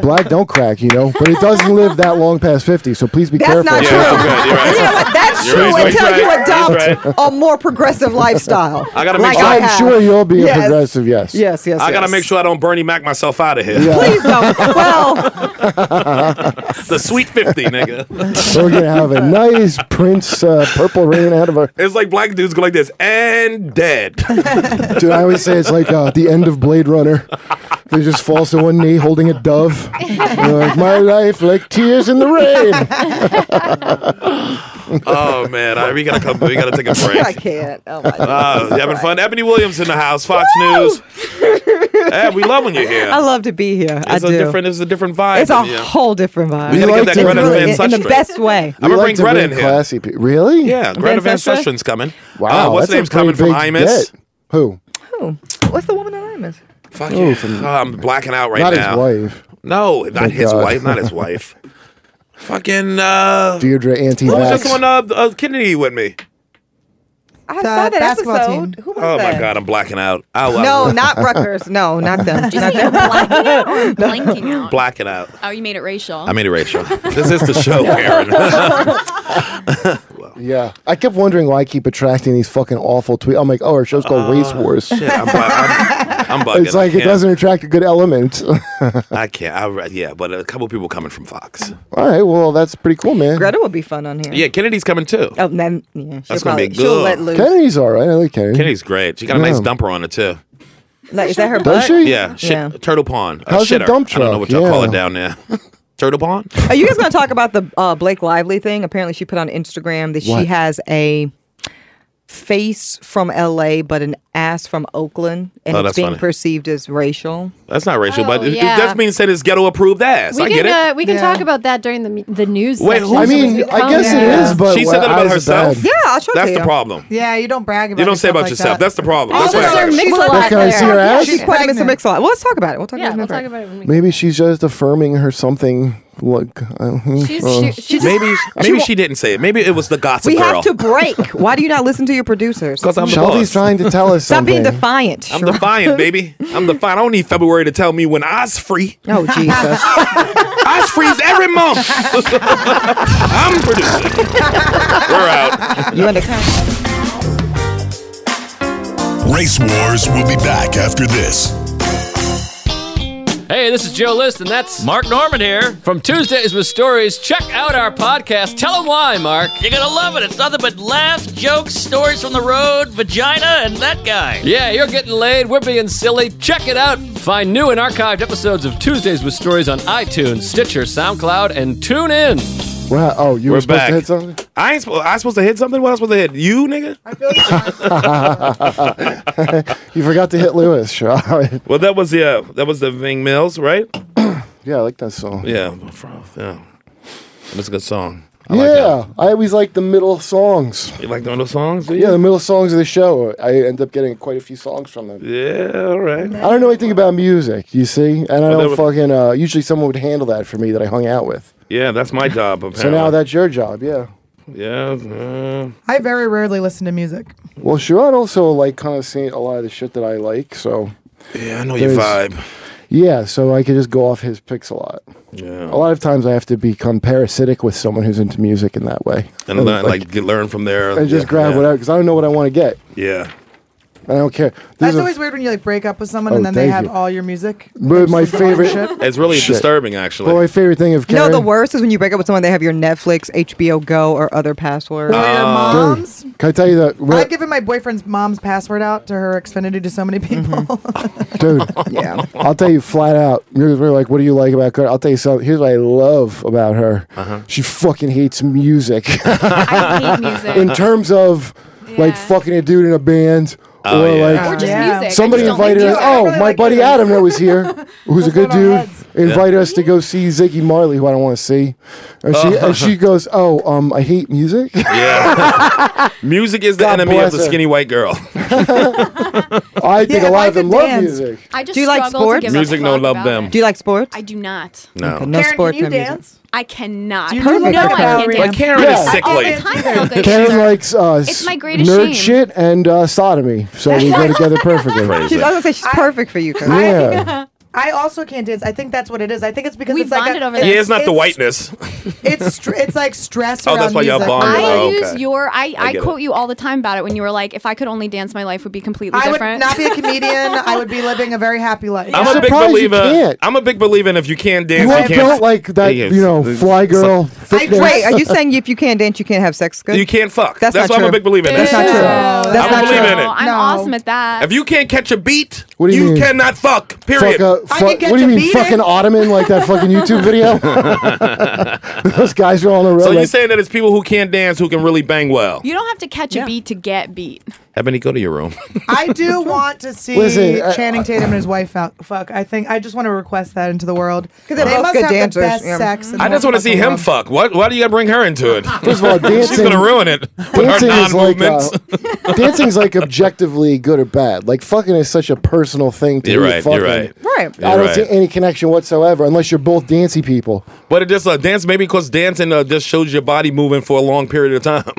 S3: black don't crack, you know, but it doesn't live that long past fifty. So please be
S5: That's
S3: careful.
S5: not
S2: Yeah,
S5: true.
S2: you're good. You're right.
S5: You know what? That's
S2: You're
S5: true
S2: right. He's
S5: until you
S2: right. He's
S5: adopt a more progressive lifestyle.
S2: I gotta make
S5: like
S2: sure-
S5: I
S3: I'm
S5: have.
S3: sure you'll be
S5: Yes.
S3: a progressive. Yes.
S5: Yes, yes.
S2: I gotta
S5: yes.
S2: make sure I don't Bernie Mac myself out of here.
S5: Please don't. Well,
S2: The sweet fifty, nigga.
S3: So we're gonna have a nice Prince uh, purple rain out of our.
S2: It's like black dudes go like this and dead.
S3: Dude, I always say it's like uh, the end of Blade Runner. They just falls to one knee holding a dove. They're like, my life like tears in the rain.
S2: Oh man, I, we gotta come. We gotta take a
S5: I
S2: break.
S5: can't. Oh my God.
S2: Uh, you having fun? Ebony Williams in the house. Fox News. hey, we love when you're here.
S5: I love to be here.
S2: it's
S5: I
S2: a
S5: do.
S2: different. It's a different vibe.
S5: it's a
S2: in here.
S5: whole different vibe.
S2: We gotta
S3: like
S2: get
S3: to-
S2: that Greta
S3: It's
S2: Van
S5: really in, in the
S2: Susteren.
S5: best way.
S3: We
S2: I'm gonna
S3: like
S2: bring
S3: to
S2: Greta
S3: bring
S2: in here.
S3: Classy pe- really?
S2: Yeah, Greta Van
S5: Susteren?
S2: Susteren's coming.
S3: Wow.
S2: Uh, what's
S3: that's
S2: the
S3: a
S2: name's coming
S3: pretty
S2: from
S3: big
S2: IMUS?
S3: get. Who?
S5: Who? What's the woman in Imus?
S2: Fuck yeah. Oh, I'm blacking out right
S3: Not
S2: now.
S3: his wife.
S2: No, not
S3: Thank
S2: his
S3: God.
S2: wife. Not his wife. Fucking. Uh,
S3: Deirdre anti
S2: who was just on
S3: vax.
S2: uh, uh, Kennedy with me?
S5: I
S6: The
S5: saw that
S6: basketball
S5: episode.
S6: team.
S5: Who was
S2: Oh
S5: that?
S2: my god, I'm blacking out. I love
S5: No, not Rutgers. No, not them.
S8: Did you
S5: Not
S8: say you're
S5: them.
S8: blacking out or blanking out?
S2: blacking out.
S8: Oh, you made it racial.
S2: I made it Rachel. this is the show, Karen.
S3: Yeah. I kept wondering why I keep attracting these fucking awful tweets. I'm like, oh, our show's called Race Wars.
S2: Uh, Shit, I'm, bu- I'm, I'm bugging.
S3: It's like
S2: I
S3: it
S2: can't-
S3: doesn't attract a good element. All
S2: I can't. I, re- yeah, but a couple people coming from Fox.
S3: right, well, that's pretty cool, man.
S5: Greta would be fun on here.
S2: Yeah, Kennedy's coming too.
S5: Oh, then yeah, she'll
S2: That's gonna be
S5: probably- She'll
S2: good.
S5: let loose.
S3: Kennedy's all right. I like Kennedy.
S2: Kennedy's great. She got a nice
S3: Yeah.
S2: dumper on it too.
S5: Like, is that her
S3: Does
S5: butt?
S3: she?
S2: Yeah, shit,
S5: Yeah.
S2: Turtle Pond. A
S3: How's the
S2: shitter.
S3: dump
S2: I don't know
S3: truck?
S2: what y'all call it
S3: Yeah.
S2: down there. Turtle Pond.
S5: Are you guys going to talk about the uh, Blake Lively thing? Apparently, she put on Instagram that she
S3: What?
S5: has a face from LA but an ass from Oakland, and
S2: Oh,
S5: it's
S2: that's
S5: being
S2: funny.
S5: perceived as racial.
S2: That's not racial,
S7: Oh,
S2: but it,
S7: yeah.
S2: it does mean said it's ghetto approved ass.
S7: we
S2: I
S7: can
S2: get it.
S7: Uh, we can
S6: Yeah.
S7: talk about that during the me- the news.
S2: Wait,
S7: section.
S2: who's- Oh,
S3: I
S7: It's
S3: mean,
S7: become-
S3: I guess it
S6: Yeah.
S3: is, but
S2: she said that about
S3: eyes are
S2: herself.
S3: bad.
S5: Yeah, I'll show it
S2: That's
S5: to
S2: the
S5: you.
S2: problem.
S6: Yeah, you don't brag about
S2: You don't say
S6: yourself
S2: about
S6: like
S2: yourself.
S6: that.
S2: That's the problem. That's
S7: Also,
S2: why
S7: Sir
S2: I got it.
S7: Mix a
S3: Well,
S7: lot
S3: can I
S7: there.
S3: see her ass?
S5: She's
S6: Yeah.
S5: quite a Mr.
S6: Pregnant.
S5: Mix a lot. Well, let's talk about it. We'll talk
S7: Yeah,
S5: about
S7: we'll
S5: it. in a
S7: talk
S5: minute.
S7: about it when we.
S3: Maybe she's just affirming her something. Look, I-
S7: She's,
S3: uh,
S7: she, she's
S2: Maybe maybe she didn't say it. Maybe it was the gossip
S5: We
S2: girl.
S5: have to break. Why do you not listen to your producers?
S2: Because I'm the
S3: Shelby's
S2: boss.
S3: trying to tell us
S5: Stop
S3: something.
S5: being defiant.
S2: I'm defiant, baby. I'm defiant. I don't need February to tell me when I's free.
S5: oh Jesus!
S2: I's freeze every month. I'm producing. We're out.
S5: you undercover.
S4: Race Wars will be back after this.
S10: Hey, this is Joe List, and that's Mark Norman here from Tuesdays with Stories. Check out our podcast. Tell them why, Mark.
S11: You're gonna love it. It's nothing but laughs, jokes, stories from the road, vagina, and that guy.
S10: Yeah, you're getting laid. We're being silly. Check it out. Find new and archived episodes of Tuesdays with Stories on iTunes, Stitcher, SoundCloud, and tune in.
S3: Wow. Oh, you were,
S2: We're
S3: supposed
S2: back.
S3: to hit something?
S2: I ain't supposed. I supposed to hit something. What I supposed to hit? You, nigga.
S3: You forgot to hit Lewis. Sure.
S2: Well, that was yeah. That was the Ving Mills, right?
S3: yeah, I like that song.
S2: Yeah. Froth, Yeah. That's a good song. I
S3: Yeah,
S2: like that.
S3: I always like the middle songs.
S2: You like doing those songs? do you?
S3: Yeah, the middle songs of the show. I end up getting quite a few songs from them.
S2: Yeah. All right.
S3: I don't know anything about music, you see, and I
S2: that
S3: don't
S2: would-
S3: fucking. Uh, usually, someone would handle that for me that I hung out with.
S2: Yeah. That's my job. Apparently.
S3: So now that's your job, yeah.
S2: Yeah. uh,
S6: I very rarely listen to music.
S3: Well, Sharon also like kind of seen a lot of the shit that I like, so
S2: yeah. I know your
S3: There's-
S2: vibe.
S3: yeah. So I could just go off his picks a lot.
S2: Yeah.
S3: A lot of times I have to become parasitic with someone who's into music in that way,
S2: And learn, like, get- learn from there.
S3: and just
S2: yeah,
S3: grab
S2: yeah.
S3: whatever because I don't know what I want to get.
S2: Yeah.
S3: I don't care. This
S6: That's
S3: is a-
S6: always weird when you like break up with someone
S3: Oh,
S6: and then they
S3: thank
S6: have
S3: you.
S6: all your music.
S3: but my favorite.
S2: It's really
S3: Shit.
S2: disturbing, actually.
S3: But my favorite thing of
S5: No,
S3: Karen,
S5: the worst is when you break up with someone. They have your Netflix, HBO Go, or other password.
S2: Oh.
S6: Or your mom's.
S3: Can I tell you that,
S6: I've given my boyfriend's mom's password out to her Xfinity to so many people.
S3: dude?
S5: Yeah.
S3: I'll tell you flat out. You're, you're like, what do you like about her? I'll tell you something. Here's what I love about her.
S2: Uh-huh.
S3: She fucking hates music.
S8: I hate music.
S3: in terms of like
S8: Yeah.
S3: fucking a dude in a band
S2: Oh,
S3: or
S2: yeah.
S8: or
S3: like
S8: just
S6: Yeah.
S8: music. I
S3: somebody
S8: just don't like
S3: invited us.
S8: music.
S3: Oh,
S6: really
S3: my
S6: like
S3: buddy
S6: it.
S3: Adam that was here, who's a good
S6: on our
S3: dude,
S6: heads.
S3: invited us to go see Ziggy Marley, who I don't want to see. And she and she goes, "Oh, um, I hate music."
S2: Yeah. Music is the
S3: God
S2: enemy of
S3: bless
S2: the
S3: her.
S2: skinny white girl.
S3: I think
S6: Yeah,
S3: a lot
S6: life
S3: of them
S6: and
S3: love
S6: dance.
S3: music.
S8: I just
S5: Do you like
S8: struggle to
S5: sports?
S8: give a
S2: Music, no
S8: fuck
S2: love
S8: about
S2: them.
S8: it.
S5: Do you like sports?
S8: I do not.
S2: No.
S5: Okay, no sport, no music.
S8: I cannot.
S6: You
S5: Perfect.
S6: look
S8: No,
S6: like a
S8: I can't
S6: ballerina.
S8: do
S2: Like
S8: it.
S2: Karen
S3: Yeah.
S2: is
S8: All the
S2: sickly.
S8: time I don't go
S3: Karen
S8: shoes.
S3: likes uh,
S8: It's my greatest
S3: nerd
S8: shame.
S3: shit and uh, sodomy, so we go together perfectly.
S5: She's, I was gonna say she's perfect for you. Karen.
S3: Yeah,
S6: I also can't dance. I think that's what it is. I think it's because
S8: We
S6: it's like
S8: bonded
S6: a,
S8: over
S2: Yeah,
S8: that.
S2: it's not the whiteness.
S6: It's str- it's like stress.
S2: Oh, that's
S6: around
S2: why y'all
S6: music.
S2: bonded.
S8: I
S2: Oh, okay.
S8: use your. I, I,
S2: get
S8: quote
S2: it.
S8: you all the time about it when you were like, if I could only dance, my life would be completely
S6: I would
S8: different.
S6: not be a comedian. I would be living a very happy life.
S2: I'm a big
S3: surprised you
S2: believer.
S3: can't.
S2: I'm a big believer in if you can't dance,
S3: you
S2: you,
S3: are
S2: can't.
S3: built like that,
S2: Yeah,
S3: you know,
S2: it's-
S3: fly girl.
S5: I,
S3: thickness.
S5: wait, are you saying if you can't dance, you can't have sex? Good.
S2: you can't fuck. That's,
S5: That's
S2: why
S5: not
S2: I'm a
S5: true.
S2: big believer in
S5: That's
S2: that.
S5: not true.
S8: No,
S5: That's
S2: I
S5: not
S2: believe
S5: true.
S2: in it.
S8: I'm
S6: No.
S8: awesome at that.
S2: If you can't catch a beat,
S3: What do you mean?
S2: cannot fuck. Period.
S3: Fuck a- fuck- what do you mean, fucking ottoman like that fucking YouTube video? Those guys are on the road.
S2: So you're
S3: like,
S2: saying that it's people who can't dance who can really bang well?
S8: You don't have to catch a beat to get beat.
S2: Ebony, go to your room.
S6: I do want to see
S2: Listen, I-
S6: Channing Tatum and his wife out. Fuck, I think I just want to request that into the world because
S5: they're both
S6: must
S5: good
S6: have
S5: dancers,
S6: the best
S5: yeah.
S6: sex. in the
S2: I just
S6: whole
S2: want to see
S6: fucking
S2: him
S6: world.
S2: fuck. What? Why do you got to bring her into it?
S3: First of all,
S2: she's
S3: dancing-
S2: gonna ruin it. with her
S3: dancing is like
S2: non-movements.
S3: uh, dancing's like objectively good or bad. Like fucking is such a personal thing to
S2: You're
S3: me,
S2: right,
S3: fucking.
S2: you're right.
S5: Right.
S3: I
S2: You're
S3: don't
S2: right.
S3: see any connection whatsoever unless you're both dancey people.
S2: But it just uh, dance maybe because dancing uh, just shows your body moving for a long period of time.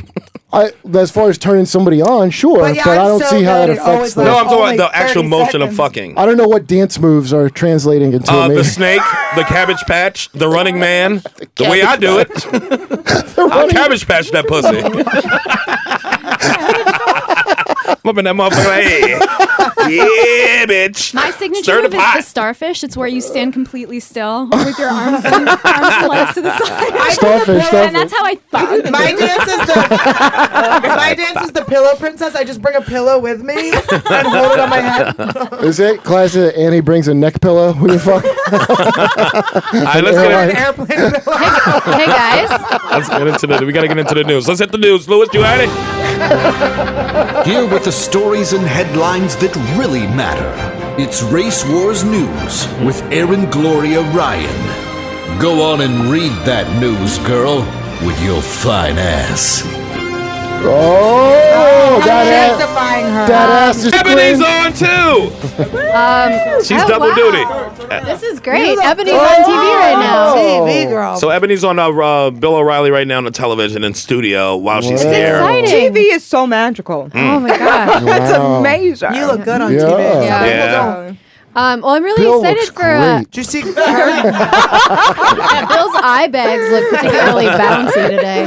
S3: I, as far as turning somebody on, sure, but,
S2: But yeah,
S3: I don't
S2: I'm so
S3: see how
S2: good
S3: it
S2: at always
S3: affects.
S2: Oh, like No, I'm talking
S3: talking
S2: about the actual 30 motion of seconds. fucking.
S3: I don't know what dance moves are translating into.
S2: Uh,
S3: me.
S2: the snake, the cabbage patch, the running man. The, way I do it, I cabbage patch that pussy. I'm up in that motherfucker. Like, hey, yeah, bitch.
S8: My signature
S2: Stir the
S8: move is
S2: pot.
S8: the starfish. It's where you stand completely still with your arms and, arms and legs to the side.
S3: Starfish,
S8: And
S3: starfish.
S8: that's how I fuck.
S6: My dance is the my dance is the pillow princess. I just bring a pillow with me and hold it on my head.
S3: Is it classic? Annie brings a neck pillow when you fuck.
S2: right, let's get it.
S6: airplane pillow.
S7: Hey guys,
S2: Let's get into the. We gotta get into the news. Let's hit the news, Lewis. You had it.
S12: Here with the stories and headlines that really matter. It's Race Wars News with Erin Gloria Ryan. Go on and read that news, girl, with your fine ass.
S3: Oh, that ass.
S6: Justifying her.
S3: That ass is
S2: Ebony's
S3: clean.
S2: on too.
S7: um,
S2: She's
S7: oh,
S2: double
S7: wow.
S2: duty.
S7: This is great. Ebony's on TV right now.
S3: Oh.
S6: TV girl.
S2: So Ebony's on uh, uh, Bill O'Reilly right now on the television in studio while Oh, she's Mm.
S5: Wow.
S2: here.
S5: TV is so magical.
S7: Oh my god.
S5: That's
S2: Wow.
S5: amazing. You look
S6: good
S5: on
S2: Yeah. TV. Some
S7: Yeah.
S2: people Yeah.
S7: Um, well, I'm really
S5: Bill
S7: excited
S5: looks
S7: for uh,
S5: great.
S6: Did you see her?
S7: yeah, Bill's eye bags look particularly bouncy today.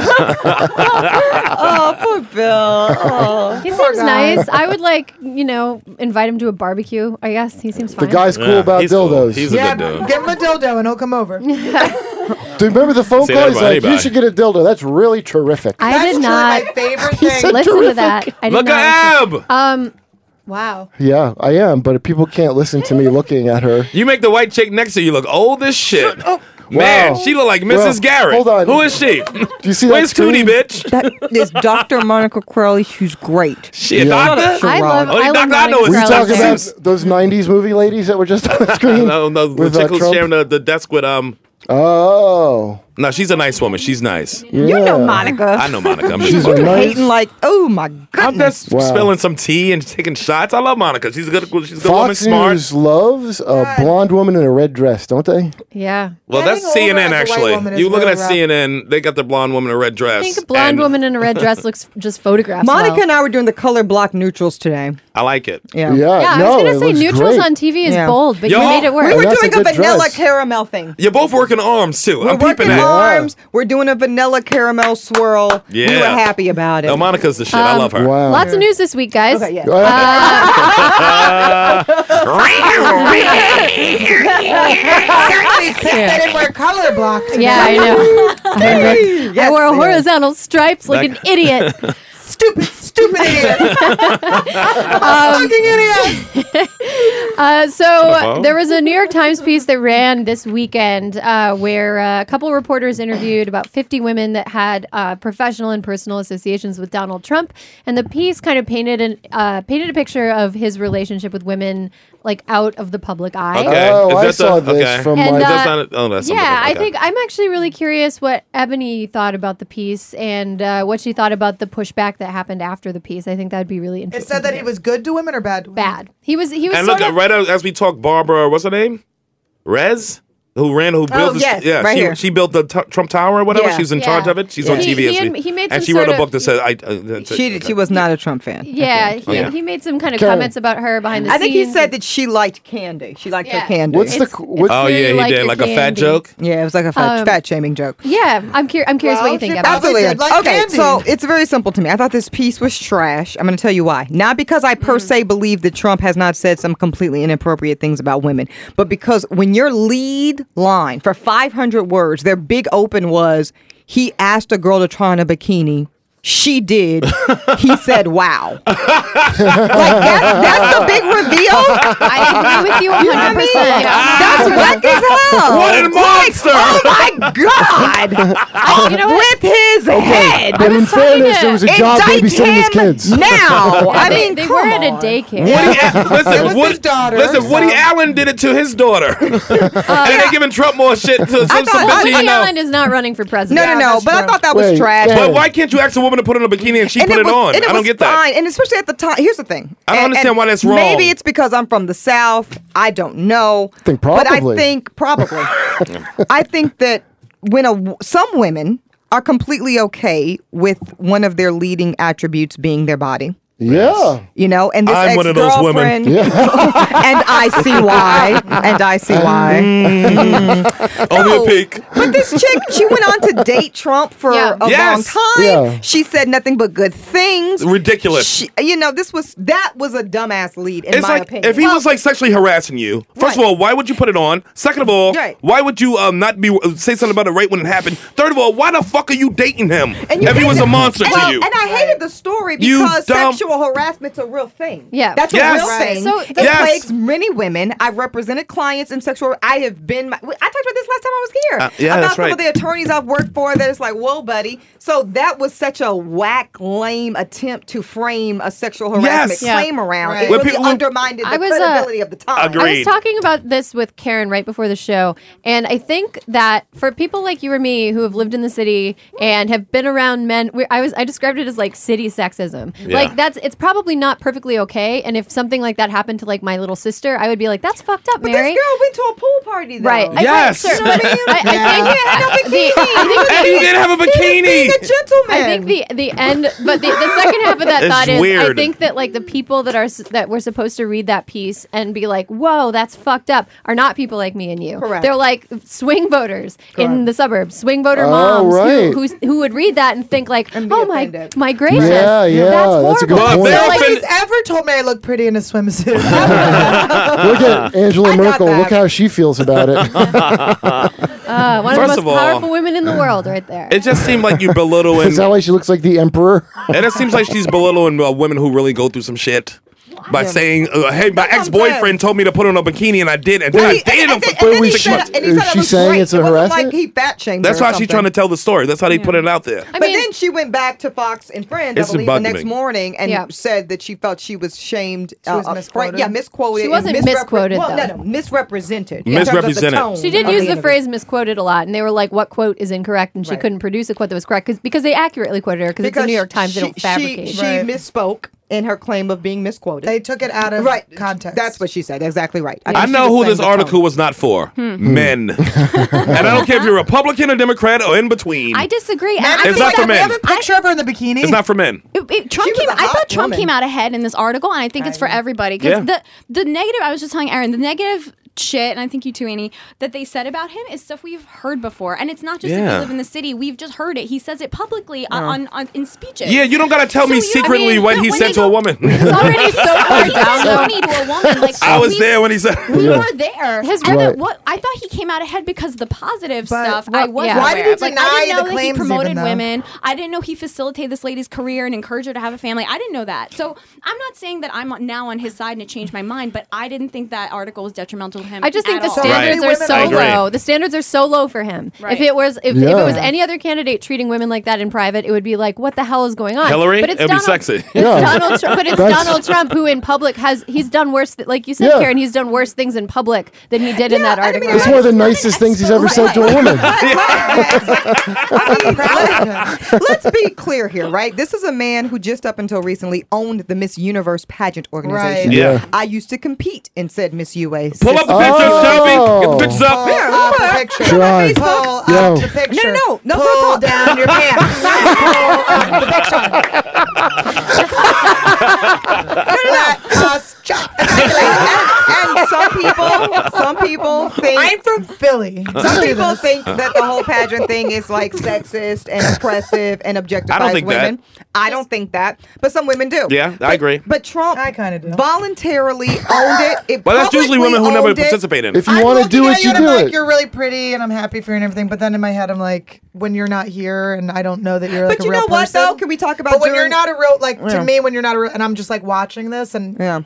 S5: oh, poor Bill. Oh,
S7: He
S5: poor
S7: seems
S5: guy.
S7: nice. I would like, you know, invite him to a barbecue. I guess he seems
S3: The
S7: fine.
S3: guy's cool about
S2: he's cool.
S3: dildos.
S2: He's
S6: yeah,
S2: a good dude.
S6: give him a dildo and he'll come over.
S3: Do you remember the phone
S2: Say
S3: call?
S2: that
S3: He's
S2: about
S3: like,
S2: anybody.
S3: you should get a dildo. That's really terrific.
S7: I did not
S6: my favorite
S3: He's so
S6: thing.
S7: listen to
S3: terrific.
S7: that. I did
S2: Look
S7: not
S2: at
S7: listen- Um, wow.
S3: yeah, I am, but people can't listen to me looking at her.
S2: You make the white chick next to you look old as shit. Man,
S3: Wow.
S2: she look like Mrs.
S3: Well,
S2: Garrett.
S3: hold on.
S2: Who is she? Do
S3: you see that
S2: Where's Tootie,
S3: screen?
S2: bitch?
S5: That is Dr. Monica Crowley. She's great.
S2: She a
S3: Yeah.
S2: doctor?
S7: I love-
S2: Only
S7: I love
S2: doctor I
S7: Monica
S2: know is
S3: We
S7: Crowley.
S2: Dr.
S3: talking about
S2: Seuss.
S3: those '90s movie ladies that were just on the screen.
S2: No, no, the
S3: with,
S2: chick
S3: uh,
S2: who's
S3: Trump?
S2: sharing the, the desk with um.
S3: Oh,
S2: No, she's a nice woman. She's nice.
S5: You know
S3: Yeah.
S5: Monica.
S2: I know Monica. I'm
S3: She's
S2: just
S3: a
S2: fucking-
S3: nice-
S5: Hating like, oh my
S2: I'm
S5: goodness.
S2: just
S3: Wow.
S2: spilling some tea and taking shots. I love Monica. She's a good. She's a good woman.
S3: Fox
S2: Smart.
S3: News loves a blonde woman in a red dress, don't they?
S7: Yeah.
S2: Well, that's
S6: Getting older
S2: CNN.
S6: as a white
S2: Actually,
S6: woman is
S2: you looking
S6: really
S2: at
S6: rough.
S2: CNN? They got the blonde woman in a red dress.
S7: I think a blonde
S2: and
S7: woman in a red dress looks just photographed.
S5: Monica
S7: well.
S5: and I were doing the color block neutrals today.
S2: I like it.
S5: Yeah.
S7: Yeah, I
S3: no,
S7: was
S3: it
S7: gonna say
S3: looks
S7: neutrals
S3: great.
S7: on TV is
S5: Yeah.
S7: bold, but
S2: Y'all-
S7: you made it work.
S5: We were
S3: And that's
S5: doing
S3: a
S5: a,
S3: good
S5: vanilla
S3: dress.
S5: caramel thing.
S2: You're both working arms too.
S5: We're
S2: I'm
S5: working
S2: peeping that.
S5: arms. We're doing a vanilla caramel swirl. We were
S2: Yeah.
S5: happy about it.
S2: No, Monica's the shit. I love her.
S3: Wow.
S7: Lots of news this week, guys.
S5: Okay, yeah.
S7: Uh,
S6: Certainly, since they didn't wear color block.
S7: Yeah, I know. I
S5: Yes,
S7: wore
S5: yes.
S7: horizontal stripes like an
S2: That-
S7: idiot.
S6: Stupid, stupid idiot. Fucking idiot.
S7: Uh, so
S2: phone?
S7: there was a New York Times piece that ran this weekend uh, where uh, a couple reporters interviewed about 50 women that had uh, professional and personal associations with Donald Trump, and the piece kind of painted an uh, painted a picture of his relationship with women like out of the public eye.
S2: Okay.
S3: Oh,
S2: Is
S3: I
S2: that the-
S3: saw this
S2: okay.
S3: from
S7: And,
S3: my.
S7: uh,
S2: That's not. A, oh, that's something
S7: yeah,
S2: different.
S7: I
S2: Okay.
S7: think I'm actually really curious what Ebony thought about the piece and uh, what she thought about the pushback that happened after the piece. I think that'd be really
S6: It
S7: interesting.
S6: said that
S7: to
S6: he
S7: hear.
S6: was good to women or bad to women.
S7: bad. He was. He was.
S2: And look,
S7: sort of-
S2: right as we talk, Barbara, what's her name? Rez, who ran, who built, this-
S5: Oh, yes,
S2: yeah,
S5: right
S2: she,
S5: here.
S2: she built the t- Trump Tower or whatever.
S5: Yeah.
S2: She was in
S7: Yeah.
S2: charge of it. She's on
S7: Yeah.
S2: TV.
S7: He-
S2: as
S7: he
S2: we-
S7: and- he made
S2: and
S7: some
S2: she wrote
S7: sort
S2: a book
S7: of-
S2: that said, "I." Uh, that's it.
S5: She she was not a Trump fan.
S7: Yeah, he,
S2: Oh, yeah.
S7: he made some kind of
S3: Okay.
S7: comments about her behind the
S5: I
S7: scenes.
S5: think he said that she liked candy. She liked
S7: Yeah.
S5: her candy.
S3: What's the
S7: It's-
S3: what's
S2: oh
S7: really
S2: yeah, he
S7: like
S2: did
S7: the
S2: like a fat
S7: candy.
S2: joke.
S5: yeah, it was like a fat,
S7: Um,
S5: fat shaming joke.
S7: Yeah, I'm curious. I'm curious what
S6: Well,
S7: you think
S6: she
S7: about.
S6: probably
S7: it.
S5: Absolutely.
S6: did like
S5: okay,
S6: candy.
S5: so it's very simple to me. I thought this piece was trash. I'm going to tell you why. Not because I
S6: Mm.
S5: per se believe that Trump has not said some completely inappropriate things about women, but because when your lead line for 500 words, their big open was he asked a girl to try on a bikini she did. he said, "Wow." like that's, that's the big reveal.
S7: I agree with you
S5: know what I mean?
S7: 100%.
S5: That's
S3: Ah.
S5: whack as hell.
S7: What a
S5: monster! oh my god! Off
S7: You know
S5: with his head.
S3: But in fairness, it was a job
S5: Indict
S3: babysitting his
S5: him
S3: kids.
S5: now. I
S7: they,
S5: mean,
S7: they
S5: come
S7: were at a
S5: on.
S7: daycare.
S2: Woody, Al-
S5: It
S2: listen,
S5: was
S2: Woody,
S5: his daughter,
S2: listen, Woody
S5: so- Uh,
S2: Allen did it to his daughter, and they're giving Trump more shit. To, some,
S7: I
S2: some
S7: thought
S2: bitch he
S7: Woody
S2: know.
S7: Allen is not running for
S5: No,
S7: president.
S5: no, no. But I thought that was trash.
S2: But why can't you ask a woman to put on a bikini and she
S5: And
S2: put it,
S5: was-
S2: on?
S5: and
S2: I
S5: was
S2: don't get that.
S5: fine. And especially at the time, here's the thing.
S2: I don't
S5: And-
S2: understand
S5: and
S2: why that's wrong.
S5: Maybe it's because I'm from the South. I don't know.
S3: think
S5: But I
S3: probably.
S5: think probably. I think that when a w- some women are completely okay with one of their leading attributes being their body.
S3: Yeah.
S5: You know, and this
S3: I'm one of those women.
S5: ex-girlfriend- and I see why. And I see why.
S2: Mm. Only a peak.
S5: But this chick, she went on to date Trump for
S2: Yeah.
S5: a
S2: Yes.
S5: long time.
S2: Yeah.
S5: She said nothing but good things.
S2: Ridiculous.
S5: She, you know, this was that was a dumbass lead in
S2: it's
S5: my
S2: like
S5: opinion.
S2: if he was like sexually harassing you. First of all, why would you put it on? Second of all,
S5: Right.
S2: why would you um, not be say something about it right when it happened? Third of all, why the fuck are you dating him
S5: And you
S2: if he
S5: hated-
S2: was a monster
S5: and,
S2: to you?
S5: And I hated the story
S2: You
S5: because
S2: dumb-
S5: sexual harassment's a real thing.
S7: Yeah.
S5: That's
S2: Yes.
S5: a real
S2: Right.
S5: thing.
S2: So-
S5: it
S2: Yes.
S5: plagues many women. I've represented clients in sexual. I have been. I talked about this last time I was here.
S2: Uh, yeah,
S5: about
S2: that's
S5: some of
S2: right.
S5: the attorneys I've worked for that it's like, whoa, buddy. So that was such a whack, lame attempt to frame a sexual
S2: Yes.
S5: harassment
S2: Yeah.
S5: claim around.
S2: Right.
S5: It
S2: When
S5: really
S2: people-
S5: undermined the
S7: I was, uh,
S5: credibility of the time.
S7: I was talking about this with Karen right before the show, and I think that for people like you or me who have lived in the city and have been around men, we I was I described it as like city sexism.
S8: Yeah.
S7: Like that's it's probably not perfectly okay. And if something like that happened to like my little sister, I would be like, "That's fucked up,
S5: But
S7: Mary."
S5: this girl went to a pool party, though.
S7: Right. I-
S2: Yes.
S7: right, sure, but I, I think the-
S2: And he didn't have a bikini.
S7: I think the the end, but the, the second half of that
S2: It's
S7: thought is, I
S2: weird.
S7: think that like the people that are s- that were supposed to read that piece and be like, "Whoa, that's fucked up," are not people like me and you.
S8: Correct.
S7: They're like swing voters in the suburbs, swing voter
S3: Oh,
S7: moms
S3: right.
S7: who, who's, who would read that and think like, "Oh my, my gracious,
S3: Yeah, yeah,
S7: that's
S3: that's a good
S7: horrible."
S3: point.
S7: So,
S3: They're
S7: like,
S6: Nobody's ever told me I look pretty in a swimsuit.
S3: Look at Angela Merkel. Look how she feels about it.
S7: uh, one of the
S2: First
S7: most
S2: of all-
S7: powerful women in the world, right there.
S2: It just seemed like you belittling.
S3: Is that why she looks like the emperor?
S2: And it seems like she's belittling uh, women who really go through some shit by saying, uh, "Hey, my ex-boyfriend told me to put on a bikini, and I did, and then
S5: Wait,
S2: I dated him
S5: and-
S2: for
S5: and- and then he
S2: six
S5: said-
S2: months."
S5: and he said I
S3: She's
S5: was
S3: saying
S5: great.
S3: it's a
S5: It wasn't
S3: harassment?
S5: like he fat shamed
S2: That's
S5: her or
S2: why she's trying to tell the story. That's how they put it out there.
S5: but then she went back to Fox and Friends, I
S2: It's
S5: believe, the
S2: bugging me.
S5: next morning and
S7: Yeah.
S5: said that she felt she was shamed.
S7: She was
S5: uh, of Fran-
S7: misquoted.
S5: yeah, misquoted.
S7: She
S5: and
S7: wasn't
S5: misrepre-
S7: misquoted,
S5: Well,
S7: though.
S5: no, no, misrepresented.
S2: Yeah.
S5: in terms of the
S2: Misrepresented.
S5: tone
S7: She did
S5: of
S7: use the,
S5: interview.
S7: phrase misquoted a lot, and they were like, "What quote is incorrect?" And she
S5: Right.
S7: couldn't produce a quote that was correct 'cause- because they accurately quoted her because it's the New York Times. they don't fabricate.
S5: She, she misspoke in her claim of being misquoted. They took it out of right. context. That's what she said. Exactly right.
S2: I
S5: think she
S2: know
S5: was
S2: who
S5: saying
S2: this
S5: the tone.
S2: article was not for.
S5: Hmm.
S2: Men. and I don't care if you're Republican or Democrat or in between.
S8: I disagree.
S2: I It's think not for that- men. we have a
S8: picture
S6: of her in the bikini.
S2: it's not for men.
S8: It- it- Trump came. I thought Trump came out ahead in this article, and I think it's for everybody because
S2: Yeah.
S8: the the negative. I was just telling Aaron the negative shit, and I think you too, Annie, that they said about him is stuff we've heard before, and it's not just if
S2: Yeah.
S8: you live in the city. We've just heard it. He says it publicly on, on, on in speeches.
S2: Yeah, you don't gotta tell
S8: So
S2: me
S8: you-
S2: secretly
S8: I mean,
S2: what
S8: no,
S2: he
S8: when
S2: said
S8: they
S2: to a
S8: go-
S2: woman.
S8: It's already so far
S2: He
S8: down
S2: said
S8: though. Tony to a woman, like,
S2: I was
S8: we-
S2: there when he said.
S8: We were there. His
S2: Right.
S8: what I thought he came out ahead because the positive stuff. I was
S6: yeah. Why
S8: aware
S6: did he
S8: of. Like,
S6: deny
S8: I didn't know
S6: the
S8: that he
S6: claims
S8: promoted
S6: even, though?
S8: women. I didn't know he facilitated this lady's career and encouraged her to have a family. I didn't know that. So I'm not saying that I'm on- now on his side and it changed my mind, but I didn't think that article was detrimental to him.
S7: I just think
S8: at
S7: the
S8: all.
S7: standards
S8: Right.
S7: are so
S8: Women are-
S7: low. The standards are so low for him.
S8: Right.
S7: If it was if, if it
S2: Yeah.
S7: was any other candidate treating women like that in private, it would be like, what the hell is going on?
S2: Hillary,
S7: But it's
S2: it'd be
S7: Donald,
S2: sexy.
S7: It's Donald Trump, but it's
S2: That's-
S7: Donald Trump who in public has he's done worse. Th- like you said,
S3: Yeah.
S7: Karen, he's done worse things in public than he did in that article.
S3: It's one of the nicest things he's ever said to a woman.
S5: Let's be clear here, right? This is a man who just up until recently owned the Miss Universe pageant organization.
S2: Right. Yeah.
S5: I used to compete and said Miss UA.
S2: Pull up the pictures, Shelby. Get the pictures up.
S5: Here,
S2: Oh. Pull
S5: hold
S2: up
S5: on.
S2: the picture.
S5: Come on,
S2: Drive.
S5: Facebook.
S2: Pull up
S5: No,
S2: the
S5: No,
S2: picture.
S5: no, no. Pull down your pants.
S6: Us, chop. and, and
S5: some people, some people think I'm from Philly. Some people think that the whole pageant thing is like sexist and oppressive and objectifies
S2: think that.
S5: women. I don't think that, but some women do.
S2: Yeah, I agree.
S5: But Trump, I kind of do. Voluntarily owned it. it
S2: But that's usually
S5: publicly
S2: women who never
S5: owned it.
S2: participate in it. If you
S6: I'm
S2: wanna
S6: looking
S2: do
S6: at
S2: it,
S6: you
S2: you
S6: and I'm
S2: do
S6: like,
S2: it.
S6: You're really pretty, and I'm happy for you and everything. But then in my head, I'm like, when you're not here, and I don't know that you're. Like
S5: But
S6: a
S5: you
S6: real
S5: know what,
S6: person.
S5: though? Can we talk about
S6: But when
S5: during-
S6: you're not a real, like
S5: Yeah.
S6: to me, when you're not a real, and I'm just like watching this, and
S5: yeah.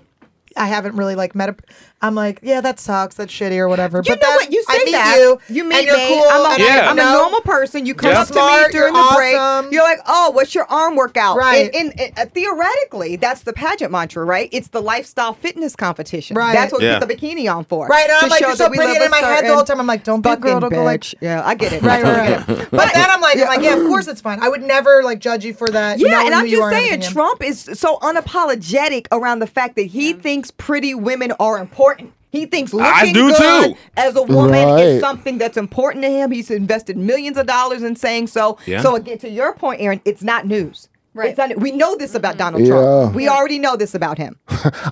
S6: I haven't really like met. A, I'm like, yeah, that sucks. That's shitty or whatever.
S5: You
S6: but
S5: know
S6: then
S5: what? You say
S6: I meet
S5: that.
S6: you.
S5: You
S6: and
S5: meet
S6: you're
S5: me.
S6: cool. and
S5: I'm, a,
S6: I
S5: am
S6: know-
S5: a normal person. You come
S6: Yeah.
S5: up to me
S6: Smart,
S5: during the
S6: you're
S5: break. You're like, oh, what's your arm workout?
S6: Right.
S5: And, and, and, uh, theoretically, that's the pageant mantra, right? It's the lifestyle fitness competition.
S6: Right.
S5: That's what
S6: Yeah.
S5: put the bikini on for.
S6: Right, and
S5: to
S6: I'm like,
S5: show
S6: you're so
S5: that we
S6: pretty.
S5: live
S6: And in
S5: a
S6: my head the
S5: certain
S6: whole time, I'm like, don't be a girl,
S5: fucking
S6: don't go like.
S5: bitch. Yeah, I get it.
S6: Right,
S5: I
S6: right,
S5: get it.
S6: right. But then I'm like, I'm like, yeah, of course it's fine. I would never like judge you for
S7: Uh,
S6: that.
S5: Yeah,
S6: knowing
S5: and I'm
S6: who you
S5: just
S6: are
S5: saying,
S6: everything.
S5: Trump is so unapologetic around the fact that he thinks pretty women are important. He thinks looking
S2: I do
S5: good
S2: too.
S5: as a woman
S2: Right.
S5: is something that's important to him. He's invested millions of dollars in saying so.
S2: Yeah.
S5: So again, to your point, Aaron, it's not news. Right. It's not, we know this about Donald
S3: Yeah.
S5: Trump. We already know this about him.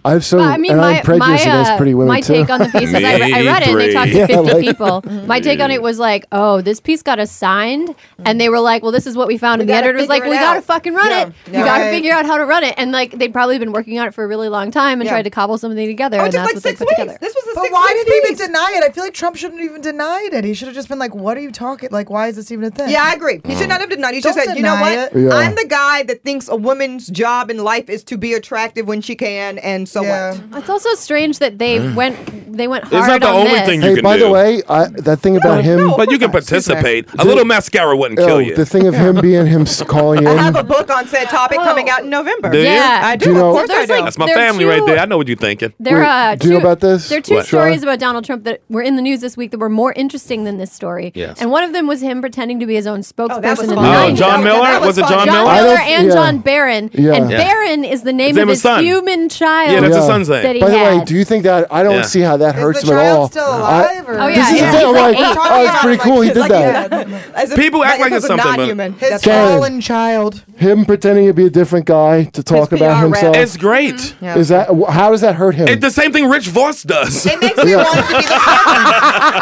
S3: I've so
S7: But I mean,
S3: and
S7: my
S3: I'm prejudiced
S7: my,
S3: against
S7: uh,
S3: pretty women
S7: my
S3: too.
S7: take on the piece is I, re- I read it and they talked to
S3: Yeah,
S7: 50
S3: like-
S7: people.
S5: Mm.
S7: My take on it was like, oh, this piece got assigned, and they were like, well, this is what we found, and the
S5: gotta
S7: editor was like,
S5: figure
S7: we
S5: it
S7: gotta
S5: out.
S7: fucking run
S5: Yeah.
S7: it. You
S5: Yeah.
S7: gotta
S5: Right.
S7: figure out how to run it, and like they'd probably been working on it for a really long time and
S5: Yeah.
S7: tried to cobble something together,
S5: Oh, it
S7: and
S5: took
S7: that's
S5: like
S7: what they
S5: six
S7: put
S5: weeks.
S7: together.
S5: This was a
S6: But
S5: six
S6: why
S5: weeks
S6: did he even
S5: piece.
S6: deny it? I feel like Trump shouldn't have even denied it. He should have just been like, "What are you talking? Like, why is this even a thing?"
S5: Yeah, I agree. He should not have denied. He should
S6: Don't
S5: said, you know
S6: deny
S5: what?
S6: it. Yeah.
S5: I'm the guy that thinks a woman's job in life is to be attractive when she can, and so what?
S7: It's also strange that they went they went
S2: Mm. It's not
S7: hard
S2: the
S7: on
S2: only
S7: this.
S2: thing
S3: hey,
S2: you can
S3: by the
S2: do.
S3: way, I, that thing about him.
S2: but you can participate. A little mascara wouldn't
S3: Oh,
S2: kill you.
S3: The thing of him being him s- calling
S5: I have
S3: in.
S5: a book on said topic coming out in November.
S2: Do you? Yeah.
S5: I do.
S3: Do you know-
S5: of course I
S7: There's
S5: do.
S7: like-
S2: That's my
S7: there are
S2: family right
S7: two-
S2: there. I know what you're thinking.
S7: There are
S3: do you know about this?
S7: There are two
S3: What?
S7: stories
S3: Sean?
S7: about Donald Trump that were in the news this week that were more interesting than this story.
S2: Yes.
S7: And one of them was him pretending to be his own
S5: that was
S7: spokesperson in the
S2: fun. Oh,
S7: 90s.
S2: John Miller?
S7: That
S2: Was it
S7: fun.
S2: John Miller? I
S7: Miller
S2: don't-
S7: and
S3: yeah.
S7: John Barron.
S3: Yeah.
S7: And
S3: Yeah.
S7: Barron is the name
S2: name
S7: of
S2: his
S7: his
S2: son.
S7: human child.
S2: Yeah, that's his son's name.
S7: That he
S3: By the
S7: had.
S3: way, do you think that I don't
S2: Yeah.
S3: see how that hurts
S6: the
S3: him at
S6: child
S3: all?
S6: still
S3: I-
S6: alive, or-
S7: Oh, yeah,
S3: This is
S7: yeah.
S3: the thing. I'm
S7: He's like
S3: like,
S7: eight.
S3: oh, it's pretty cool. He did that.
S5: that.
S2: People act like it's something, but-
S5: non-human.
S6: His
S5: That's all.
S6: fallen child.
S3: Him pretending to be a different guy to talk
S5: His
S3: about
S5: PR
S3: himself.
S5: rep.
S2: It's great.
S6: Mm-hmm.
S5: Yeah.
S3: Is that wh- how does that hurt him?
S2: It, the same thing Rich Voss does.
S6: It makes me want to be the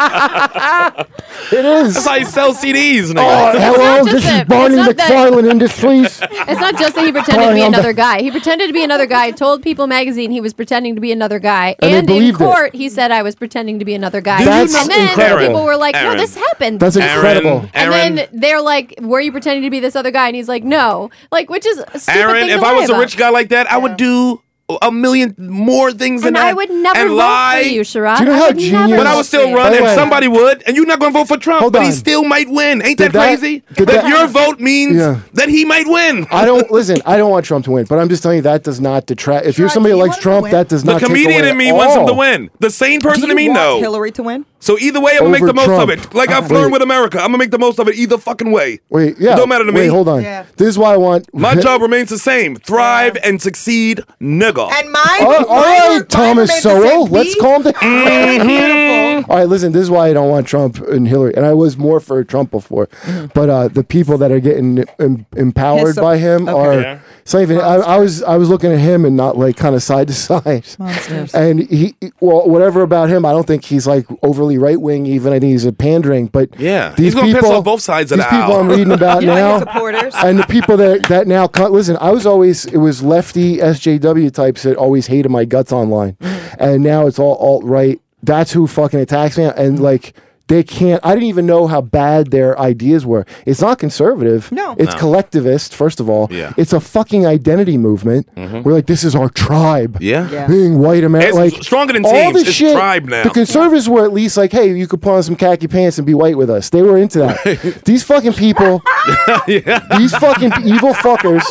S3: it is.
S2: That's how you sell CDs.
S3: Oh,
S2: Nigga.
S3: hello,
S7: just
S3: this is
S7: that-
S3: Barney
S7: it's not that-
S3: McFarland Industries.
S7: It's not just that he pretended to
S3: Sorry,
S7: be
S3: I'm
S7: another
S3: back.
S7: guy. He pretended to be another guy. Told People Magazine he was pretending to be another guy,
S3: And they
S7: and, in
S3: believed it.
S7: court he said I was pretending to be another guy.
S3: Do you That's
S7: and then
S3: incredible.
S7: people were like,
S2: Aaron.
S7: "No, this happened."
S3: That's
S7: This
S2: Aaron,
S3: incredible.
S7: And
S2: Aaron,
S7: then they're like, "Were you pretending to be this other guy?" And he's like, "No." Like, which is a stupid
S2: Aaron,
S7: thing to
S2: if I
S7: lie
S2: was a
S7: about.
S2: rich guy like that, I would do a million more things
S7: and
S2: than that.
S7: I would never
S2: and
S7: vote
S2: lie.
S7: for you, Sharad.
S3: Do you know
S7: I
S3: how
S7: would never
S3: genius-
S2: But I
S7: vote
S2: would
S7: for
S2: still
S7: you.
S2: run,
S3: By the
S2: and
S3: way-
S2: somebody would, and you're not going to vote for Trump,
S3: Hold
S2: but he
S3: on.
S2: still might win. Ain't
S3: Did
S2: that,
S3: that-
S2: crazy?
S3: did
S2: That,
S3: that-
S2: your vote means
S3: Yeah.
S2: that he might win.
S3: I don't listen. I don't want Trump to win, but I'm just telling you that does not detract. If you're
S6: Shrek,
S3: somebody
S6: do
S3: who
S6: you
S3: likes
S6: want him to
S3: Trump,
S6: win?
S3: that does
S2: the
S3: not.
S2: comedian
S3: take away
S2: in me
S3: at
S2: wants him to
S3: all.
S2: win. The sane
S5: Do
S2: person
S5: you
S2: in me,
S5: want
S2: no.
S5: Hillary to win?
S2: So either way, I'm gonna make
S3: Over
S2: the most
S3: Trump.
S2: of it. Like I'm
S3: Ah,
S2: flirting
S3: wait.
S2: with America. I'm gonna make the most of it either fucking way.
S3: Wait, yeah.
S2: It don't matter to me.
S3: Wait, hold on.
S6: Yeah.
S3: This is why I want
S2: My job remains the same: thrive and succeed, nigga.
S6: And mine.
S3: All right,
S6: mine
S3: all
S6: were- mine
S3: right Thomas
S6: remained the same.
S3: Sowell, let's
S6: Me?
S3: calm down.
S6: Beautiful.
S3: All right, listen. This is why I don't want Trump and Hillary, and I was more for Trump before,
S2: Mm-hmm.
S3: but uh, the people that are getting em- empowered
S5: His sup-
S3: by him
S5: okay.
S3: are.
S2: Yeah.
S3: It's not even. I, I was I was looking at him and not like kind of side to side.
S6: Monsters.
S3: And he, well, whatever about him, I don't think he's like overly right wing. Even I think he's a pandering. But
S2: Yeah.
S3: these
S2: He's gonna piss
S3: people,
S2: off both sides of
S3: these
S2: the
S3: people
S2: aisle.
S3: I'm reading about
S5: You
S3: now,
S5: like your supporters?
S3: and the people that that now cut. Listen, I was always it was lefty SJW types that always hated my guts online, and now it's all alt right. That's who fucking attacks me, and like. They can't. I didn't even know how bad their ideas were. It's not conservative.
S5: No.
S3: It's collectivist, first of all.
S2: Yeah. Mm-hmm.
S3: It's a fucking identity movement. We're like, this is our tribe
S2: Yeah. Yeah.
S3: being white American,
S2: It's
S3: like
S2: stronger than
S3: all
S2: teams.
S3: this
S2: It's
S3: shit,
S2: tribe now.
S3: The conservatives were at least like, hey, you could put on some khaki pants and be white with us. They were into that. these fucking people, these fucking evil fuckers.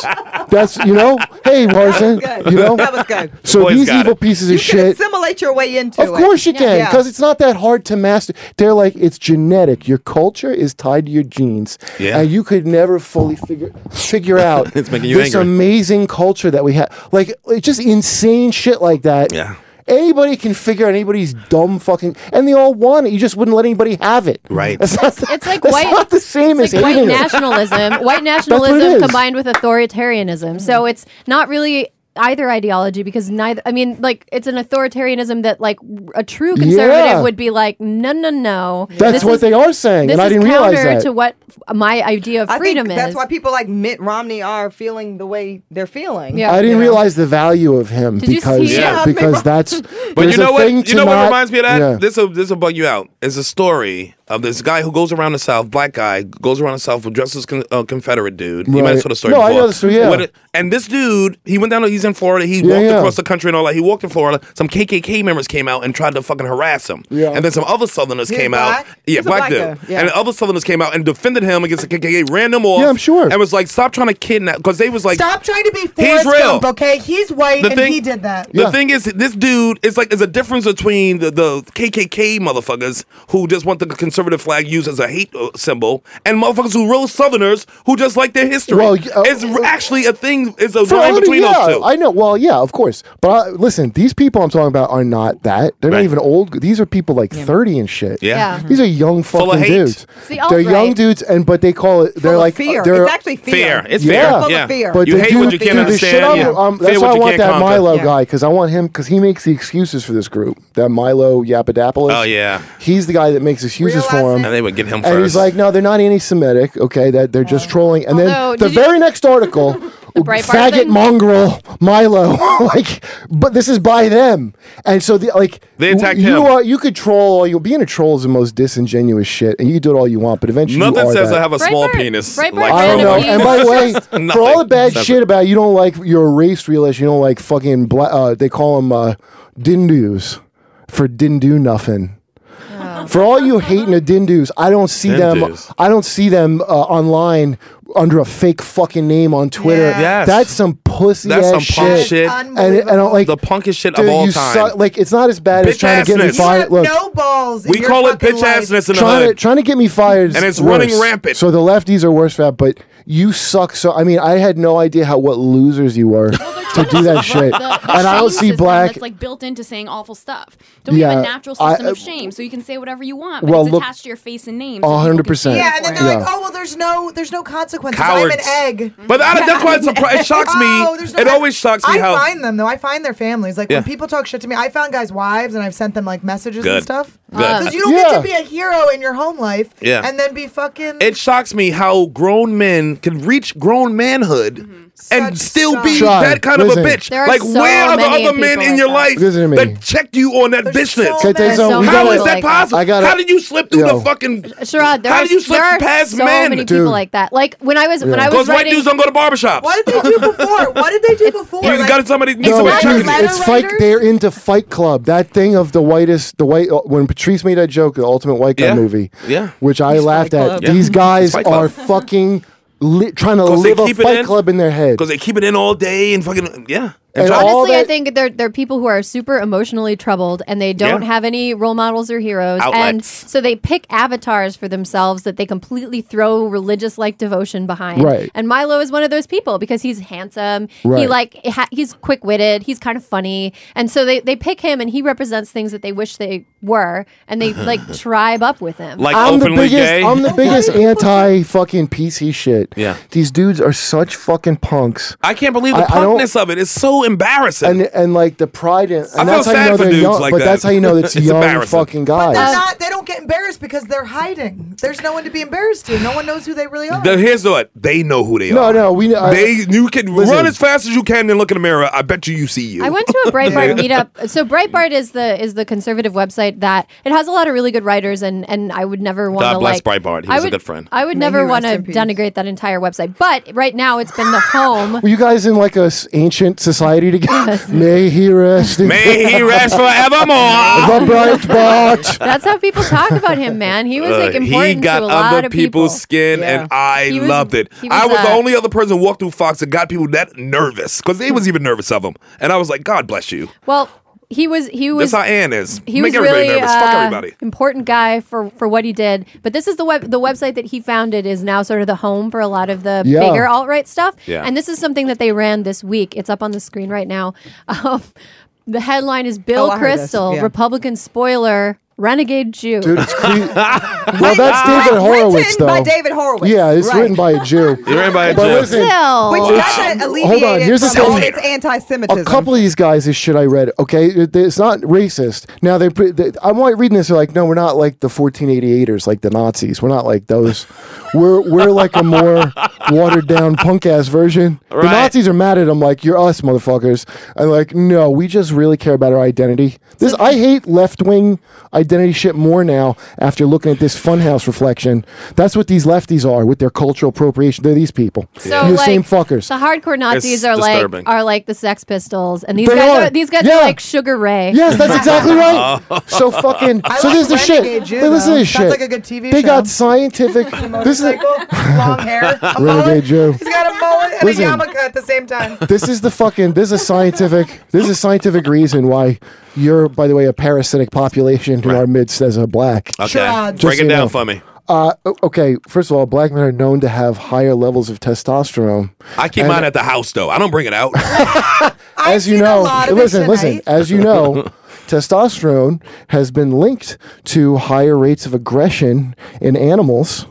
S3: That's you know, hey, Larson,
S5: Good.
S3: you know.
S5: that was good.
S3: So
S2: Boys
S3: these
S2: got
S3: evil
S2: it.
S3: pieces of
S5: You can
S3: shit.
S5: assimilate your way into
S3: Of
S5: it.
S3: course you can,
S5: Yeah.
S3: because it's not that hard to master. They're like it's genetic. Your culture is tied to your genes,
S2: Yeah.
S3: and you could never fully figure figure out
S2: It's making you
S3: this
S2: angry.
S3: amazing culture that we have. Like it's just insane shit like that.
S2: Yeah.
S3: Anybody can figure out anybody's dumb fucking, and they all want it. You just wouldn't let anybody have it.
S2: Right.
S3: That's not the,
S7: It's like
S3: that's
S7: white-
S3: Not the same
S7: It's
S3: as
S7: like white
S3: hating it.
S7: nationalism. White
S3: it
S7: nationalism
S3: is.
S7: combined with authoritarianism. So it's not really either ideology because neither i mean like it's an authoritarianism that like a true conservative
S3: Yeah.
S7: would be like no no no
S3: That's
S7: This
S3: what
S7: is-
S3: they are saying,
S7: this
S3: and I
S7: is
S3: didn't realize
S7: counter
S3: that.
S7: to what f- my idea of
S5: I think
S7: freedom is
S5: that's why people like Mitt Romney are feeling the way they're feeling.
S3: I didn't realize the value of him
S5: Did you
S3: because
S5: see Yeah. him?
S3: because that's
S2: But
S3: there's
S2: you
S3: a
S2: know what?
S3: thing
S2: You
S3: to
S2: know what
S3: not-
S2: reminds me of that?
S3: Yeah.
S2: This will this will bug you out. It's a story of this guy who goes around the South, black guy goes around the South, dresses as con- uh, Confederate dude. You might have
S3: Right.
S2: saw the story.
S3: No, I
S2: before.
S3: know the story, yeah.
S2: What it- and this dude, he went down. He's in Florida. He
S3: Yeah,
S2: walked
S3: yeah.
S2: across the country and all that. He walked in Florida. Some KKK members came out and tried to fucking harass him.
S3: Yeah.
S2: And then some other Southerners
S3: He was
S2: came
S3: black?
S2: out.
S3: He's
S2: Yeah,
S3: a black
S2: black, dude.
S3: guy, yeah.
S2: And other Southerners came out and defended him against the KKK. Ran them off.
S3: Yeah, I'm sure.
S2: And was like, stop trying to kidnap because they was like,
S6: Stop trying to be
S2: He's
S6: Forrest
S2: real.
S6: Gump, okay? He's white
S2: The
S6: and
S2: thing-
S6: he did that.
S2: The thing is, this dude, it's like there's a difference between the, the KKK motherfuckers who just want the conservative flag used as a hate uh, symbol and motherfuckers who real Southerners who just like their history.
S3: Well, uh,
S2: it's actually a thing, it's a
S3: For
S2: line
S3: other-
S2: between
S3: yeah,
S2: those two.
S3: I know. Well, yeah, of course. But I, listen, these people I'm talking about are not that. They're not even old. These are people like 30 and shit.
S2: Yeah. Yeah.
S3: These are young
S2: Full of
S3: fucking
S2: hate.
S3: dudes.
S2: It's the
S3: they're
S2: alt-right.
S3: young dudes, and but they call it. They're like
S5: fear.
S3: They're,
S5: It's actually fear.
S2: Fear. It's
S3: yeah.
S2: fear. Yeah. fear.
S3: But
S2: You
S3: they
S2: hate
S3: do,
S2: what you
S3: they
S2: can't
S3: do the shit
S2: understand,
S3: out of-
S2: yeah.
S3: um,
S2: Fear
S3: that's
S2: what
S3: why I
S2: you
S3: want
S2: can't
S3: that
S2: conquer.
S3: Milo
S2: Yeah.
S3: guy because I want him because he makes the excuses for this group. That Milo Yapadopoulos.
S2: Oh, yeah.
S3: He's the guy that makes excuses for him.
S2: And they would get him
S3: and
S2: first.
S3: he's like, no, they're not anti-Semitic. Okay, that they're just trolling. And
S7: Oh. Although,
S3: then the
S7: did you-
S3: very next article, faggot
S7: Breitbart thing?
S3: mongrel Milo, like, but this is by them. And so, the, like,
S2: They attacked
S3: you
S2: him.
S3: Are, you could troll. all you being a troll is the most disingenuous shit, and you can do it all you want, but eventually, you
S2: Nothing
S3: are
S2: says
S3: that.
S2: I have a small penis.
S7: Breitbart
S2: like
S3: I don't
S2: Trump.
S3: know. And by the way,
S2: Nothing
S3: for all the bad
S2: says
S3: shit
S2: it.
S3: about you don't like your race realist, you don't like fucking bla- uh, they call them uh, dindoos for didn't do nothing. For all you hating the dindoos, I don't see
S2: Dindoos.
S3: them. I don't see them uh, online under a fake fucking name on Twitter.
S2: Yeah. Yes.
S3: That's some pussy
S2: That's
S3: ass
S2: some punk
S3: shit.
S2: shit.
S3: And, and I don't like
S2: the punkest shit
S3: dude,
S2: of all
S3: you
S2: time.
S3: suck- like it's not as bad as trying to get me
S2: Bitch-assness.
S3: fired. Look,
S6: No balls. in
S2: we
S6: your
S2: call it
S6: fucking
S2: bitch
S6: life.
S2: assness in the
S3: trying to
S2: hood.
S3: trying to get me fired, is
S2: And it's
S3: worse.
S2: running rampant.
S3: So the lefties are worse for that, but you suck. So I mean, I had no idea how what losers you were to do that shit.
S8: The- the
S3: and I
S8: shame
S3: don't see
S8: system
S3: black.
S8: That's like built into saying awful stuff. Don't we have
S3: Yeah,
S8: a natural system
S3: I-
S8: of shame, so you can say whatever you want, but
S3: Well,
S8: it's
S3: look-
S8: attached to your face and name.
S3: A
S8: so people
S3: hundred
S8: can
S3: percent.
S8: feel
S6: Yeah, and then they're
S3: Yeah.
S6: like, oh well, there's no, there's no consequences. I'm
S2: Cowards.
S6: an egg.
S2: But I- that's why it's surpri- it shocks me.
S6: Oh, there's
S2: It always shocks me
S6: I
S2: how-
S6: find them though. I find their families. Like
S2: Yeah.
S6: when people talk shit to me, I found guys' wives, and I've sent them like messages
S2: Good.
S6: and stuff.
S2: Good.
S6: Because you don't get to be a hero in your home life.
S2: Yeah.
S6: And then be fucking.
S2: It shocks me how grown men can reach grown manhood and still be
S3: Try.
S2: that kind
S3: Listen.
S2: of a bitch.
S3: There are
S2: Like,
S3: so
S2: where are the
S3: many
S2: other men
S3: people
S2: in
S3: like
S2: your
S3: that.
S2: life
S3: Listen to me.
S2: that checked you on that bitchness?
S3: Can I tell you
S7: so
S3: something? We
S7: many
S2: How
S3: gotta-
S2: is that possible?
S3: I gotta,
S2: How did you slip through
S3: Yo.
S2: the fucking?
S7: Sharad, there
S2: How
S7: are,
S2: did you slip
S7: there are
S2: past
S7: so
S2: men?
S7: many people
S2: Dude.
S7: like that. Like when I was when I was
S2: Because white
S7: writing,
S2: dudes don't go to barbershops. What
S6: did they do before? What did they do before?
S2: You got somebody. needs
S3: No,
S2: somebody
S3: it's,
S2: checking you.
S3: it's like they're into Fight Club. That thing of the whitest, the white. uh, When Patrice made that joke, the ultimate white guy
S2: Yeah.
S3: movie,
S2: Yeah.
S3: which I laughed
S2: Fight
S3: at.
S2: Club. Yeah.
S3: These
S2: It's
S3: guys
S2: Fight
S3: are
S2: Club.
S3: fucking li- trying to
S2: 'Cause they
S3: live a
S2: keep it
S3: Fight
S2: in.
S3: Club in their head.
S2: Because they keep it in all day and fucking yeah.
S3: And
S2: try-
S3: all
S7: honestly, I think they're they're people who are super emotionally troubled and they don't
S2: Yeah.
S7: have any role models or heroes, and
S2: Outlets.
S7: so they pick avatars for themselves that they completely throw religious like devotion behind.
S13: Right.
S7: And Milo is one of those people because he's handsome. He
S13: Right.
S7: like ha- he's quick witted. He's kind of funny, and so they they pick him, and he represents things that they wish they were, and they like tribe up with him.
S2: Like
S3: I'm the
S2: openly
S3: biggest,
S2: gay.
S3: I'm the biggest anti fucking PC shit.
S2: Yeah.
S3: These dudes are such fucking punks.
S2: I can't believe the
S3: I- I don't-
S2: punkness of it. It's so embarrassing.
S3: And and like the pride in. And
S2: I feel
S3: that's how
S2: sad
S3: you know
S2: for
S3: they're
S2: dudes
S3: young,
S2: like
S3: but
S2: that.
S3: that's how you know that's
S2: It's
S3: young
S2: embarrassing.
S3: fucking
S6: But
S3: guys.
S6: they're not, they don't get embarrassed because they're hiding. There's no one to be embarrassed to. No one knows who they really are.
S2: The, here's what they know who they
S3: No,
S2: are.
S3: no, we know- I-
S2: They you can
S3: Listen.
S2: run as fast as you can and look in the mirror. I bet you you see you.
S7: I went to a Breitbart meetup. So Breitbart is the is the conservative website that it has a lot of really good writers, and and I would never want to
S2: bless
S7: like
S2: Breitbart. He
S7: I
S2: was a
S7: would-
S2: good friend.
S7: I would
S2: May he
S7: never
S2: rest
S7: want to
S2: in peace.
S7: denigrate that entire website, but right now it's been the home.
S3: Were you guys in like a s- ancient society together? May he rest. in-
S2: May he rest forevermore.
S3: the bright spot.
S7: That's how people talk about him, man. He was like
S2: Uh,
S7: important
S2: he got
S7: to a
S2: under
S7: lot of people.
S2: people's skin,
S7: Yeah.
S2: and I
S7: He was-
S2: loved it.
S7: he
S2: I
S7: was,
S2: was the
S7: uh,
S2: only other person who walked through Fox that got people that nervous because they was even nervous of him. And I was like, God bless you.
S7: Well, he was he was
S2: That's how Ann is.
S7: He
S2: Make
S7: was
S2: everybody
S7: really
S2: nervous. Fuck
S7: uh,
S2: everybody.
S7: important guy for for what he did. But this is the web the website that he founded is now sort of the home for a lot of the
S13: Yeah.
S7: bigger alt right stuff.
S13: Yeah.
S7: And this is something that they ran this week. It's up on the screen right now. Um, the headline is
S13: Oh,
S7: Bill
S13: I heard this.
S7: Crystal
S13: Yeah.
S7: Republican spoiler. Renegade Jew.
S3: Dude, it's cre- well, that's David Horowitz, though.
S5: by David Horowitz,
S3: Yeah, it's
S5: right.
S3: written by a Jew.
S2: written by a
S3: But
S2: Jew.
S3: listen,
S5: Still. Which doesn't alleviate
S3: Oh, Hold on,
S5: it
S3: here's the
S5: from all
S3: thing.
S5: its anti-Semitism.
S3: A couple of these guys' is shit I read. Okay, It- it's not racist. Now they're, pre- they I'm like reading this. They're like, no, we're not like the 1488ers, like the Nazis. We're not like those. we're we're like a more watered down punk ass version. The
S13: Right.
S3: Nazis are mad at them, like you're us, motherfuckers. And like, no, we just really care about our identity. This I hate left wing identity shit more now after looking at this funhouse reflection. That's what these lefties are with their cultural appropriation. They're these people.
S7: So
S3: You're the
S7: like,
S3: same fuckers.
S7: The hardcore Nazis
S3: It's
S7: are
S3: disturbing.
S7: like are like the Sex Pistols, and these
S3: They
S7: guys are,
S3: are.
S7: these guys
S3: Yeah.
S7: are like Sugar Ray.
S3: Yes, that's exactly right. So fucking.
S7: I
S3: so
S7: like
S3: this is the
S7: Renegade
S3: shit.
S7: Jew,
S3: Hey, listen to
S7: though.
S3: this shit.
S7: Sounds like a good TV
S3: They
S7: show.
S3: got scientific. this is
S6: oh, long hair. a mullet.
S3: Renegade Jew.
S6: He's got a mullet and
S3: Listen.
S6: a yarmulke at the same time.
S3: This is the fucking. This is scientific. This is scientific reason why you're, by the way, a parasitic population who are midst as a black.
S2: Okay.
S3: Just
S2: Break
S3: so
S2: it
S3: you
S2: down
S3: know.
S2: for me.
S3: Uh, o- okay, first of all, black men are known to have higher levels of testosterone.
S2: I keep
S3: And-
S2: mine at the house though. I don't bring it out.
S3: as you know,
S2: lot of it
S3: listen, listen.
S2: tonight.
S3: As you know, testosterone has been linked to higher rates of aggression in animals,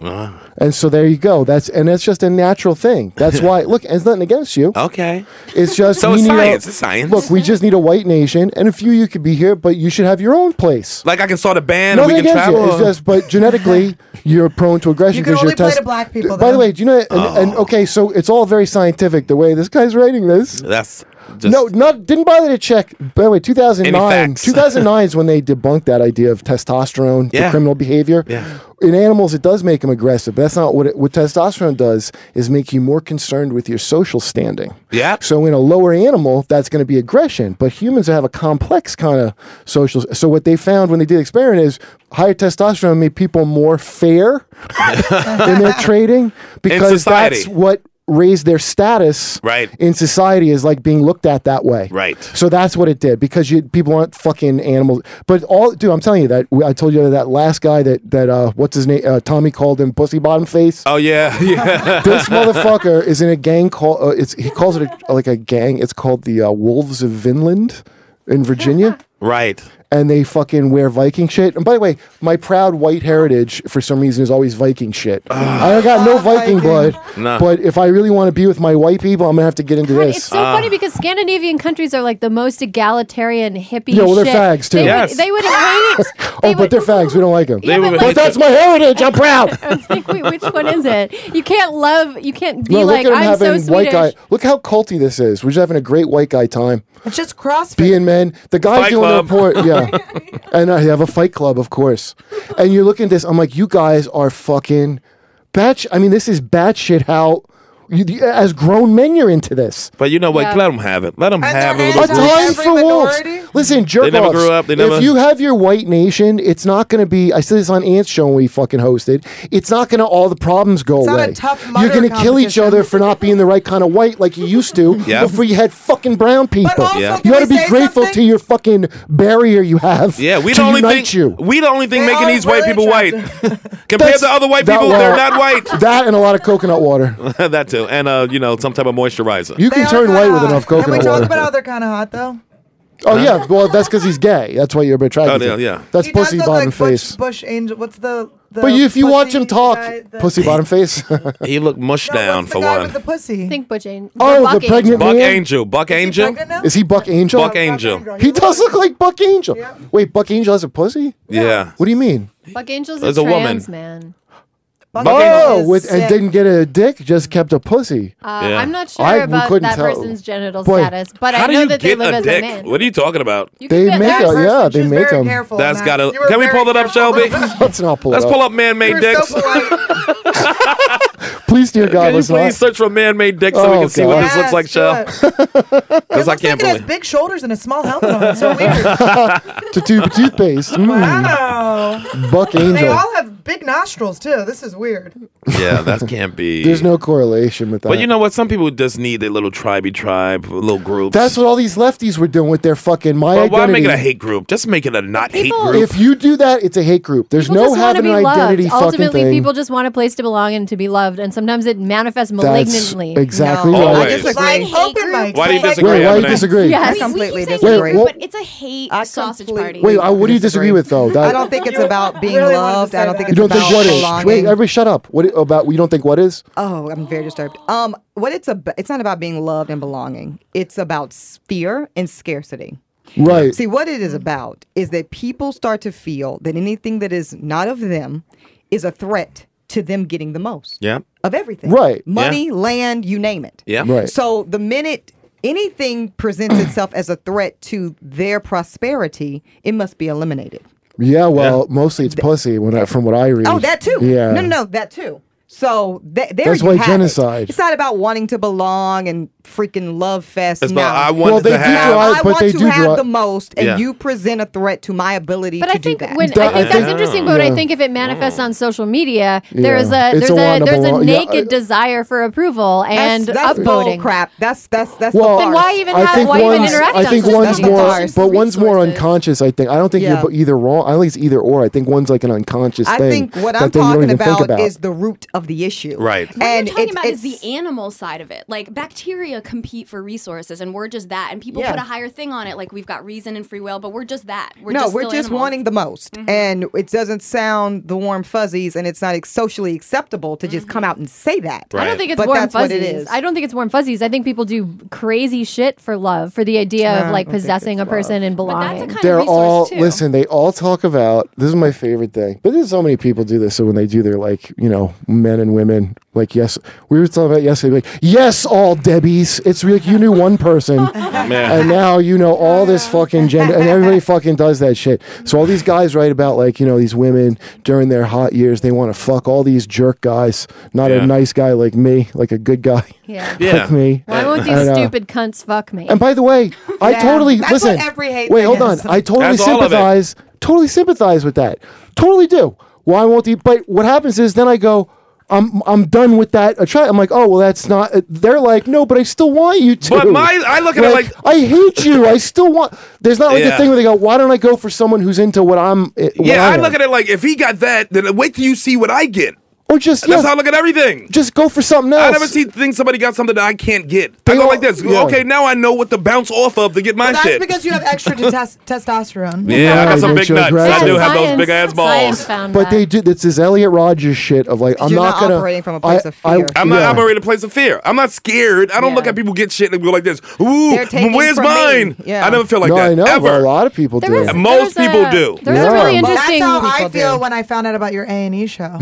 S3: and so there you go. That's and that's just a natural thing. That's why. look, it's nothing against you.
S2: Okay,
S3: it's just
S2: So
S3: we
S2: it's
S3: need a-
S2: science, it's science.
S3: Look, we just need a white nation, and a few of you could be here, but you should have your own place.
S2: like I can start a band
S3: Nothing
S2: and we can
S3: against
S2: travel.
S3: you. It's just, but genetically, you're prone to aggression
S6: You can
S3: because
S6: only
S3: you're
S6: play
S3: test-
S6: to black people,
S3: By the
S6: though.
S3: way, do you know? And, and
S2: Oh.
S3: okay, so it's all very scientific the way this guy's writing this.
S2: That's
S3: no, not didn't bother to check. By the way, 2009,
S2: facts.
S3: 2009 is when they debunked that idea of testosterone,
S2: Yeah.
S3: the criminal behavior. In animals, it does make them aggressive, but that's not what it, what testosterone does. Is make you more concerned with your social standing.
S2: Yeah.
S3: So in a lower animal, that's going to be aggression, but humans have a complex kind of social. So what they found when they did the experiment is higher testosterone made people more fair in their trading because
S2: society.
S3: that's what raised their status
S2: Right.
S3: in society is like being looked at that way.
S2: Right.
S3: So that's what it did because you people aren't fucking animals. But all, dude, I'm telling you that I told you that last guy that that uh, what's his name? Uh, Tommy called him pussy bottom face.
S2: Oh yeah, yeah.
S3: this motherfucker is in a gang called. Uh, it's he calls it a, like a gang. It's called the uh, Wolves of Vinland in Virginia.
S2: Right.
S3: And they fucking wear Viking shit. And by the way, my proud white heritage for some reason is always Viking shit. I don't
S7: Ah,
S3: got no Viking blood,
S2: Nah.
S3: but if I really want to be with my white people, I'm gonna have to get into this.
S7: It's so
S2: Ah.
S7: funny because Scandinavian countries are like the most egalitarian hippie.
S3: Yeah, well, they're
S7: shit.
S3: fags, too.
S7: They
S3: Yes.
S7: would, they would invite.
S3: oh, but they're fags. We don't like them.
S7: Yeah, but,
S3: but
S7: like-
S3: that's my heritage. I'm proud.
S7: I was like, wait, which one is it? You can't love. You can't be
S3: No, look
S7: like
S3: at him
S7: I'm so
S3: having white
S7: Swedish.
S3: guy. Look how culty this is. We're just having a great white guy time.
S6: It's just CrossFit.
S3: Being men, the guy
S6: Fight
S3: doing the
S6: club.
S3: report, yeah, and I have a fight club, of course. And you look at this, I'm like, you guys are fucking batch. I mean, this is batshit. How you, you- as grown men, you're into this.
S2: But you know what?
S3: Yeah.
S2: Let them have it. Let them have a little.
S3: A time for wolves. Listen, jerk
S2: They never
S3: offs.
S2: grew up, they never-
S3: If you have your white nation, it's not going to be. I said this on Ant's show when we fucking hosted. It's not going to all the problems go
S6: It's not
S3: away.
S6: a tough
S3: You're
S6: mudder
S3: gonna kill each other for not being the right kind of white like you used to
S2: Yeah.
S3: before you had fucking brown people.
S2: also, Yeah.
S3: You
S2: can
S3: ought to
S2: we
S3: be
S2: say
S3: grateful to your fucking barrier you have.
S2: Yeah, we
S3: to
S2: the only
S3: unite
S2: thing
S3: you.
S2: we the only thing making these white people white. Compared
S3: That's-
S2: to other white
S3: that
S2: people,
S3: well.
S2: they're not white.
S3: That and a lot of coconut water.
S2: that too, and uh, you know, some type of moisturizer.
S3: You can turn white with enough
S6: Can we
S3: coconut
S6: talk
S3: water.
S6: about how they're kind of hot though?
S3: oh yeah, well that's because he's gay. That's why you're attracted.
S2: Oh, yeah,
S3: to him.
S2: yeah.
S3: That's
S6: He does
S3: pussy
S6: look
S3: bottom
S6: like Butch-
S3: face.
S6: Bush Angel. What's the? the
S3: But you, if you watch
S6: pussy
S3: him talk,
S6: guy, the-
S3: pussy bottom face.
S2: he looked mush down for
S6: guy
S2: one.
S6: with the pussy.
S7: Think Butch Angel.
S3: Oh, the pregnant
S2: Buck
S3: man.
S2: Angel. Buck Angel.
S3: Is he Buck Angel?
S2: Buck Angel.
S3: He does look like Buck Angel. Wait, Buck Angel has a pussy?
S2: Yeah.
S3: What do you mean?
S7: Buck Angel's
S2: There's
S7: a,
S2: a woman.
S7: trans man.
S3: oh, with, and didn't get a dick, just kept a pussy.
S7: Uh,
S2: Yeah.
S7: I'm not sure
S3: I- we
S7: about
S3: couldn't
S7: that
S3: tell.
S7: person's genital
S3: Boy.
S7: status, but
S2: How
S7: I
S2: do
S7: know
S2: you
S7: that they
S2: get
S7: live
S2: a
S7: as
S2: dick?
S7: a man.
S2: What are you talking about?
S3: They make
S7: that
S3: a, yeah, they make them.
S2: That's got to. Can we pull that up, Shelby?
S3: Let's not pull
S2: Let's
S3: it up.
S2: pull up man-made dicks.
S3: Please, dear God,
S2: Can you
S3: let's
S2: please
S3: not.
S2: search for man-made dicks so we
S3: Oh,
S2: can see what
S3: God.
S2: this looks like, Shell? Because I can't
S6: Look at his
S2: believe.
S6: big shoulders and a small helmet on. It's so weird.
S3: to tooth- toothpaste. Mm.
S6: Wow.
S3: Buck
S6: They
S3: Angel.
S6: all have big nostrils too. This is weird.
S2: Yeah, that can't be.
S3: There's no correlation with that.
S2: But you know what? Some people just need their little tribey tribe, little groups.
S3: That's what all these lefties were doing with their fucking my
S2: But why
S3: identity.
S2: make it a hate group? Just make it a not hate group.
S3: If you do that, it's a hate group. There's
S7: Oh. People
S3: no
S7: just want
S3: having
S7: to be
S3: an identity
S7: loved. Ultimately,
S3: fucking thing.
S7: people just want a place to belong and to be loved, and sometimes it manifests
S3: That's
S7: malignantly.
S3: exactly No. right. I disagree.
S6: Like open mics.
S3: Why do you
S6: Like-
S3: disagree, Wait, why do you Eminem? disagree?
S6: Yes.
S3: I
S6: I completely
S3: keep saying
S6: disagree.
S3: hate group, Wait,
S8: but it's a hate sausage party.
S3: Wait, uh, what do you disagree with though? That-
S5: I don't think it's about being
S6: really wanted to
S5: loved.
S6: say
S5: I don't think
S3: you
S5: it's
S3: don't
S5: about
S3: think what is?
S5: belonging.
S3: Wait, everybody, shut up. What i- about? You don't think what is?
S5: Oh, I'm very disturbed. Um, what it's about? It's not about being loved and belonging. It's about s- fear and scarcity.
S3: Right.
S5: See, what
S2: Mm.
S5: it is about is that people start to feel that anything that is not of them is a threat to them getting the most
S2: Yeah.
S5: of everything.
S2: Right.
S5: Money,
S2: Yeah.
S5: land, you name it.
S2: Yeah. Right.
S5: So the minute anything presents itself as a threat to their prosperity, it must be eliminated.
S3: Yeah. Well, mostly it's pussy. When I, from what I read.
S5: Oh, that too.
S3: Yeah.
S5: No, no, no, that too. So th- there
S3: That's
S5: you
S3: why
S5: have it.
S3: genocide.
S5: It's not about wanting to belong and freaking love fest.
S2: It's
S5: no.
S2: about I wanted Well, they to do have-
S3: drive,
S5: I
S3: but
S5: want
S3: they
S5: to
S3: do
S5: have
S3: drive-
S5: the most, and
S3: Yeah.
S5: you present a threat to my ability
S7: But
S5: to
S7: I think
S5: do that.
S7: when I think that's interesting, but I think if it manifests on social media, there is a
S5: Yeah. It's
S7: there's
S5: a
S7: a,
S5: wanna
S7: there's a
S5: belong- yeah,
S7: naked
S5: I-
S7: desire for approval and
S5: that's, that's bull
S7: upvoting.
S5: crap. That's that's that's
S7: Well,
S5: the
S7: Then
S5: farce.
S7: why even I have- think why even
S3: one's,
S7: interact
S3: I
S7: on
S3: think
S7: social
S3: one's
S7: media?
S3: more,
S7: Bars,
S3: but one's more unconscious. I think. I don't think
S5: Yeah.
S3: you're b- either wrong. I don't think it's either or. I think one's like an unconscious
S5: I
S3: thing.
S5: think what
S3: that
S5: I'm
S3: they don't
S5: talking
S3: even think
S5: about,
S3: about
S5: is the root of the issue.
S3: Right.
S8: What
S5: And
S8: you're talking
S5: it's-
S8: about is
S5: it's-
S8: the animal side of it. Like bacteria compete for resources, and we're just that. And people
S5: Yeah.
S8: put a higher thing on it. Like we've got reason and free will, but we're just that. We're
S5: no,
S8: just
S5: we're
S8: still
S5: just
S8: animals.
S5: wanting the most,
S7: Mm-hmm.
S5: and it doesn't sound the warm fuzzies, and it's not ex- socially acceptable to just come out and say that.
S7: Mm-hmm. I don't think it's
S5: but
S7: warm
S5: that's
S7: fuzzies.
S5: What it is.
S7: I don't think it's warm fuzzies. I think people do crazy shit for love, for the idea
S5: No, I
S7: of like
S5: don't think
S7: possessing a person and belonging.
S3: They're all listen. They all talk about this is my favorite thing, but there's so many people do this. So when they do, they're like, you know, men and women. Like yes, we were talking about yesterday. Like yes, all Debbies. It's like you knew one person, and now you know all this fucking gender, and everybody fucking does that shit. So all these guys write about like you know these women during their hot years. They want to fuck all these jerk guys, not
S2: Yeah.
S3: a nice guy like me, like a good guy
S7: Yeah.
S3: like me.
S7: Why won't
S3: I
S7: these
S3: know.
S7: stupid cunts fuck me?
S3: And by the way, I
S7: Yeah.
S3: totally
S7: That's
S3: listen.
S7: what every hate
S3: wait,
S7: thing
S3: hold on.
S7: is.
S3: I totally
S7: That's all of it.
S3: sympathize. Totally sympathize with that. Totally do. Why won't he? But what happens is then I go. I'm I'm done with that. Attract. I'm like, oh well, that's not. They're like, no, but I still want you to.
S2: But my- I look at it like-
S3: I hate you. I still want. There's not like
S2: Yeah.
S3: a thing where they go, why don't I go for someone who's into what I'm? eh, What
S2: Yeah,
S3: I,
S2: I look at it like if he got that, then wait till you see what I get.
S3: Or just
S2: that's
S3: yeah.
S2: how I look at everything.
S3: Just go for something else.
S2: I never see think somebody got something that I can't get. I go like this.
S3: yeah.
S2: Okay, now I know what to bounce off of to get my
S6: That's
S2: shit.
S6: because you have extra tes- testosterone.
S2: yeah, I got some
S3: Right,
S2: big
S3: you're
S2: nuts. I
S3: aggressive.
S2: do have those
S6: Science-
S2: big ass balls.
S3: but they do. It's this Elliot Rogers shit of like, I'm
S2: You're
S3: not,
S2: not
S3: gonna
S2: operating from a place
S3: I,
S2: of fear. I'm not
S3: yeah.
S2: operating a place of fear. I'm not scared. I don't look at people get shit and go like this. Ooh,
S3: They're taking
S2: where's
S3: from me."
S2: mine?
S3: Yeah.
S2: I never feel like
S3: No,
S2: that
S3: I know, but
S2: ever.
S3: a lot of people do.
S2: And Most people do.
S6: That's how I
S2: people
S6: feel
S2: do.
S6: when I found out about your A and E show.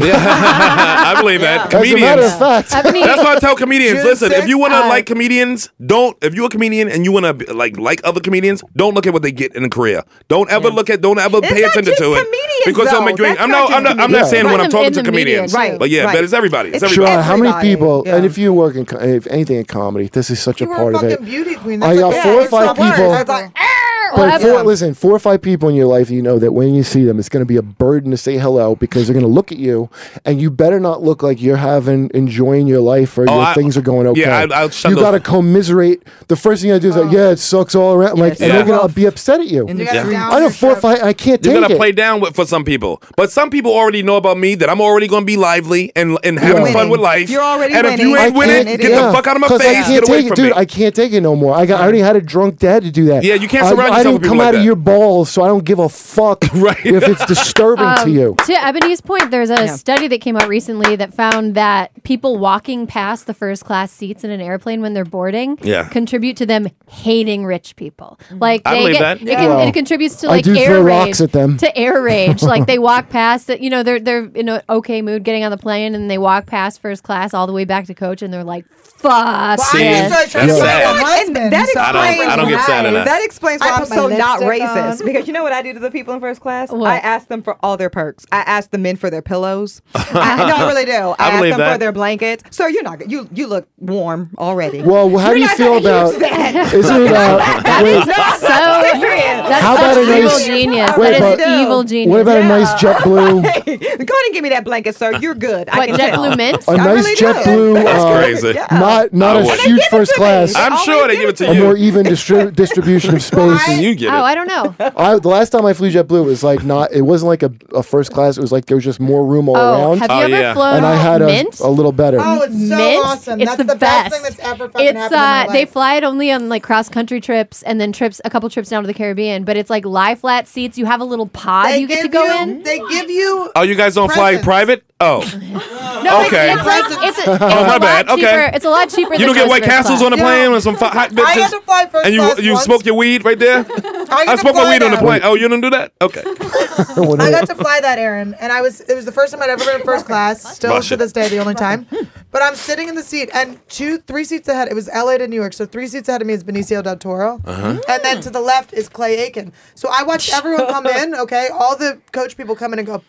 S2: I believe that.
S3: As a
S2: Comedians.
S3: matter of fact. Ebony-
S2: That's why I tell comedians.
S6: June
S2: listen, if you want to
S6: 6th, uh,
S2: like comedians, don't. If you're a comedian and you want to like like other comedians, don't look at what they get in a career. Don't ever look at. Don't ever
S5: It's
S2: pay
S5: not
S2: attention
S5: just
S2: to it.
S5: comedians,
S2: Because
S5: though.
S2: they'll make you.
S5: That's
S2: I'm not.
S5: not just
S2: I'm not. I'm not
S3: comedians.
S2: saying
S3: Yeah.
S2: when I'm
S3: Right.
S2: talking
S3: In
S2: to
S3: the media,
S2: comedians.
S3: too. Right,
S2: But yeah,
S3: right.
S2: but it's everybody. It's
S3: Sure,
S2: everybody.
S3: how many
S6: everybody,
S3: people?
S6: yeah.
S3: And if you work in, co- if anything in comedy, this is such a part of it.
S6: fucking beauty queen.
S3: I
S6: That's
S3: got
S6: like-
S3: four
S6: yeah,
S3: or
S6: it's
S3: five
S6: the worst.
S3: people.
S6: It's like,
S3: But four, listen, four or five people in your life, you know that when you see them, it's going to be a burden to say hello because they're going to look at you, and you better not look like you're having enjoying your life or
S2: Oh,
S3: your
S2: I-
S3: things are going okay.
S2: yeah, I- I'll shut
S3: you
S2: those-
S3: got to commiserate. The first thing I do is like, Oh. yeah, it sucks all around. like, and
S2: Yeah.
S3: they're going to be upset at you.
S2: you gotta Yeah. down
S3: I know four or five. I can't
S2: You're
S3: take
S2: gonna
S3: it.
S2: play down with for some people, but some people already know about me that I'm already gonna be lively and and having fun with life.
S5: You're already
S2: and if you
S5: winning.
S2: ain't
S5: I
S2: winning,
S5: can't-
S2: get
S5: yeah.
S2: the fuck out of my
S3: 'Cause I
S2: face.
S3: can't
S2: Get away
S3: take it,
S2: from
S3: dude.
S2: me.
S3: I can't take it no more. I got. I already had a drunk dad to do that.
S2: Yeah, you can't
S3: I-
S2: surround
S3: I,
S2: yourself
S3: didn't
S2: with people
S3: come
S2: like
S3: out of
S2: that.
S3: your balls, so I don't give a fuck right. if it's disturbing to
S7: Um,
S3: you.
S7: To Ebony's point, there's a study that came out recently that found that people walking past the first class seats in an airplane when they're boarding
S13: Yeah.
S7: contribute to them hating rich people. Like
S13: I
S7: they
S13: believe
S7: get,
S13: that.
S7: It,
S13: Yeah.
S7: can,
S13: Well,
S7: it contributes to
S13: I
S7: like
S13: do
S7: air
S13: throw
S7: rage
S13: rocks at them.
S7: to air rage. like they walk past it, you know, they're they're in an okay mood getting on the plane and they walk past first class all the way back to coach and they're like, "Fuck."
S2: See?
S7: this."
S2: That's sad.
S5: And that
S2: I don't- I
S5: explains
S2: don't get sad
S5: why-
S2: enough.
S5: That explains
S6: I
S5: why I'm
S6: my
S5: so not
S6: lipstick
S5: racist
S6: on.
S5: because you know what I do to the people in first class?
S6: What?
S5: I ask them for all their perks. I ask the men for their pillows. I, no, I really do. I,
S3: I
S5: ask
S3: believe
S5: them
S3: that.
S5: for their blankets. Sir, you're not. You you look warm already.
S3: Well, how do you
S5: You're not
S3: feel
S5: gonna
S3: about?
S5: use that.
S3: Is it about?
S5: That
S3: wait,
S5: is not
S7: So-
S5: serious.
S7: that's
S3: how about
S7: such
S3: a
S7: evil
S3: nice
S7: genius.
S3: Wait,
S7: That is
S3: but
S7: evil
S3: What
S7: genius.
S3: about a nice jet blue?
S5: Go ahead and give me that blanket, sir. You're good. I
S7: What,
S5: can
S7: jet
S5: tell.
S7: blue mint?
S3: A
S5: I
S3: nice
S5: really
S3: jet
S5: do.
S3: blue.
S2: That's
S3: uh,
S2: crazy.
S3: Not not
S2: I
S3: a
S2: would.
S3: huge first class.
S2: I'm sure they give it to
S3: A
S2: you.
S3: more even distri- distribution of space.
S2: You get
S7: Oh,
S2: it.
S7: I don't know.
S3: I, the last time I flew JetBlue, it was like not. It wasn't like a, a first class. It was like there was just more room all
S7: Oh,
S3: around.
S7: have you Oh, ever yeah. flown
S3: And I had
S7: Mint?
S3: a, a little better.
S6: Oh, it's so
S7: Mint?
S6: awesome.
S7: It's
S6: That's
S7: the,
S6: the
S7: best.
S6: best thing that's ever fucking
S7: it's,
S6: happened in my
S7: uh, They
S6: life.
S7: fly it only on like cross country trips and then trips, a couple trips down to the Caribbean. But it's like lie flat seats. You have a little pod
S6: They
S7: you get to
S6: give
S7: go
S6: you-
S7: in.
S6: They give you.
S2: Oh, you guys don't fly private? Oh.
S7: No,
S2: okay.
S7: It's, it's like it's, a,
S2: Oh,
S7: it's
S2: my
S7: a lot
S2: bad.
S7: Cheaper.
S2: Okay.
S7: It's a lot cheaper.
S2: You
S7: than
S2: don't get
S7: goes
S2: White
S7: first
S2: Castles
S7: class.
S2: on the plane and some fi- hot bitches.
S6: I had to fly first
S2: and you
S6: class
S2: you
S6: once.
S2: smoke your weed right there.
S6: I
S2: I,
S6: get to
S2: smoke my
S6: fly
S2: weed on the
S6: now.
S2: plane. Oh, you didn't do that? Okay.
S6: I got to fly that, Aaron, and I was. It was the first time I'd ever been in first class. Still
S2: Rush
S6: to
S2: it.
S6: this day, the only time. But I'm sitting in the seat, and two, three seats ahead. It was L.A. to New York, so three seats ahead of me is Benicio del Toro,
S13: Uh-huh.
S6: and then to the left is Clay Aiken. So I watched everyone come in. Okay, all the coach people come in and go.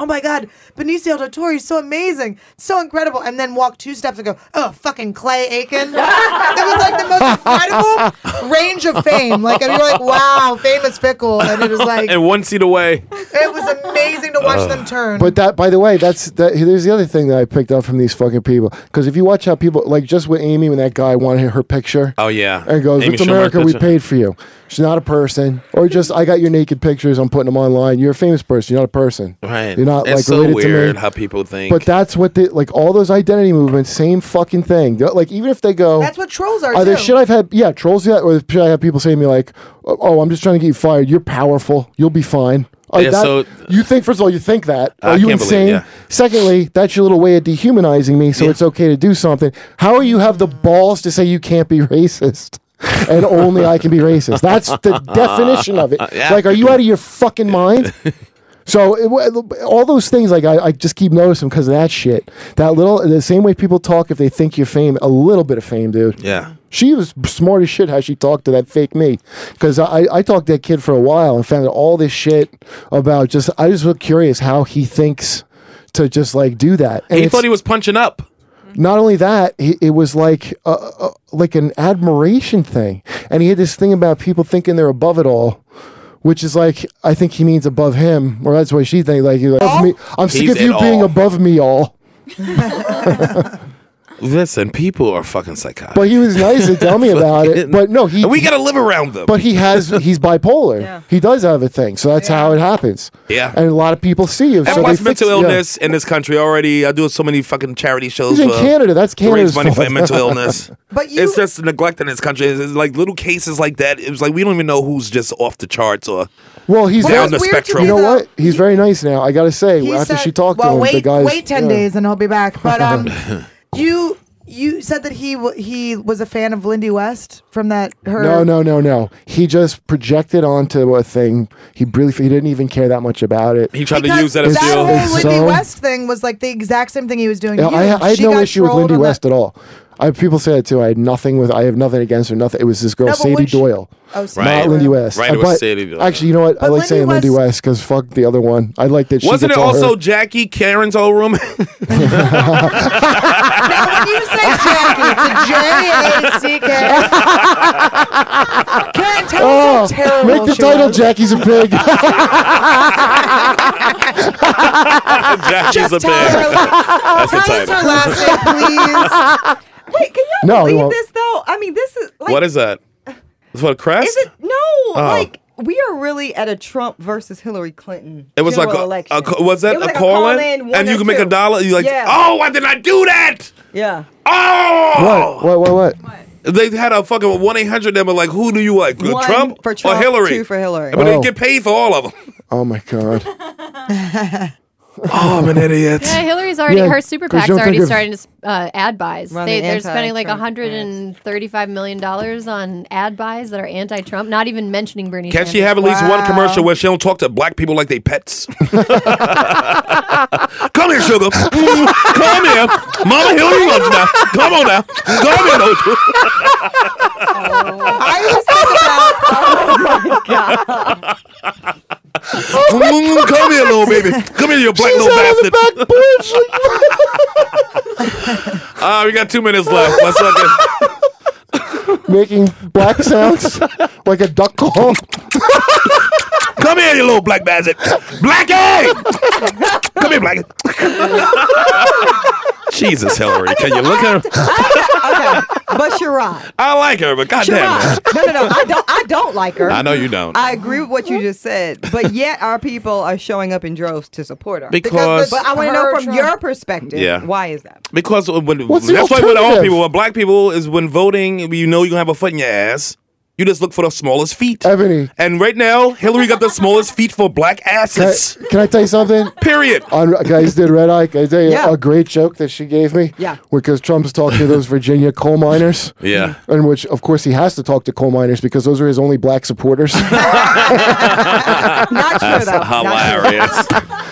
S6: Oh my God, Benicio del Toro is so amazing, so incredible. And then walk two steps and go, oh, fucking Clay Aiken. that was like the most incredible range of fame. Like, and you're like, wow, fame is fickle. And it was like,
S2: and one seat away.
S6: it was amazing to watch
S2: Ugh.
S6: them turn.
S3: Uh, But that, by the way, that's that. There's the other thing that I picked up from these fucking people. Because if you watch how people, like just with Amy, when that guy wanted her picture,
S2: Oh yeah.
S3: and goes,
S2: Amy
S3: "It's
S2: Schumer's
S3: America. We
S2: picture.
S3: paid for you. She's not a person, or just I got your naked pictures. I'm putting them online. You're a famous person. You're not a person.
S2: Right.
S3: You're not
S2: It's
S3: like
S2: so
S3: related
S2: weird
S3: to me.
S2: how people think.
S3: But that's what they like. All those identity movements, same fucking thing. They're- like even if they go,
S6: That's what trolls are,
S3: there
S6: too.
S3: shit I've had? Yeah, trolls. Yeah, or should I have people saying to me like, "Oh, oh, I'm just trying to get you fired. You're powerful. You'll be fine." Like
S2: Yeah,
S3: that-
S2: so-
S3: you think first of all you think that
S2: I
S3: are you
S2: can't believe-
S3: insane?
S2: yeah.
S3: Secondly, that's your little way of dehumanizing me, so it's okay to do something. How you have the balls to say you can't be racist? and only I can be racist. That's the definition of it.
S2: Yeah.
S3: Like, are you out of your fucking mind? So it, wa- all those things, like I, I just keep noticing because of that shit. That little, the same way people talk if they think you're fame, a little bit of fame, dude.
S2: Yeah.
S3: She was smart as shit how she talked to that fake me, because I, I talked to that kid for a while and found out all this shit about just. I just was curious how he thinks to just like do that. And
S2: he
S3: it's-
S2: thought he was punching up.
S3: not only that, he, it was like a, a, like an admiration thing, and he had this thing about people thinking they're above it all, which is like I think he means above him, or that's what she thinks. Like, you're like, "Above me, I'm sick
S2: He's
S3: of you
S2: it
S3: being
S2: all.
S3: above me all.
S2: Listen, people are fucking psychotic.
S3: But he was nice to tell me about it. But no, he
S2: And we gotta live around them.
S3: But he has he's bipolar. He does have a thing, so that's how it happens.
S2: Yeah.
S3: and a lot of people see him.
S2: And
S3: so
S2: what's
S3: they fix-
S2: mental
S3: yeah.
S2: illness in this country already? I do so many fucking charity shows.
S3: He's in
S2: for-
S3: Canada. That's
S2: to raise
S3: Canada's
S2: money for
S3: fault.
S2: mental illness.
S6: But
S2: it's just neglect in this country. It's, it's like little cases like that. It was like we don't even know who's just off the charts or
S3: Well, he's
S2: down the spectrum.
S3: You know what? He's very nice now. I gotta say,
S6: He
S3: after
S6: said-
S3: she talked to
S6: well,
S3: him,
S6: wait,
S3: the guys
S6: wait ten
S3: yeah.
S6: days and he'll be back. But um, you you said that he w- he was a fan of Lindy West from that her.
S3: No, no, no, no. He just projected onto a thing. He really, he didn't even care that much about it.
S2: He tried to use that as
S6: That
S2: fuel.
S6: whole Lindy
S3: So-
S6: West thing was like the exact same thing he was doing.
S3: You know,
S6: to
S3: I,
S6: you.
S3: I had
S6: She
S3: no
S6: got
S3: issue with
S6: trolled
S3: Lindy
S6: on that-
S3: West at all. I, people say that too. I had nothing with. I have nothing against her. Nothing. It was this girl
S6: No, but
S3: Sadie
S6: when she-
S3: Doyle,
S6: Oh, Sadie
S3: not
S2: Right.
S3: Lindy West.
S2: Right,
S3: Uh,
S2: it was
S3: but-
S2: Sadie Doyle.
S3: Actually, you know what? I like saying Lindy West because fuck the other one. I like that. she
S2: Wasn't it
S3: gets all
S2: also
S3: her-
S2: Jackie Karen's old room?
S6: It's a J-A-C-K. Karen, tell
S3: Oh,
S6: us how terrible
S3: make the
S6: she
S3: title
S6: was.
S3: Jackie's a pig.
S2: Jackie's a pig. That's the
S6: Tell us
S2: title.
S6: her last name, please.
S5: Wait, can y'all
S2: No, it
S5: believe
S2: won't.
S5: this though? I mean, this is like
S2: what is that? Is what a crest?
S5: Is it no?
S2: Oh.
S5: Like we are really at a Trump versus Hillary Clinton.
S2: It was like
S5: general
S2: a,
S5: election.
S2: a co- was that
S5: It was
S2: a
S5: like
S2: call in,
S5: call-in, one
S2: and you
S5: or
S2: can make a
S5: two.
S2: dollar. You like,
S5: Yeah.
S2: oh, why did I do that?
S5: Yeah.
S2: Oh,
S3: what? What? What? What?
S2: They had a fucking one eight hundred number. Like, who do you like?
S5: One
S2: Trump,
S5: for Trump,
S2: or Hillary?
S5: two for Hillary.
S2: But they
S3: Oh.
S2: get paid for all of them.
S3: Oh my god.
S2: oh, I'm an idiot.
S7: Yeah, Hillary's already
S3: Yeah,
S7: her super
S3: 'cause you
S7: PAC's
S3: don't
S7: already
S3: think of-
S7: starting to uh, ad buys.
S5: Run
S7: They,
S5: the
S7: they're spending like
S5: anti-Trump
S7: 135 million dollars on ad buys that are anti-Trump, not even mentioning Bernie.
S2: Can
S7: Sanders.
S2: she have at least one commercial where she don't talk to black people like they pets? Come here, sugar. Come here. Mama Hill, you love you now. Come on now. Come here, don't you? Mm, Come here, little baby. Come here, you black
S13: She's
S2: little
S13: out on the
S2: bastard. Ah, we got two minutes left. Let's look at-
S3: making black sounds like a duck call.
S2: Come here, you little black bastard. Blackie! Come here, Blackie. Jesus, Hillary. Can you look at her?
S5: But Sharon,
S2: I like her, but goddamn
S5: Sharon,
S2: it.
S5: no, no, no, I don't, I don't like her.
S2: I know you don't.
S5: I agree with what you just said, but yet our people are showing up in droves to support her
S2: Because-
S5: but I want to know
S6: Her
S5: from
S6: Trump.
S5: your perspective,
S2: Yeah.
S5: why is that?
S2: Because when
S5: What's the
S2: that's why with all
S5: alternative?
S2: people, with black people, is when voting, you know you're gonna have a foot in your ass. You just look for the smallest feet. Ebony. And right now, Hillary got the smallest feet for black
S3: Can I,
S2: asses.
S3: can I tell you something?
S2: Period.
S3: On, guys did red eye. Can I tell you
S2: Yeah.
S3: a great joke that she gave me?
S2: Yeah.
S3: Because Trump's talking to those Virginia coal miners.
S2: Yeah.
S3: In which, of course, he has to talk to coal miners because those are his only black supporters.
S5: Not
S3: sure,
S2: That's
S3: though.
S2: hilarious.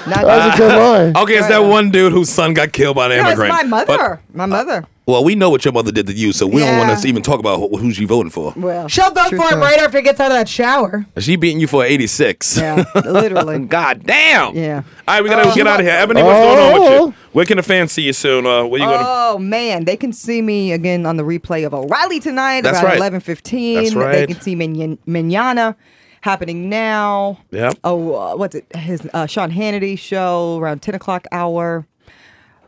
S5: Not
S3: That's a good line.
S2: Okay, it's that one dude whose son got killed by an
S5: No, it's
S2: immigrant.
S5: my mother.
S2: But- uh,
S5: my mother.
S2: well, we know what your mother did to you, so we
S6: Yeah.
S2: don't want to even talk about who, who she voting for.
S5: Well,
S6: she'll vote for him right after he gets out of that shower.
S2: She beating you for 86.
S5: Yeah, literally.
S2: God damn.
S5: Yeah.
S2: All right, we gotta
S5: Oh.
S2: get out of here. Ebony, what's going on with
S5: Oh.
S2: you? Where can the fans see you soon? Uh, where you gonna?
S5: Oh man, they can see me again on the replay of O'Reilly tonight
S2: That's
S5: about
S2: right.
S5: eleven fifteen.
S2: That's
S5: They
S2: right.
S5: can see Min- Mignana happening now.
S2: Yep.
S5: Oh, uh, what's it? His uh, Sean Hannity show around ten o'clock hour.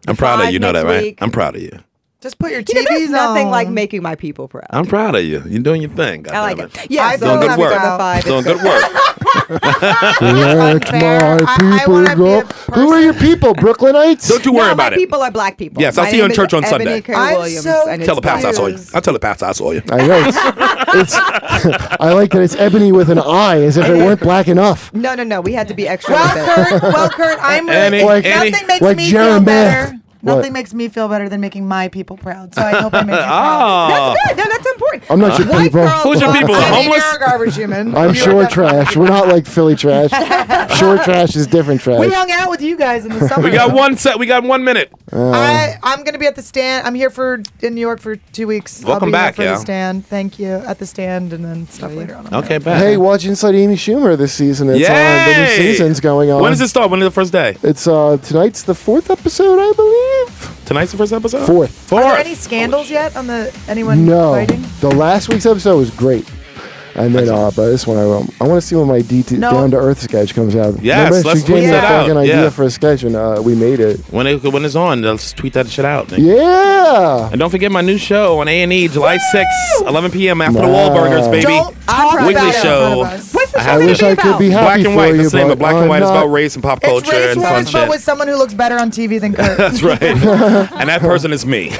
S2: I'm proud of
S5: Five
S2: you. Know that,
S5: next
S2: right?
S5: week.
S2: I'm proud of you.
S5: Just put your TVs you know, there's nothing like
S6: on.
S5: making my people proud.
S2: I'm proud of you. You're doing your thing. God
S5: I like
S2: damn
S5: it. Yeah,
S2: You're
S5: so
S2: doing
S5: I'm
S2: good work.
S5: gonna five.
S2: Doing good
S3: Let
S2: work.
S3: my people go. Who are your people, Brooklynites?
S2: Don't you worry
S5: No, my
S2: about it.
S5: people are black people.
S2: Yes, I'll
S5: My
S2: see you in
S5: name is
S2: church on
S5: Ebony
S2: Sunday.
S5: K.
S6: I'm
S5: Williams,
S6: so
S5: and it's
S2: Tell the pastor I
S5: black.
S2: saw you. I tell the pastor I saw you.
S3: I know. It's, it's, I like that it's ebony with an eye, as if it weren't black enough.
S5: No, no, no. We had to be extra. Well,
S6: Kurt, well, Kurt, I'm
S3: Annie,
S6: really,
S3: Like-
S6: nothing
S3: Annie.
S6: makes
S3: like
S6: me
S3: Jeremy.
S6: feel better.
S3: What?
S6: Nothing makes me feel better than making my people proud. So I hope I make you
S2: proud.
S5: That's good. No, that's important.
S3: I'm not your
S5: White
S3: people.
S5: girls
S3: Who's your
S5: love-
S3: people? The
S5: I mean,
S3: homeless?
S5: you're a
S6: garbage human.
S3: I'm sure trash. We're not like Philly trash. Shore trash is different
S6: We
S3: trash.
S6: hung out with you guys in the summer.
S2: We got one set. We got one minute.
S3: Uh,
S6: I, I'm going to be at the stand. I'm here for in New York for two weeks. I'll
S2: Welcome
S6: be
S2: back,
S6: here for
S2: yeah.
S6: the stand. Thank you at the stand, and then stuff later on.
S2: Okay, back.
S3: Hey, watch Inside Amy Schumer this season. It's on. The new
S2: Yay!
S3: season's going on.
S2: When does it start? When is the first day?
S3: It's uh tonight's the fourth episode, I believe.
S2: Tonight's the first episode.
S3: Fourth.
S6: Are there
S2: Fourth.
S6: any scandals yet on the anyone
S3: no,
S6: fighting?
S3: the last week's episode was great. And then, uh, but this one, I, um, I want to see when my DT
S6: No.
S3: down to earth sketch comes out.
S2: Yes,
S3: Remember,
S2: let's
S3: she gave
S2: tweet
S3: me a
S2: that out,
S3: fucking idea
S2: yeah.
S3: for a sketch, and uh, we made it.
S2: When it when it's on, let's tweet that shit out. nigga.
S3: Yeah.
S2: And don't forget my new show on A and E, July 6th, 11 p.m. After the Wahlburgers, baby.
S3: Don't
S5: talk
S2: Weekly
S5: about it in
S2: show.
S5: front of us. What's the
S2: I
S5: show
S2: have it.
S5: gonna be I wish I could be
S3: happy
S2: Black and
S3: for
S2: white.
S3: you,
S2: That's the name
S3: but
S2: of Black and
S3: I'm
S2: white. It's
S3: not.
S2: about race and pop
S6: It's
S2: culture
S6: race
S2: and fun
S6: wars,
S2: shit.
S6: but with someone who looks better on TV than Kurt.
S2: That's right. and that person is me.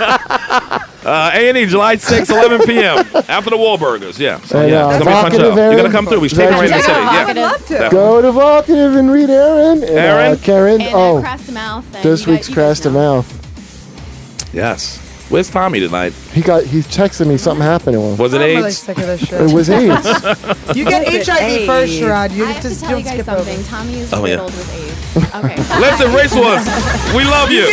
S2: Uh, A&E, July 6th, 11 p.m. After the Wahlburgers. Yeah. So,
S3: And,
S2: yeah.
S3: uh,
S2: it's going to be a fun show.
S3: Vocative Aaron.
S2: You're going to come through. We should take it right in the
S3: Check
S2: city.
S3: out
S2: Yeah.
S3: Vocative.
S2: Definitely.
S3: Go to Vocative and read Aaron. And,
S2: Aaron?
S3: Uh, Karen.
S8: And
S3: oh,
S8: Crash the Mouth. And
S3: this
S8: you
S3: week's
S8: guys-
S3: Crash to Mouth.
S2: Yes. Where's Tommy tonight?
S3: He got. He's texting me. Something happened to him.
S2: Was it
S6: I'm really
S2: AIDS?
S6: sick of this shit.
S3: It was AIDS.
S6: You get
S8: Was it
S6: HIV first,
S8: AIDS?
S6: Sharad. You
S8: I have
S6: just
S8: to tell
S6: don't
S8: you guys
S6: skip
S8: something.
S6: over.
S8: Tommy is
S2: Oh, yeah.
S8: riddled with AIDS. Okay.
S2: Listen, Race Wars, we love you.